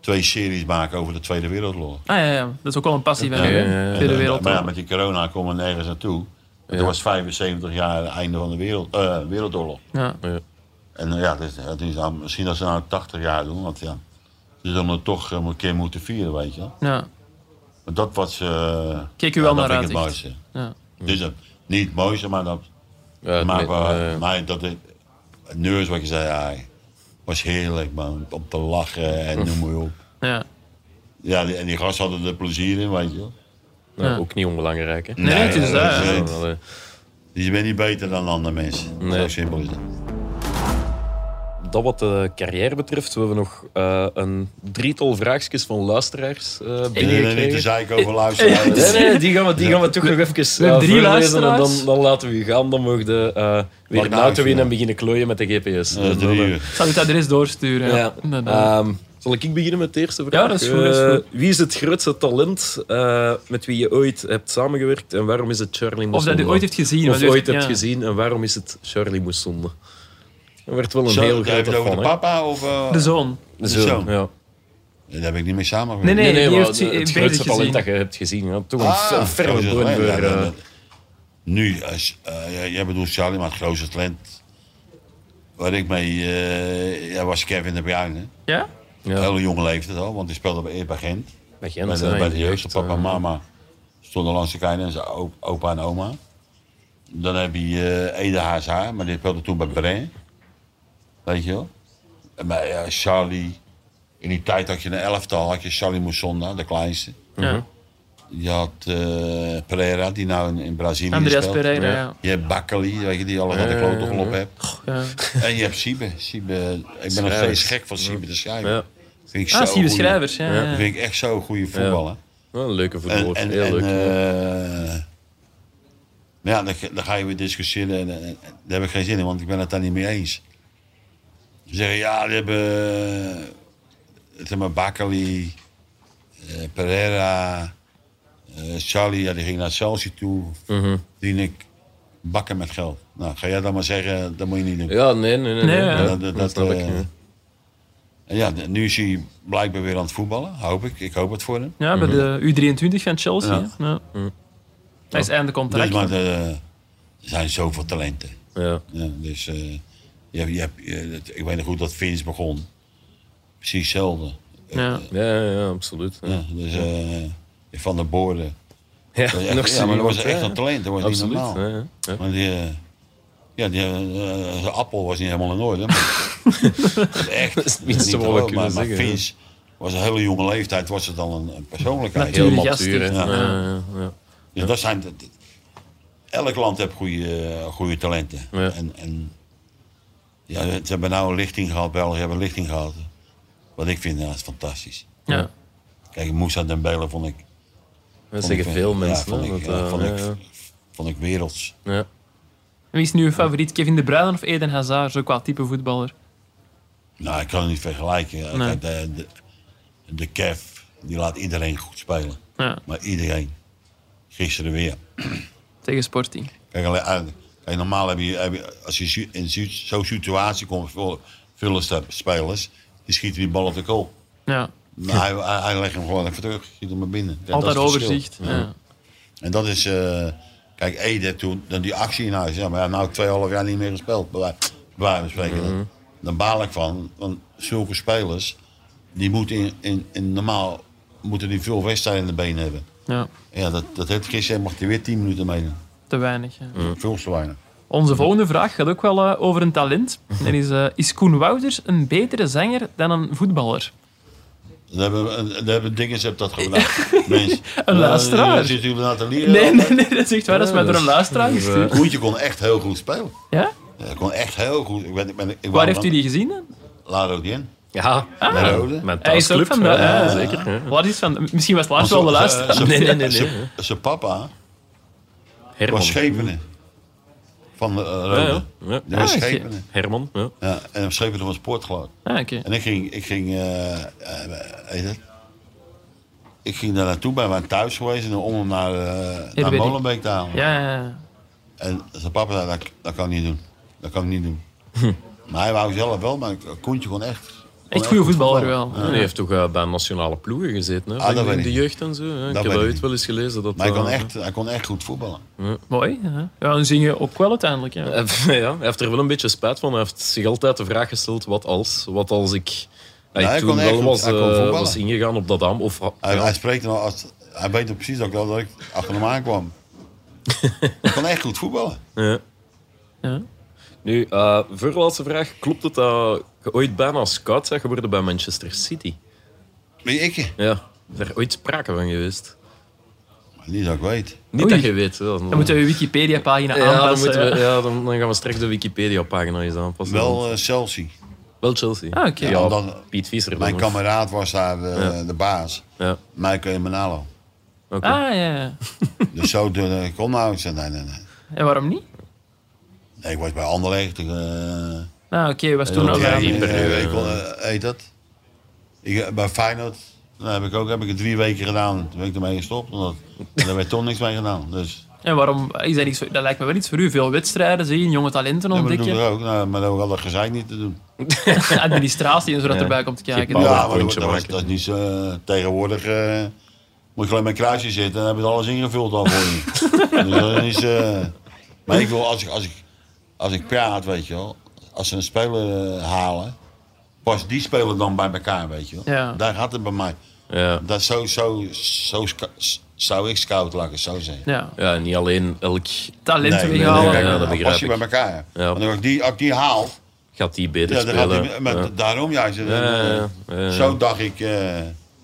B: twee series maken over de Tweede Wereldoorlog.
D: Ah ja, ja, dat is ook wel een passie van
A: Ja,
D: u,
A: ja, ja,
D: hè?
A: ja.
D: Tweede Wereldoorlog.
B: Maar ja, met die corona komen we nergens naartoe. Het was 75 jaar het einde van de wereld, eh, Wereldoorlog.
D: Ja.
B: En eh, ja, het is, het is aan- misschien dat ze nou 80 jaar doen, want ja, ze zullen het toch eh, een keer moeten vieren, weet je. wel.
D: Ja.
B: Maar dat was. eh
D: Keek u wel
B: ja, dat
D: naar
B: vind ik het
D: uit,
B: mooiste.
D: Ja.
B: Het is een- niet het mooiste, maar dat.
A: Ja, het
B: maar,
A: met-
B: eh,
A: eh,
B: maar dat het, het neus wat je zei, ja, was heerlijk man, om te lachen en noem maar op.
D: Ja.
B: Ja, die, en die gasten hadden er plezier in, weet je. wel.
A: nou, Ook niet onbelangrijk, hè?
D: Nee, het is
B: dat
D: dat.
B: is
D: hè.
B: het.
A: Wel, eh,
B: Dus je bent niet beter dan andere mensen.
A: Nee.
B: Zo simpel is dat.
A: Dat wat de carrière betreft, we hebben nog eh, een drietal vraagjes van luisteraars eh
B: Nee, nee, niet te
A: binnengekregen.
B: zeiken over luisteren.
A: Nee, nee, die gaan we, die gaan we toch nog even
D: we hebben
A: eh,
D: drie
A: voorlezen en
D: luisteraars.
A: dan, dan laten we u gaan. Dan mogen we eh weer
B: naar
A: een
B: huis,
A: auto in
B: ja.
A: en beginnen klooien met de GPS.
B: Eh,
A: Dan,
B: drie
A: eh,
B: uur.
D: Ik zal u het adres doorsturen. Ja.
A: Ja.
D: Inderdaad.
A: Ehm, zal ik beginnen met de eerste vraag?
D: Ja, dat is goed, dat is
A: Eh,
D: goed.
A: wie is het grootste talent eh, met wie je ooit hebt samengewerkt en waarom is het Charlie Moussonde?
D: Of dat u ooit heeft gezien.
A: Of
D: want u
A: ooit
D: heeft-
A: hebt
D: ja.
A: gezien en waarom is het Charlie Moussonde? Er werd wel een
B: Zo,
A: heel
B: daar heb je
A: grote
B: het over
A: fan.
B: de
A: hè.
B: papa of... eh,
A: Dus-
D: De zoon.
A: De
B: de
A: zoon,
B: zoon.
A: ja.
B: Daar heb ik niet mee samengewerkt.
D: Nee, nee,
A: Nee, nee,
D: die
A: maar
D: heeft ze-
A: het
D: beter
A: grootste talent
D: gezien.
A: dat je hebt gezien. Ja. Toch een,
B: Ah,
A: een ferme
B: grootste talent,
A: Boenburger,
B: ja,
A: eh.
B: dat- Nu, als, eh, jij, jij bedoelt Charlie, maar het grootste talent waar ik mee... eh, ja, was Kevin de Bruyne. hè.
D: Ja?
A: Ja.
B: Hele jonge leeftijd al, want die speelde bij, bij Gent.
A: Bij
B: Bij
A: Gent.
B: de,
A: hè,
B: bij de jeugd,
A: echt,
B: papa en
A: eh,
B: mama stonden langs de kijn en zijn o- opa en oma. Dan heb je eh Ede HSH, maar die speelde toen bij Bren. Weet je wel? En bij eh, Charlie, in die tijd had je een elftal, had je Charlie Moussonda, de kleinste.
D: ja.
B: Je had eh, Pereira, die nou in, in Brazilië
D: Andreas
B: speelt.
D: Pereira,
A: Ja.
D: ja.
B: Je hebt Bakkeli, weet je, die allemaal de klote gelopen hebt.
D: ja.
B: En je hebt Siebe. Siebe ik ben nog
A: Schrijvers.
B: steeds gek van Siebe de Schrijver.
A: Ja.
B: Vind ik
D: Ah,
B: zo
D: zie je
B: goeie-
D: schrijvers. Ja, ja.
B: Vind ik echt zo'n goede voetballer.
A: wel een leuke
B: En,
A: voetballer.
B: en,
A: Heel
B: en,
A: leuk.
B: eh, maar ja, dan, ga- dan ga je weer discussiëren en, en- en daar heb ik geen zin in, want ik ben het daar niet mee eens. Ze zeggen, ja, die hebben... eh, Het hebben Bakali, eh, Pereira, eh, Charlie, ja, die ging naar Chelsea toe. Die ik bakken met geld. Nou, ga jij dan maar zeggen, dat moet je niet doen.
A: Ja, nee, nee, nee.
D: Nee, ja.
A: ja,
B: dat, dat, dat,
A: snap ik.
B: eh,
A: ja.
B: en ja, nu is hij blijkbaar weer aan het voetballen, hoop ik. Ik hoop het voor hem.
D: Ja, bij de U23 van Chelsea.
B: Mhm. Ja. Mhm.
D: hè. Ja. Hij is einde
B: Dus,
D: contract.
B: maar eh, er zijn zoveel talenten.
A: Ja.
B: Ja, dus eh, je, hebt- je, hebt- je- het- ik weet nog goed dat Vince begon. Precies hetzelfde.
D: ja.
A: Ja, ja, ja, absoluut. Ja,
B: Ja, dus eh, van de boorden.
A: Ja,
B: Dat was echt-
A: nog
B: ja, maar dat was
A: iemand,
B: echt
A: ja.
B: een talent. Dat was
A: Absoluut.
B: niet
A: ja,
B: normaal.
A: ja. Ja.
B: Want die, eh, ja, die, eh, eh, zijn appel was niet helemaal in orde. Maar echt.
A: Dat is het minste wat
B: niet
A: we
B: gewoon,
A: kunnen
B: maar, maar
A: zeggen, ja.
B: Vince was een hele jonge leeftijd. Was het dan een, een persoonlijkheid.
A: Heel
D: Natuurlijk,
A: matuur. hè.
D: ja,
A: Ja, ja,
D: stil.
A: ja.
B: Dus dat zijn, dat- dat- elk land heeft goede, goede talenten.
A: Ja.
B: En, en ja, ze hebben nou een lichting gehad, België hebben een lichting gehad. Wat ik vind, ja, dat is fantastisch.
D: Ja.
B: Kijk, Moussa Dembele vond ik...
A: Dat
B: vond ik-
A: zeggen veel
B: ja,
A: mensen.
B: vond
A: hè,
B: ik,
A: dat,
B: ja,
A: eh,
B: vond, ik,
A: ja,
B: vond ik werelds.
A: ja.
D: Wie is nu je favoriet? Kevin De Bruyne of Eden Hazard? Zo qua type voetballer.
B: Nou, ik kan het niet vergelijken.
D: Nee.
B: Kijk, de, de, de Kev, die laat iedereen goed spelen.
D: Ja.
B: Maar iedereen. Gisteren weer.
D: Tegen Sporting.
B: Kijk, alleen- eh, kijk, normaal heb je, heb je- als je zu- in zu- zo'n situatie komt voor vullen sta- spelers, die schieten die bal op de goal.
D: Ja.
B: Maar hij, hij, hij legt hem gewoon even terug, schiet hem maar binnen. Ja,
D: Altijd
B: dat is het
D: overzicht.
B: verschil.
D: Ja.
B: En dat is, eh, kijk, Ede toen, dan die actie in huis, ja, maar ja, nou tweeënhalf jaar niet meer gespeeld, bij wij- bij wijze van spreken.
D: Mhm.
B: Dan baal ik van, want zulke spelers, die moeten in, in, in normaal, moeten die veel wedstrijden in de benen hebben.
D: ja.
B: Ja, dat, dat heeft gisteren, mag hij weer 10 minuten meedoen.
D: Te weinig. ja.
B: Veel te weinig.
D: Onze volgende vraag gaat ook wel eh, over een talent. Er is, eh, is Koen Wouters een betere zanger dan een voetballer?
B: Dat hebben, dat hebben Dinges heeft dat gedaan. Mens.
D: Een luisteraar.
B: Eh, Zit u na te leren?
D: Nee, nee, nee, dat is echt waar. Dat is mij
A: Ja,
D: door een
A: dat is-
D: luisteraar
A: dat is, eh,
D: gestuurd.
B: Koentje kon echt heel goed spelen.
D: Ja?
B: Hij kon echt heel goed. Ik ben, ik ben, ik
D: Waar heeft u die Ah. gezien? dan?
B: Laat ook niet in.
A: Ja,
B: Met Rode.
A: mijn
D: Hij is ook
A: thuisclub.
D: van de...
A: ja,
D: eh,
A: zeker. Ja. eh,
D: Wat is van... Misschien was Lars wel de luisteraar.
B: Zijn-
A: Nee, nee, nee,
B: zijn-
A: nee.
B: Zijn papa
A: Herman.
B: was Schepenen. Van de eh,
A: Ja,
B: Rode.
A: ja. Ja.
B: Die was
D: Ah, oké.
B: Schepenen.
A: Herman, ja.
B: Ja, en op Schepenen was Poortgeluk.
D: Ah, oké.
B: En ik ging, ik ging, eh, eh, weet je dat? Ik ging daar naartoe, bij mijn thuis geweest, en om hem naar, eh naar
D: weet ik.
B: Molenbeek te halen.
D: Ja, ja, ja.
B: En zijn papa zei, dat, dat kan ik niet doen. Dat kan ik niet doen. maar hij wou zelf wel, maar Koentje kon echt... kon
D: Echt goede
B: goed
D: voetballer wel.
B: voetballen.
A: Ja, die heeft toch eh, bij nationale ploegen gezeten, hè?
B: Ah, dat
A: in
B: weet
A: de
B: ik
A: jeugd en zo. hè. Ik
B: weet
A: heb
B: ik
A: dat ooit
B: niet.
A: wel eens gelezen. Dat,
B: Maar hij kon,
A: eh,
B: echt, hij kon echt goed voetballen.
D: Mooi. Ja, ja en zingen ook wel uiteindelijk. Ja.
A: Hij heeft- ja, hij heeft er wel een beetje spijt van. Hij heeft zich altijd de vraag gesteld: wat als? Wat als ik. Hij
B: hij
A: toen
B: kon echt
A: wel
B: goed-
A: was,
B: hij kon
A: eh,
B: voetballen.
A: was ingegaan op dat am. Of,
B: Hij,
A: ja.
B: hij spreekt nou als... Hij weet nog precies dat ik, dat ik achter hem aankwam. hij kon echt goed voetballen.
A: Ja.
D: Ja.
A: Nu, eh voorlaatste vraag. Klopt het dat je ooit bijna scout bent geworden bij Manchester City?
B: Wie ik?
A: Ja. Is er ooit sprake van geweest?
B: Niet dat ik weet.
A: Niet
D: Oei.
A: dat je weet. wel.
D: Dan moeten we je Wikipedia-pagina
A: ja, dan,
D: aanpassen.
A: moeten we,
D: ja.
A: ja, dan, dan gaan we straks de Wikipedia-pagina eens aanpassen.
B: Wel eh, Chelsea.
A: Wel Chelsea.
D: Ah, oké.
A: Ja,
B: Omdat-
A: Piet Visser. dan,
B: Mijn
A: hè.
B: kameraad was daar eh, de baas.
A: Ja,
B: Michael Emanalo.
A: oké.
D: Ah, ja, ja.
B: Dus zo de, ik kon nou... Ik zei, nee, nee, nee.
D: En waarom niet?
B: Nee, ik was bij Anderlecht. eh,
D: Nou, oké, was toen
A: dat
D: al
A: jij
D: wel-
A: niet
B: eh,
A: per uur,
B: ik kon, eh, heet dat? Ik, eh, bij Feyenoord nou, heb ik ook heb ik het drie weken gedaan. Toen ben ik ermee gestopt. Omdat, daar werd toch niks mee gedaan. Dus
D: En waarom is dat niet zo? Dat lijkt me wel iets voor u. Veel wedstrijden zien, jonge talenten
B: Ja, maar dat
D: ontdekken,
B: doen we ook, nou, maar dat had dat gezeik niet te doen.
D: administratie en zo dat
A: Ja.
D: erbij komt kijken.
A: Geen
B: ja, maar dat,
A: PowerPointje
B: dat, was-
A: maken.
B: dat is niet zo... eh, tegenwoordig eh, moet je alleen met een kruisje zitten en dan hebben ze alles ingevuld al voor je. dus dat is, eh, maar ik wil, als ik, als, ik, als ik praat, weet je wel, als ze een speler eh, halen, pas die speler dan bij elkaar, weet je wel.
D: Ja.
B: Daar gaat het bij mij.
A: Ja.
B: Dat zo, zo, zo sca- s- zou ik scout lakken, zo zeggen.
D: Ja.
A: ja, niet alleen elk
D: Talent
B: Nee, nee,
D: weghalen.
B: nee, kijk,
A: Ja, dat
B: dan
A: begrijp
B: pas je
A: ik.
B: bij elkaar.
A: Ja.
B: Want als ik die, als ik die haal,
A: gaat die beter
B: ja, dan gaat
A: spelen.
B: die, maar
A: Ja.
B: daarom juist. eh,
A: ja, ja.
B: Zo dacht ik. eh,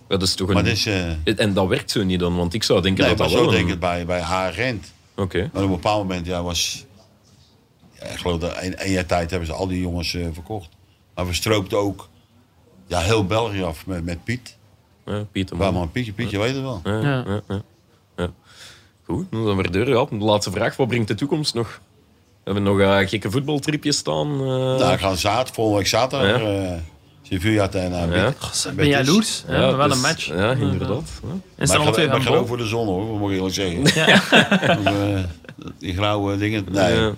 A: Dat is toch een...
B: maar dit is, eh,
A: En dat werkt zo niet dan, want ik zou denken
B: Nee,
A: dat
B: maar
A: dat
B: zo
A: wel
B: denk ik
A: een-
B: het bij, bij Harent.
A: Oké.
B: Maar op een bepaald moment ja, was... Ja, ik geloof dat één één jaar tijd hebben ze al die jongens eh, verkocht. Maar we stroopten ook ja, heel België af met, met Piet.
A: Ja, Pieter man.
B: Waarman Pietje, Pietje weet het wel.
D: Ja.
A: Goed, dan zijn we er deur. Ja, de laatste vraag. Wat brengt de toekomst nog? We hebben nog eh, gekke voetbaltripjes staan. eh.
B: Nou, ik ga zaterdag, volgende week zaterdag... eh Sevilla tegen uh,
A: Ja.
D: Ben jij jaloers? Ja,
A: Ja,
D: maar wel
A: dus-
D: een match.
A: Ja, inderdaad. Ja.
D: En
B: Maar
D: staan
B: ik
D: nog
B: ga-
D: twee
B: maar
D: van
B: ik ga ook
D: boven.
B: voor de zon hoor, moet ik eerlijk zeggen.
D: Ja.
B: Of, eh, die grauwe dingen. Nee,
A: Ja.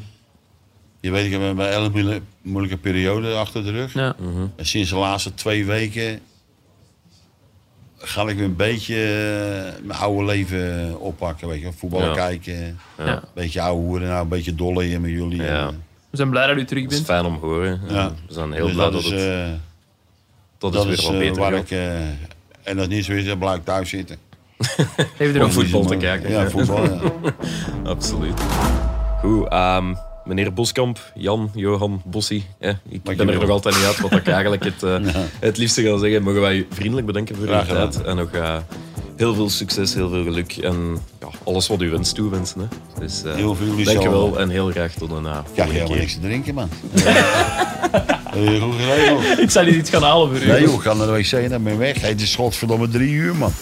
B: je weet, ik heb een hele moeilijke, moeilijke periode achter de rug.
D: Ja.
B: En sinds de laatste twee weken ga ik weer een beetje eh, mijn oude leven oppakken. Weet je, wel. voetballen
A: Ja.
B: kijken,
D: Ja.
B: een beetje ouwe hoeren, nou, een beetje dollen met jullie.
A: Ja.
B: En,
D: We zijn blij dat u terug
A: Dat is
D: bent.
A: fijn om te horen.
B: eh,
A: Ja,
B: ja.
A: We zijn heel
B: Dus
A: blij
B: dat is,
A: het,
B: eh,
A: dat het
B: dat
A: weer
B: is,
A: wat
B: eh,
A: beter
B: waar
A: gaat.
B: ik... eh, en dat niet zo is, dan blijf ik thuis zitten.
D: Heeft u nog
A: Om voetbal te
B: Maar-
A: kijken.
B: Ja, voetbal. ja.
A: Absoluut. Goed, ehm, meneer Boskamp, Jan, Johan, Bossi. eh, ik ben er
B: Dankjewel.
A: nog altijd niet uit wat ik eigenlijk het, eh, het liefste ga zeggen. Mogen wij u vriendelijk bedanken voor uw
B: Graag gedaan.
A: tijd. En nog eh, heel veel succes, heel veel geluk. En ja, alles wat u wenst toewensen. Hè. Dus, eh,
B: Heel veel jullie
A: Dankjewel
B: samen.
A: en heel graag tot een eh,
B: Ik krijg
A: volgende
B: helemaal
A: keer.
B: niks te drinken, man. Eh, Goed geregeld.
D: Ik zal hier iets gaan halen voor u.
B: Nee joh, ik ga naar de wc en dan ben ik weg. Het is godverdomme drie uur, man.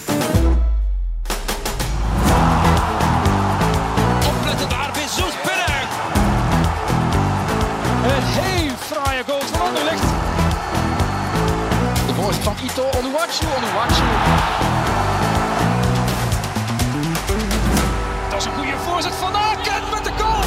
C: Opletten daar bij Zoet Berg. Een heel fraaie goal van Anderlecht. De voorzet van Ito Onuwachu, Onuwachu. Dat is een goede voorzet van Aken met de goal.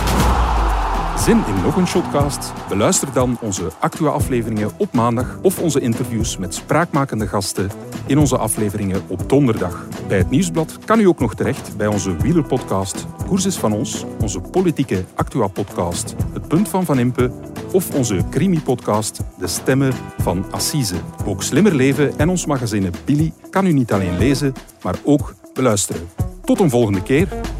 E: Zin in nog een Shotcast? Beluister dan onze actua afleveringen op maandag of onze interviews met spraakmakende gasten in onze afleveringen op donderdag. Bij het Nieuwsblad kan u ook nog terecht bij onze wielerpodcast Koers is van ons, onze politieke actua podcast Het punt van Van Impe of onze crimi podcast De stemmen van Assise. Ook Slimmer leven en ons magazine Billy kan u niet alleen lezen, maar ook beluisteren. Tot een volgende keer.